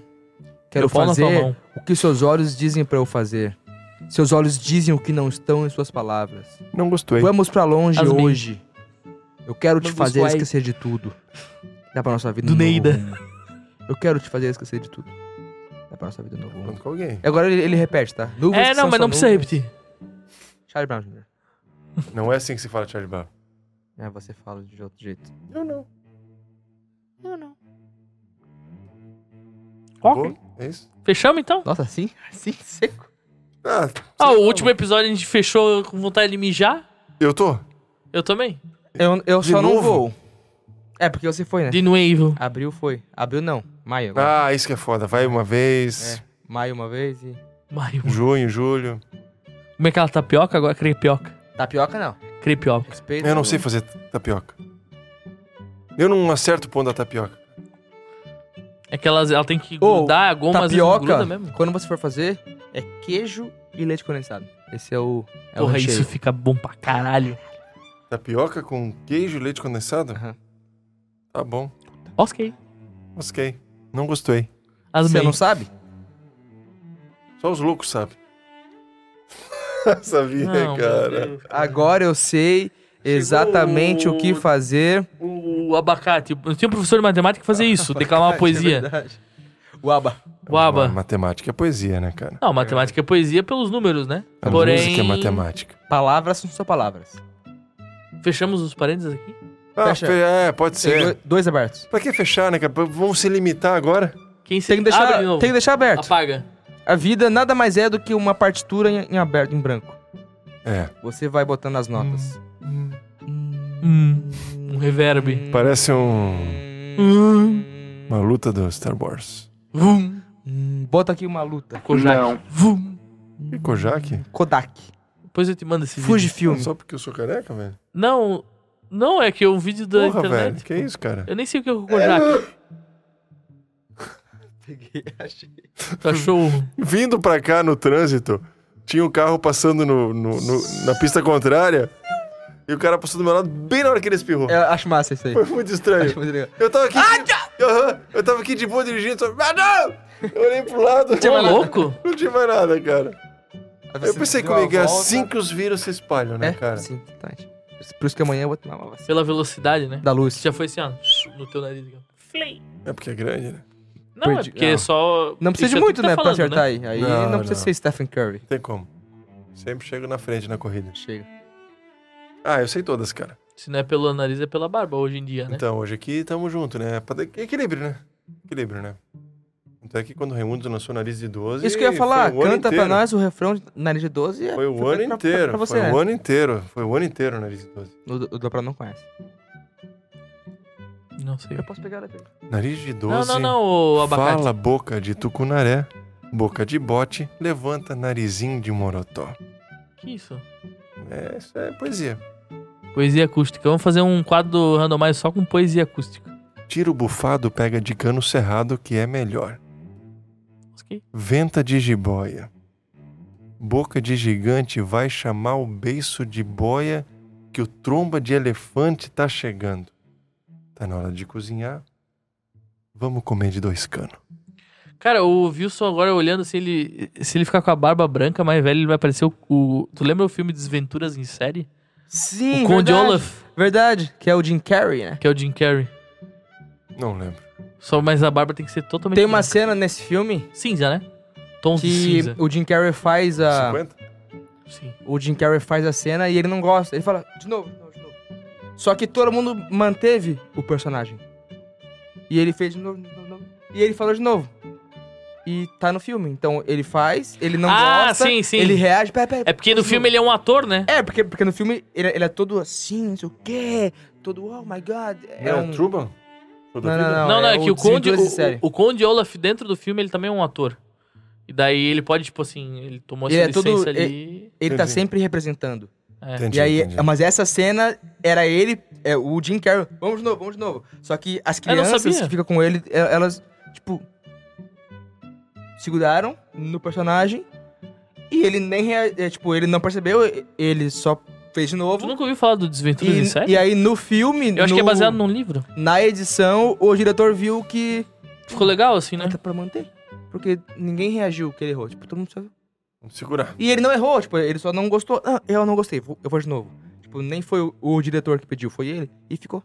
S5: Quero
S2: Meu pau na tua
S5: fazer
S2: mão.
S5: o que seus olhos dizem pra eu fazer. Seus olhos dizem o que não estão em suas palavras.
S4: Não gostei.
S5: Vamos pra longe
S2: As min-
S5: hoje. Eu quero te
S2: Vamos
S5: fazer
S2: lá.
S5: esquecer de tudo. Dá pra nossa vida um
S2: Do
S5: novo
S2: Neida.
S5: rumo. Eu quero te fazer esquecer de tudo. Dá pra nossa vida um novo rumo.
S4: Falando com alguém.
S5: E agora ele, ele repete, tá? Nuvens
S2: é,
S5: que
S2: não,
S5: são
S2: mas
S5: só
S2: não precisa
S5: nuvens.
S2: repetir.
S5: Charlie Brown Jr.
S4: Não é assim que se fala Charlie Brown.
S5: É, você fala de outro jeito.
S4: Eu não.
S2: Ok.
S4: Boa? É isso?
S2: Fechamos, então?
S5: Nossa, assim? Assim, seco?
S4: Ah,
S2: Ah, o último episódio a gente fechou com vontade de mijar.
S4: eu tô?
S2: Eu também.
S5: Eu, eu
S4: De
S5: só não
S4: novo?
S5: vou. É, porque você foi, né?
S2: De novo.
S5: Abril foi. Abril não. Maio agora.
S4: Ah, isso que é foda. Vai uma vez,
S5: É. Maio uma vez e...
S2: Maio.
S5: É.
S4: junho, julho.
S2: Como é que ela tapioca agora? Crepioca.
S5: Tapioca não.
S2: Crepioca.
S5: Respeito.
S4: Eu não sei fazer tapioca. Eu não acerto o pão da tapioca.
S2: É que elas, ela tem que
S5: Ô,
S2: grudar a goma, às vezes não
S5: Tapioca,
S2: gruda mesmo.
S5: quando você for fazer, é queijo e leite condensado. Esse é o... É o
S2: Porra,
S5: recheio.
S2: isso fica bom pra caralho.
S4: Tapioca com queijo e leite condensado?
S5: Aham.
S4: Tá bom.
S2: Ok.
S4: Gostei. Não gostei.
S2: As
S5: Você
S2: bem.
S5: não sabe?
S4: Só os loucos sabem. Sabia,
S2: Não, meu
S4: cara.
S2: Deus.
S5: Agora eu sei exatamente o que fazer.
S2: O abacate. Eu tinha um professor de matemática que fazia isso, declamar uma
S5: É
S2: poesia.
S5: verdade. Uaba.
S2: Guaba.
S4: Matemática é poesia, né, cara?
S2: Não, matemática é poesia pelos números, né?
S4: A
S2: Porém,
S4: música é matemática.
S5: Palavras são só palavras.
S2: fechamos os parênteses aqui.
S4: Ah,
S5: Fecha.
S4: fe- é, pode
S5: Tem
S4: ser.
S5: do- dois abertos.
S4: Pra que fechar, né, cara? Vamos se limitar agora?
S2: Quem se
S5: Tem que deixar,
S2: Abre de novo.
S5: tem que deixar aberto.
S2: Apaga.
S5: A vida nada mais é do que uma partitura em, em aberto, em branco.
S4: É.
S5: Você vai botando as notas.
S2: Hum, um reverb.
S4: Parece um...
S2: Hum,
S4: uma luta do Star Wars.
S2: vum,
S5: Hum, Bota aqui uma luta.
S2: Kojak. Vum. Hum.
S4: E Kojak?
S5: Kodak.
S2: Depois eu te mando esse
S5: Fuji
S2: vídeo.
S5: Filme.
S4: Só porque eu sou careca, velho?
S2: Não, não, é que é um vídeo da
S4: Porra,
S2: internet.
S4: velho. Que isso, cara?
S2: Eu nem sei o que é o Kojak.
S5: Peguei, achei.
S2: Tu achou?
S4: Vindo pra cá no trânsito, tinha um carro passando no, no- no- na pista contrária e o cara passou do meu lado bem na hora que ele espirrou.
S5: Eu acho massa isso aí.
S4: Foi muito
S5: Acho
S4: estranho.
S5: muito legal.
S4: Eu tava aqui.
S2: Ah,
S4: Aham, eu tava aqui de boa dirigindo. Só... Ah, não! Eu olhei pro lado.
S2: Ô, louco?
S4: Não tinha mais nada, cara.
S5: Aí
S4: Eu
S5: você
S4: pensei
S5: deu a
S4: comigo, é
S5: volta.
S4: assim que os vírus se espalham, né,
S5: É,
S4: cara?
S5: sim, exatamente. Por isso que amanhã eu vou tomar uma vacina.
S2: Pela velocidade, né?
S5: Da luz.
S2: Já foi assim, ó, no teu nariz. ó. Flei.
S4: É porque é grande, né?
S2: Não,
S5: Perdi-
S2: é porque
S5: não.
S2: só...
S5: Não precisa
S2: Isso
S5: de
S2: é
S5: muito,
S2: tu que tá
S5: né, pra
S2: falando,
S5: acertar aí. Aí
S4: Não,
S5: não, precisa
S4: não.
S5: ser Stephen Curry.
S4: Tem como. Sempre chego na frente na corrida.
S5: Chega.
S4: Ah, eu sei todas, cara.
S2: Se não é pelo nariz, é pela
S5: É,
S2: barba hoje em dia, né?
S4: Então, hoje aqui tamo junto, né? Pra- Equilíbrio, né? Equilíbrio, né? Até que quando o Raimundo lançou Nariz de 12.
S5: Isso que eu ia falar,
S4: foi o ano
S5: canta
S4: inteiro.
S5: pra nós o refrão de Nariz de 12. é-
S4: Foi o ano
S5: pra- pra-
S4: inteiro.
S5: Pra você,
S4: foi
S5: né?
S4: o ano inteiro. Foi o ano inteiro Nariz de 12.
S5: O, o Dobrado não conhece. Então.
S2: Não
S5: É
S2: sei.
S3: Eu posso pegar ela aqui.
S4: Nariz de 12.
S2: Não, não, não, o abacate.
S4: Fala boca de tucunaré, boca de bote, levanta narizinho de morotó.
S2: Que isso?
S4: É, isso é poesia.
S2: Poesia acústica. Vamos fazer um quadro randomizado só com poesia acústica.
S4: Tiro bufado pega de cano cerrado que é melhor.
S2: Ok.
S4: Venta de jiboia. Boca de gigante vai chamar o beiço de boia que o tromba de elefante tá chegando. Tá na hora de cozinhar. Vamos comer de dois canos.
S2: Cara, o Wilson agora olhando assim, ele, se ele ficar com a barba branca mais velha, ele vai parecer o, o- Tu lembra o filme Desventuras em Série?
S5: Sim,
S2: o Conde
S5: verdade.
S2: Olaf,
S5: Verdade, que é o Jim Carrey, né?
S2: que é o Jim Carrey.
S4: Não lembro.
S2: Só, mas a barba tem que ser totalmente
S5: Tem uma
S2: branca.
S5: cena nesse filme
S2: cinza, né? Tons de
S5: que
S2: cinza.
S5: o Jim Carrey faz a...
S4: 50?
S2: Sim.
S5: O Jim Carrey faz a cena e ele não gosta. Ele fala, de novo, de novo, de novo. Só que todo mundo manteve o personagem. E ele fez de novo, de novo, de novo. E ele falou de novo. E tá no filme. Então ele faz, ele não
S2: Ah,
S5: gosta.
S2: sim, sim.
S5: Ele reage. Pera, pera,
S2: É porque no filme ele é um ator, né?
S5: É, porque, porque no filme ele, ele é todo assim, não sei o quê. Todo, oh my god. É, um...
S4: Truban?
S5: Não, não, não.
S2: Não, não, é, que o Conde,
S5: Desventuras
S2: o,
S5: em Série.
S2: o- o Conde Olaf dentro do filme, ele também é um ator. E daí ele pode, tipo assim, ele tomou
S5: Ele
S2: essa
S5: é todo-
S2: licença ali.
S5: Ele tá
S4: Entendi.
S5: sempre representando.
S2: É.
S4: Entendi,
S5: E aí,
S4: entendi.
S5: mas essa cena era ele, é, o Jim Carrey. Vamos de novo, vamos de novo. Só que as
S2: Eu não
S5: crianças
S2: sabia.
S5: que ficam com ele, e- elas, tipo, seguraram no personagem e ele nem, rea- é, tipo, ele não percebeu, e- ele só fez de
S2: Tu tá
S5: novo.
S2: nunca ouviu falar do Desventuras em
S5: E,
S2: Série?
S5: e aí no filme,
S2: Eu acho que é
S5: no-
S2: baseado num livro.
S5: na edição, o diretor viu que
S2: Ficou legal, assim, né?
S5: não dá pra manter. Porque ninguém reagiu que ele errou. Tipo, todo mundo só...
S4: Vamos segurar.
S5: E ele não errou, tipo, ele só não gostou. Ah, eu não gostei, vou- eu vou de novo. Tipo, nem foi o, o diretor que pediu, foi ele. E ficou.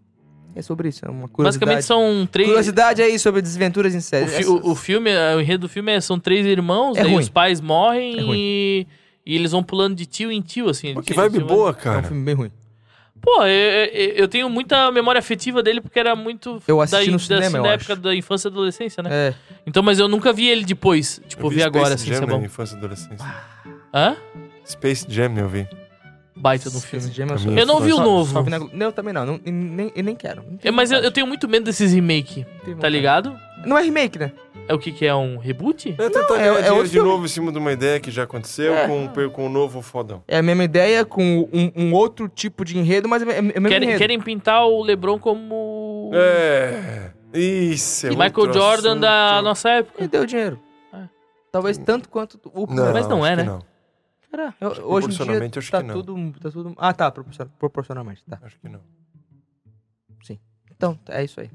S5: É sobre isso, é uma curiosidade.
S2: Basicamente são três.
S5: Curiosidade aí sobre desventuras em série.
S2: O, fi- o- o filme, é, o enredo do filme é, são três irmãos,
S5: É
S2: daí
S5: ruim.
S2: os pais morrem
S5: É ruim.
S2: e, e eles vão pulando de tio em tio, assim.
S4: Pô,
S2: eles-
S4: que vibe
S2: eles-
S4: boa,
S5: É um
S4: cara.
S5: filme bem ruim.
S2: Pô, eu, eu- eu tenho muita memória afetiva dele porque era muito.
S5: Eu assisti
S2: da,
S5: no
S2: da-
S5: cinema,
S2: assim,
S5: eu
S2: da
S5: acho.
S2: época da infância e adolescência, né?
S5: É.
S2: Então, mas eu nunca vi ele depois. Tipo, eu vi,
S4: Space
S2: agora, assim,
S4: Jam né?
S2: se é
S4: na
S2: bom. Ah.
S4: minha infância e adolescência.
S2: Hã?
S4: Space Jam eu vi.
S2: Baita do filme.
S5: Esse Jam eu,
S4: Pra
S5: só-
S4: mim, Eu não
S5: só-
S4: vi o
S5: só-
S2: novo.
S5: só vi na Glo- Não, eu também não. não e nem, eu nem quero. Não
S2: É,
S5: tenho
S2: mas eu,
S5: vontade,
S2: eu tenho muito medo desses remake,
S5: não tenho
S2: tá
S5: vontade.
S2: ligado?
S5: Não é remake, né?
S2: É o que que é? Um reboot?
S4: É tentar
S5: é-
S4: ganhar
S5: é
S4: dinheiro
S5: outro
S4: de
S5: filme.
S4: novo em cima de uma ideia que já aconteceu
S5: É.
S4: com, um- com um novo fodão.
S5: É a mesma ideia com um, um outro tipo de enredo, mas é, é, é o mesmo
S2: Querem,
S5: enredo.
S2: querem pintar o LeBron como.
S4: É. Isso, é
S2: o Uh. Michael
S4: outro
S2: Jordan da
S4: assunto.
S2: nossa época.
S5: E deu dinheiro.
S2: É.
S5: Talvez tanto quanto o
S4: Não,
S2: Mas não é,
S4: acho que
S2: né?
S4: Não,
S5: Será? Eu-
S4: que
S5: hoje em
S4: proporcionalmente,
S5: dia
S4: acho
S5: tá,
S4: que não.
S5: tudo, tá tudo... Ah, tá, proporcion- proporcionalmente, tá.
S4: acho que não.
S5: Então, é isso aí.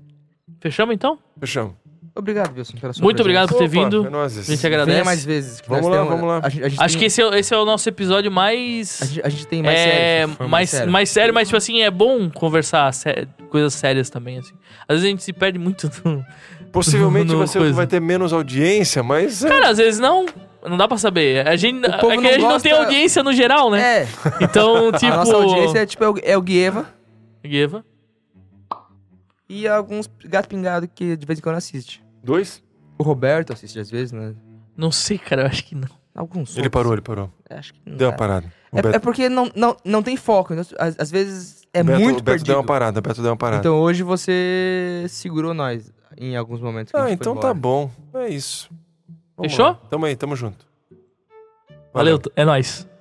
S2: Fechamos então?
S4: Fechamos.
S5: Obrigado, Wilson, pela sua
S2: Muito
S5: presença.
S2: obrigado por ter vindo.
S4: É nóis.
S2: A gente
S5: Venha
S2: agradece.
S5: mais vezes. que
S4: Vamos
S5: nós
S4: lá,
S5: temos-
S4: vamos lá.
S5: A gente, a gente
S2: Acho
S5: tem,
S2: que esse é, esse é o nosso episódio mais.
S5: A gente, a gente tem mais
S2: é,
S5: séries, foi
S2: mais, mais sério. mas tipo assim, é bom conversar sé- coisas sérias também, assim. Às vezes a gente se perde muito. no-
S4: Possivelmente
S2: Não,
S4: você
S2: coisa.
S4: vai ter menos audiência, mas. é,
S2: Cara, às vezes não. Não dá pra saber. A gente, é que
S5: povo
S2: a
S5: não
S2: gente não tem
S5: gosta-
S2: audiência no geral, né?
S5: É,
S2: Então, tipo.
S5: a nossa audiência é tipo é o, é o Guieva
S2: Gueva.
S5: e alguns gato pingado que de vez em quando assiste.
S4: Dois?
S5: O Roberto assiste às vezes, né?
S2: Não sei, cara, eu acho que não.
S5: Alguns.
S4: Ele
S5: outros. É,
S4: parou, ele parou.
S5: Acho que não
S4: Deu uma
S5: dá.
S4: parada. O
S5: É, é
S4: Beto,
S5: porque não, não, não tem foco. então, às, às vezes é
S4: Beto-
S5: muito
S4: o Beto
S5: perdido.
S4: deu uma parada, o Beto deu uma parada.
S5: Então hoje você segurou nós em alguns momentos. que a
S4: ah,
S5: gente foi
S4: então
S5: embora.
S4: tá bom. É isso. Vamos
S2: Fechou?
S4: lá. Tamo aí, tamo junto.
S2: Valeu, é nóis.